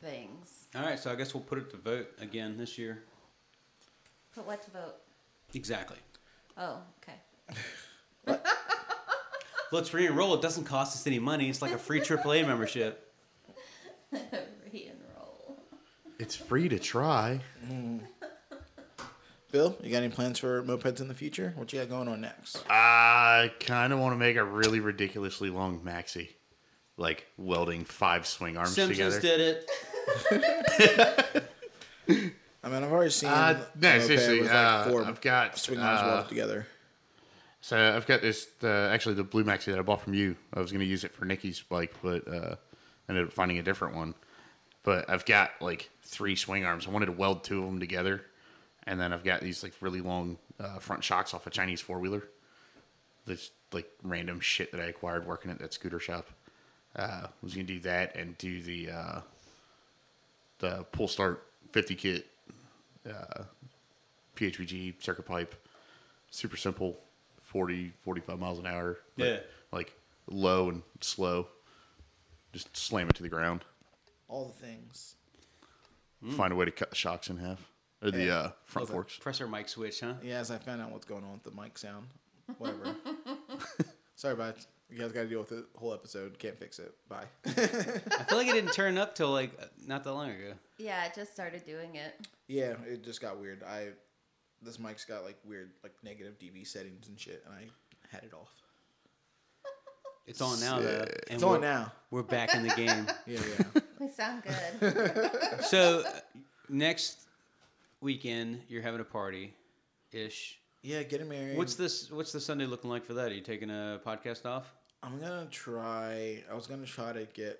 Speaker 6: things.
Speaker 5: All right, so I guess we'll put it to vote again this year.
Speaker 6: But what to vote?
Speaker 5: Exactly.
Speaker 6: Oh, okay.
Speaker 5: Let's re-enroll. It doesn't cost us any money. It's like a free AAA membership.
Speaker 6: Re-enroll.
Speaker 7: It's free to try.
Speaker 4: Bill, you got any plans for mopeds in the future? What you got going on next?
Speaker 7: I kind of want to make a really ridiculously long maxi, like welding five swing arms
Speaker 5: Simpsons
Speaker 7: together.
Speaker 5: did it.
Speaker 4: I mean, I've already seen
Speaker 7: Uh,
Speaker 4: a
Speaker 7: no,
Speaker 4: moped
Speaker 7: seriously,
Speaker 4: with,
Speaker 7: uh, I've got,
Speaker 4: swing arms
Speaker 7: uh,
Speaker 4: welded together.
Speaker 7: So I've got this. Uh, actually, the blue maxi that I bought from you, I was going to use it for Nikki's bike, but uh, ended up finding a different one. But I've got like three swing arms. I wanted to weld two of them together, and then I've got these like really long uh, front shocks off a Chinese four wheeler. This like random shit that I acquired working at that scooter shop. Uh, I was going to do that and do the uh, the pull start fifty kit, uh, PHVG circuit pipe super simple 40 45 miles an hour but,
Speaker 5: Yeah.
Speaker 7: like low and slow just slam it to the ground
Speaker 4: All the things.
Speaker 7: find a way to cut the shocks in half or the uh, front forks
Speaker 5: Presser mic switch, huh?
Speaker 4: Yeah, as I found out what's going on with the mic sound. Whatever. Sorry about it. You guys got to deal with the whole episode. Can't fix it. Bye.
Speaker 5: I feel like it didn't turn up till like not that long ago.
Speaker 6: Yeah, I just started doing it.
Speaker 4: yeah, it just got weird. I this mic's got like weird like negative dB settings and shit, and I had it off.
Speaker 5: It's on now though. And
Speaker 4: It's on
Speaker 5: we're-
Speaker 4: now.
Speaker 5: We're back in the game.
Speaker 4: Yeah, yeah.
Speaker 6: We sound good.
Speaker 5: So next weekend you're having a party ish.
Speaker 4: yeah, getting married.
Speaker 5: What's this what's the Sunday looking like for that? Are you taking a podcast off?
Speaker 4: I'm gonna try. I was gonna try to get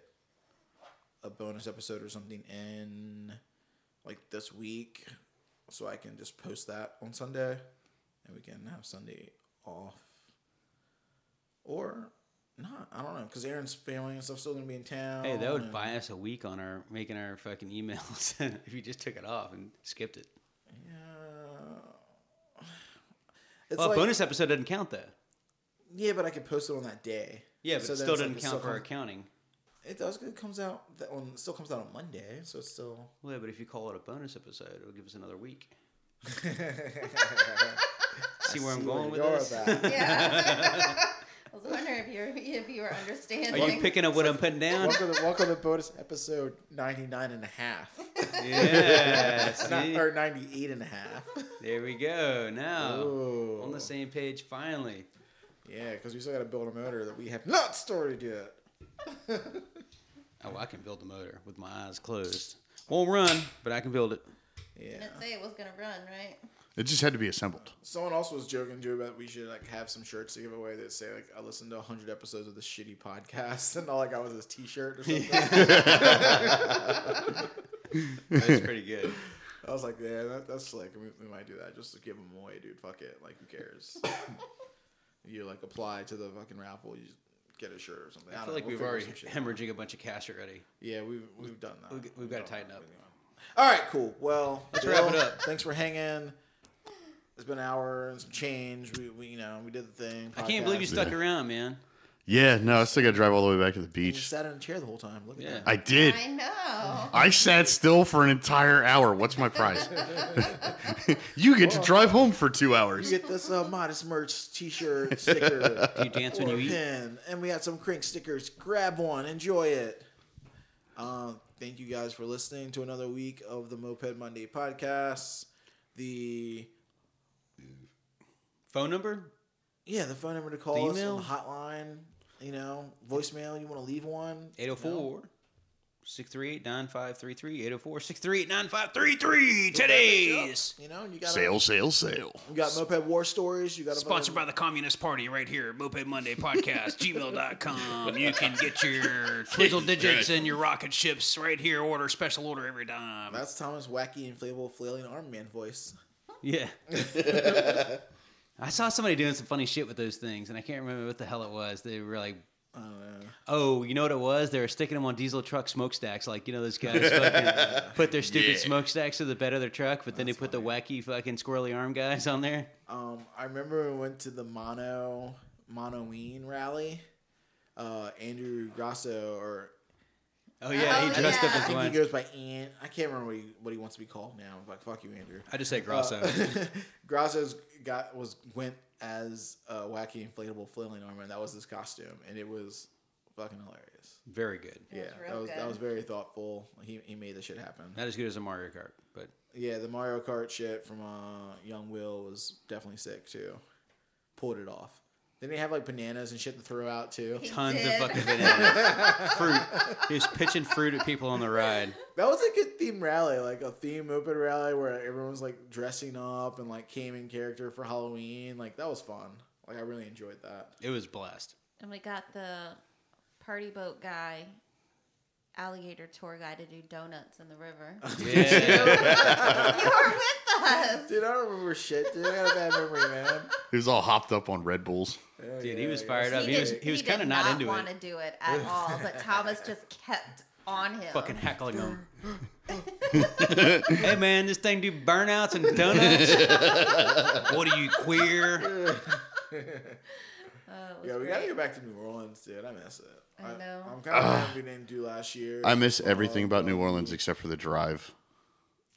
Speaker 4: a bonus episode or something in like this week, so I can just post that on Sunday, and we can have Sunday off, or not. I don't know because Aaron's family and stuff's still gonna be in town.
Speaker 5: Hey, that
Speaker 7: Um,
Speaker 5: would
Speaker 4: and-
Speaker 5: buy us a week on our making our fucking emails if you just took it off and skipped it.
Speaker 4: Yeah. It's
Speaker 5: Well,
Speaker 4: like,
Speaker 5: a bonus e- episode doesn't count though.
Speaker 4: Yeah, but I could post it on that day.
Speaker 5: Yeah, but
Speaker 4: So
Speaker 5: it still
Speaker 4: then it's like
Speaker 5: doesn't
Speaker 4: it
Speaker 5: count
Speaker 4: still
Speaker 5: for our
Speaker 4: comes-
Speaker 5: counting.
Speaker 4: It does. It comes out that one. Still comes out on Monday, so it's still.
Speaker 5: Well, yeah, but if you call it a bonus episode, it'll give us another week. see where I'm
Speaker 4: See where
Speaker 5: going
Speaker 4: you
Speaker 5: with
Speaker 4: are
Speaker 5: this?
Speaker 4: that.
Speaker 6: yeah. I was wondering if you were, if you were
Speaker 5: Are
Speaker 6: understanding.
Speaker 5: Oh, you picking up what I'm putting down?
Speaker 4: Welcome to, welcome to bonus episode 99 and a half.
Speaker 5: Yeah.
Speaker 4: Not,
Speaker 5: see?
Speaker 4: or 98 and a half.
Speaker 5: There we go. Now
Speaker 4: Ooh.
Speaker 5: on the same page finally.
Speaker 4: Yeah, because we still got to build a motor that we have not started yet.
Speaker 5: Oh, I can build the motor with my eyes closed. Won't run, but I can build it.
Speaker 4: Yeah.
Speaker 6: Didn't say it was gonna run, right?
Speaker 7: it just had to be assembled
Speaker 4: Someone else was joking too about we should like have some shirts to give away that say like I listened to 100 episodes of the shitty podcast and all I got was this T-shirt or something.
Speaker 5: That's pretty good.
Speaker 4: I was like, yeah, that, that's slick. We, we might do that just to give them away, dude. Fuck it. Like, who cares? you like apply to the fucking raffle, you just get a shirt or something.
Speaker 5: I
Speaker 4: don't
Speaker 5: feel
Speaker 4: know.
Speaker 5: like
Speaker 4: We'll
Speaker 5: we've
Speaker 4: figure
Speaker 5: already
Speaker 4: some shit out.
Speaker 5: hemorrhaging a bunch of cash already.
Speaker 4: Yeah, we've we've done that.
Speaker 5: We've, we've got to tighten up.
Speaker 4: All right, cool. Well, let's
Speaker 5: wrap it up.
Speaker 4: Thanks for hanging. It's been an hour and some change. We, we you know we did the thing.
Speaker 5: I can't believe you
Speaker 4: podcast.
Speaker 5: stuck
Speaker 7: Yeah.
Speaker 5: around, man.
Speaker 7: yeah no i still gotta drive all the way back to the
Speaker 4: You
Speaker 7: beach
Speaker 4: sat in a chair the whole time. Look at
Speaker 5: Yeah.
Speaker 4: that.
Speaker 7: i did
Speaker 6: I
Speaker 5: Mm.
Speaker 6: know.
Speaker 7: i sat still for an entire hour what's my prize you get to drive home for two
Speaker 4: You
Speaker 7: hours
Speaker 4: get this uh, modest merch T-shirt sticker
Speaker 5: Do you dance when
Speaker 4: or
Speaker 5: you eat?
Speaker 4: pin, and we got some crank stickers. Grab one, enjoy it. Uh, thank you guys for listening to another week of the Moped Monday podcast. The
Speaker 5: Phone number?
Speaker 4: yeah, the phone number to call us on
Speaker 5: email?
Speaker 4: the hotline. You know, voicemail. You want to leave one?
Speaker 5: 804 638 9533. 804 638 9533. Today's
Speaker 4: You know, you got
Speaker 7: sale sale sale
Speaker 4: You got moped war stories. You got a
Speaker 5: sponsored by the Communist Party right here at Moped Monday Podcast, gmail.com. You can get your twizzle digits and your rocket ships right here. Order special order every time.
Speaker 4: That's Thomas wacky inflatable flailing arm man voice.
Speaker 5: Yeah. I saw somebody doing some funny shit with those things, and I can't remember what the hell it was. They were like, oh, you know what it was? They were sticking them on diesel truck smokestacks. Like, you know, those guys fucking put their stupid smokestacks to the bed of their truck, but then they put the wacky fucking squirrely arm guys on there.
Speaker 4: Um, I remember we went to the mono monoeen rally. Uh, Andrew Grasso or
Speaker 5: Oh, yeah,
Speaker 6: Oh,
Speaker 5: he dressed
Speaker 6: yeah.
Speaker 5: up
Speaker 4: I
Speaker 5: as
Speaker 4: think he
Speaker 5: one.
Speaker 4: goes by Ant. I can't remember what he, what he wants to be called now. Like fuck you, Andrew.
Speaker 5: I just say Grosso.
Speaker 4: Grasso's got was went as a wacky inflatable flailing arm, and that was his costume, and it was fucking hilarious.
Speaker 5: Very good.
Speaker 4: Yeah, that
Speaker 6: real
Speaker 4: was that
Speaker 6: good.
Speaker 4: was very thoughtful. He he made the shit happen.
Speaker 5: Not as good as a Mario Kart, but
Speaker 4: Yeah, the Mario Kart shit from uh, Young Will was definitely sick too. Pulled it off. Then they have like bananas and shit to throw out too.
Speaker 5: tons of
Speaker 6: did.
Speaker 5: fucking bananas. fruit. He was pitching fruit at people on the ride.
Speaker 4: That was a good theme rally, like a theme open rally where everyone was like dressing up and like came in character for Halloween. Like that was fun. Like I really enjoyed that.
Speaker 5: It was blessed.
Speaker 6: And we got the party boat guy, alligator tour guy to do donuts in the river.
Speaker 5: Yeah.
Speaker 6: you were with us.
Speaker 4: Dude, I don't remember shit. Dude, I got a bad memory, man.
Speaker 7: He was all hopped up on Red Bulls.
Speaker 4: Yeah,
Speaker 5: Dude,
Speaker 4: yeah,
Speaker 5: he was
Speaker 4: yeah.
Speaker 5: fired up. He, was he was kind of not, into
Speaker 6: want
Speaker 5: it.
Speaker 6: to do it at all, but Thomas just kept on him.
Speaker 5: Fucking heckling him. hey man, this thing do burnouts and donuts. what are you queer?
Speaker 6: Oh, it was
Speaker 4: Yeah, we
Speaker 6: great.
Speaker 4: gotta go back to New Orleans, dude. I miss it.
Speaker 6: I know.
Speaker 4: I'm kind of glad we didn't do last year.
Speaker 7: I miss everything about New Orleans except for the drive.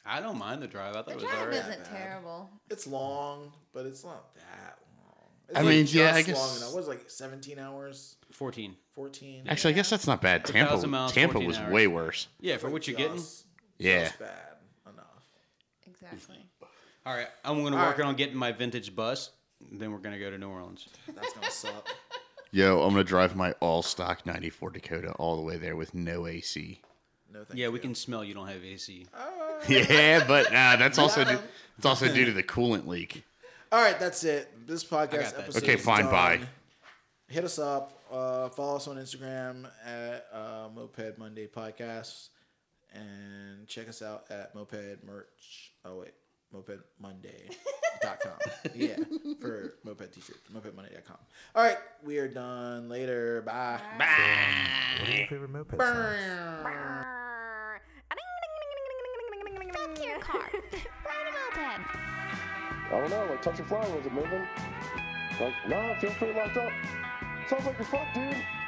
Speaker 5: I don't mind the drive. I thought it was
Speaker 6: Drive
Speaker 5: alright.
Speaker 6: isn't terrible.
Speaker 4: It's long, but it's not that long. It's
Speaker 7: I
Speaker 4: like
Speaker 7: mean, yeah, I
Speaker 4: just Long
Speaker 7: guess-
Speaker 4: enough. What is it, like 17 hours,
Speaker 5: Fourteen.
Speaker 4: 14?
Speaker 7: Actually, I guess that's not bad. Tampa,
Speaker 5: 1,000 miles,
Speaker 7: Tampa
Speaker 5: 14
Speaker 7: was
Speaker 5: hours.
Speaker 7: way worse.
Speaker 5: Yeah, for what you're getting.
Speaker 4: Just-
Speaker 7: Yeah.
Speaker 4: just bad enough.
Speaker 6: Exactly.
Speaker 5: All right, I'm gonna work
Speaker 4: right.
Speaker 5: on getting my vintage bus. Then we're gonna go to New Orleans.
Speaker 4: That's gonna suck.
Speaker 7: Yo, I'm gonna drive my all stock '94 Dakota all the way there with no AC.
Speaker 4: No thank
Speaker 5: Yeah,
Speaker 4: you.
Speaker 5: we can smell you don't have AC.
Speaker 7: Yeah, but uh, that's also due, it's also due to the coolant leak.
Speaker 4: All right, that's it. This podcast
Speaker 5: that.
Speaker 4: episode.
Speaker 7: Okay,
Speaker 4: is
Speaker 7: fine.
Speaker 4: done.
Speaker 7: Bye.
Speaker 4: Hit us up. Uh, follow us on Instagram at uh, Moped Monday Podcast, and check us out at Moped Merch. Oh wait, Moped Monday. dot com. Yeah, for moped t-shirt. MopedMonday.com. All right, we are done. Later. Bye.
Speaker 7: Ah.
Speaker 1: What are your favorite moped sounds?
Speaker 2: Fuck your car. Ride a moped.
Speaker 3: I don't know, like touching flower was it moving? Like, nah, feel pretty locked up. Sounds like you're fucked, dude.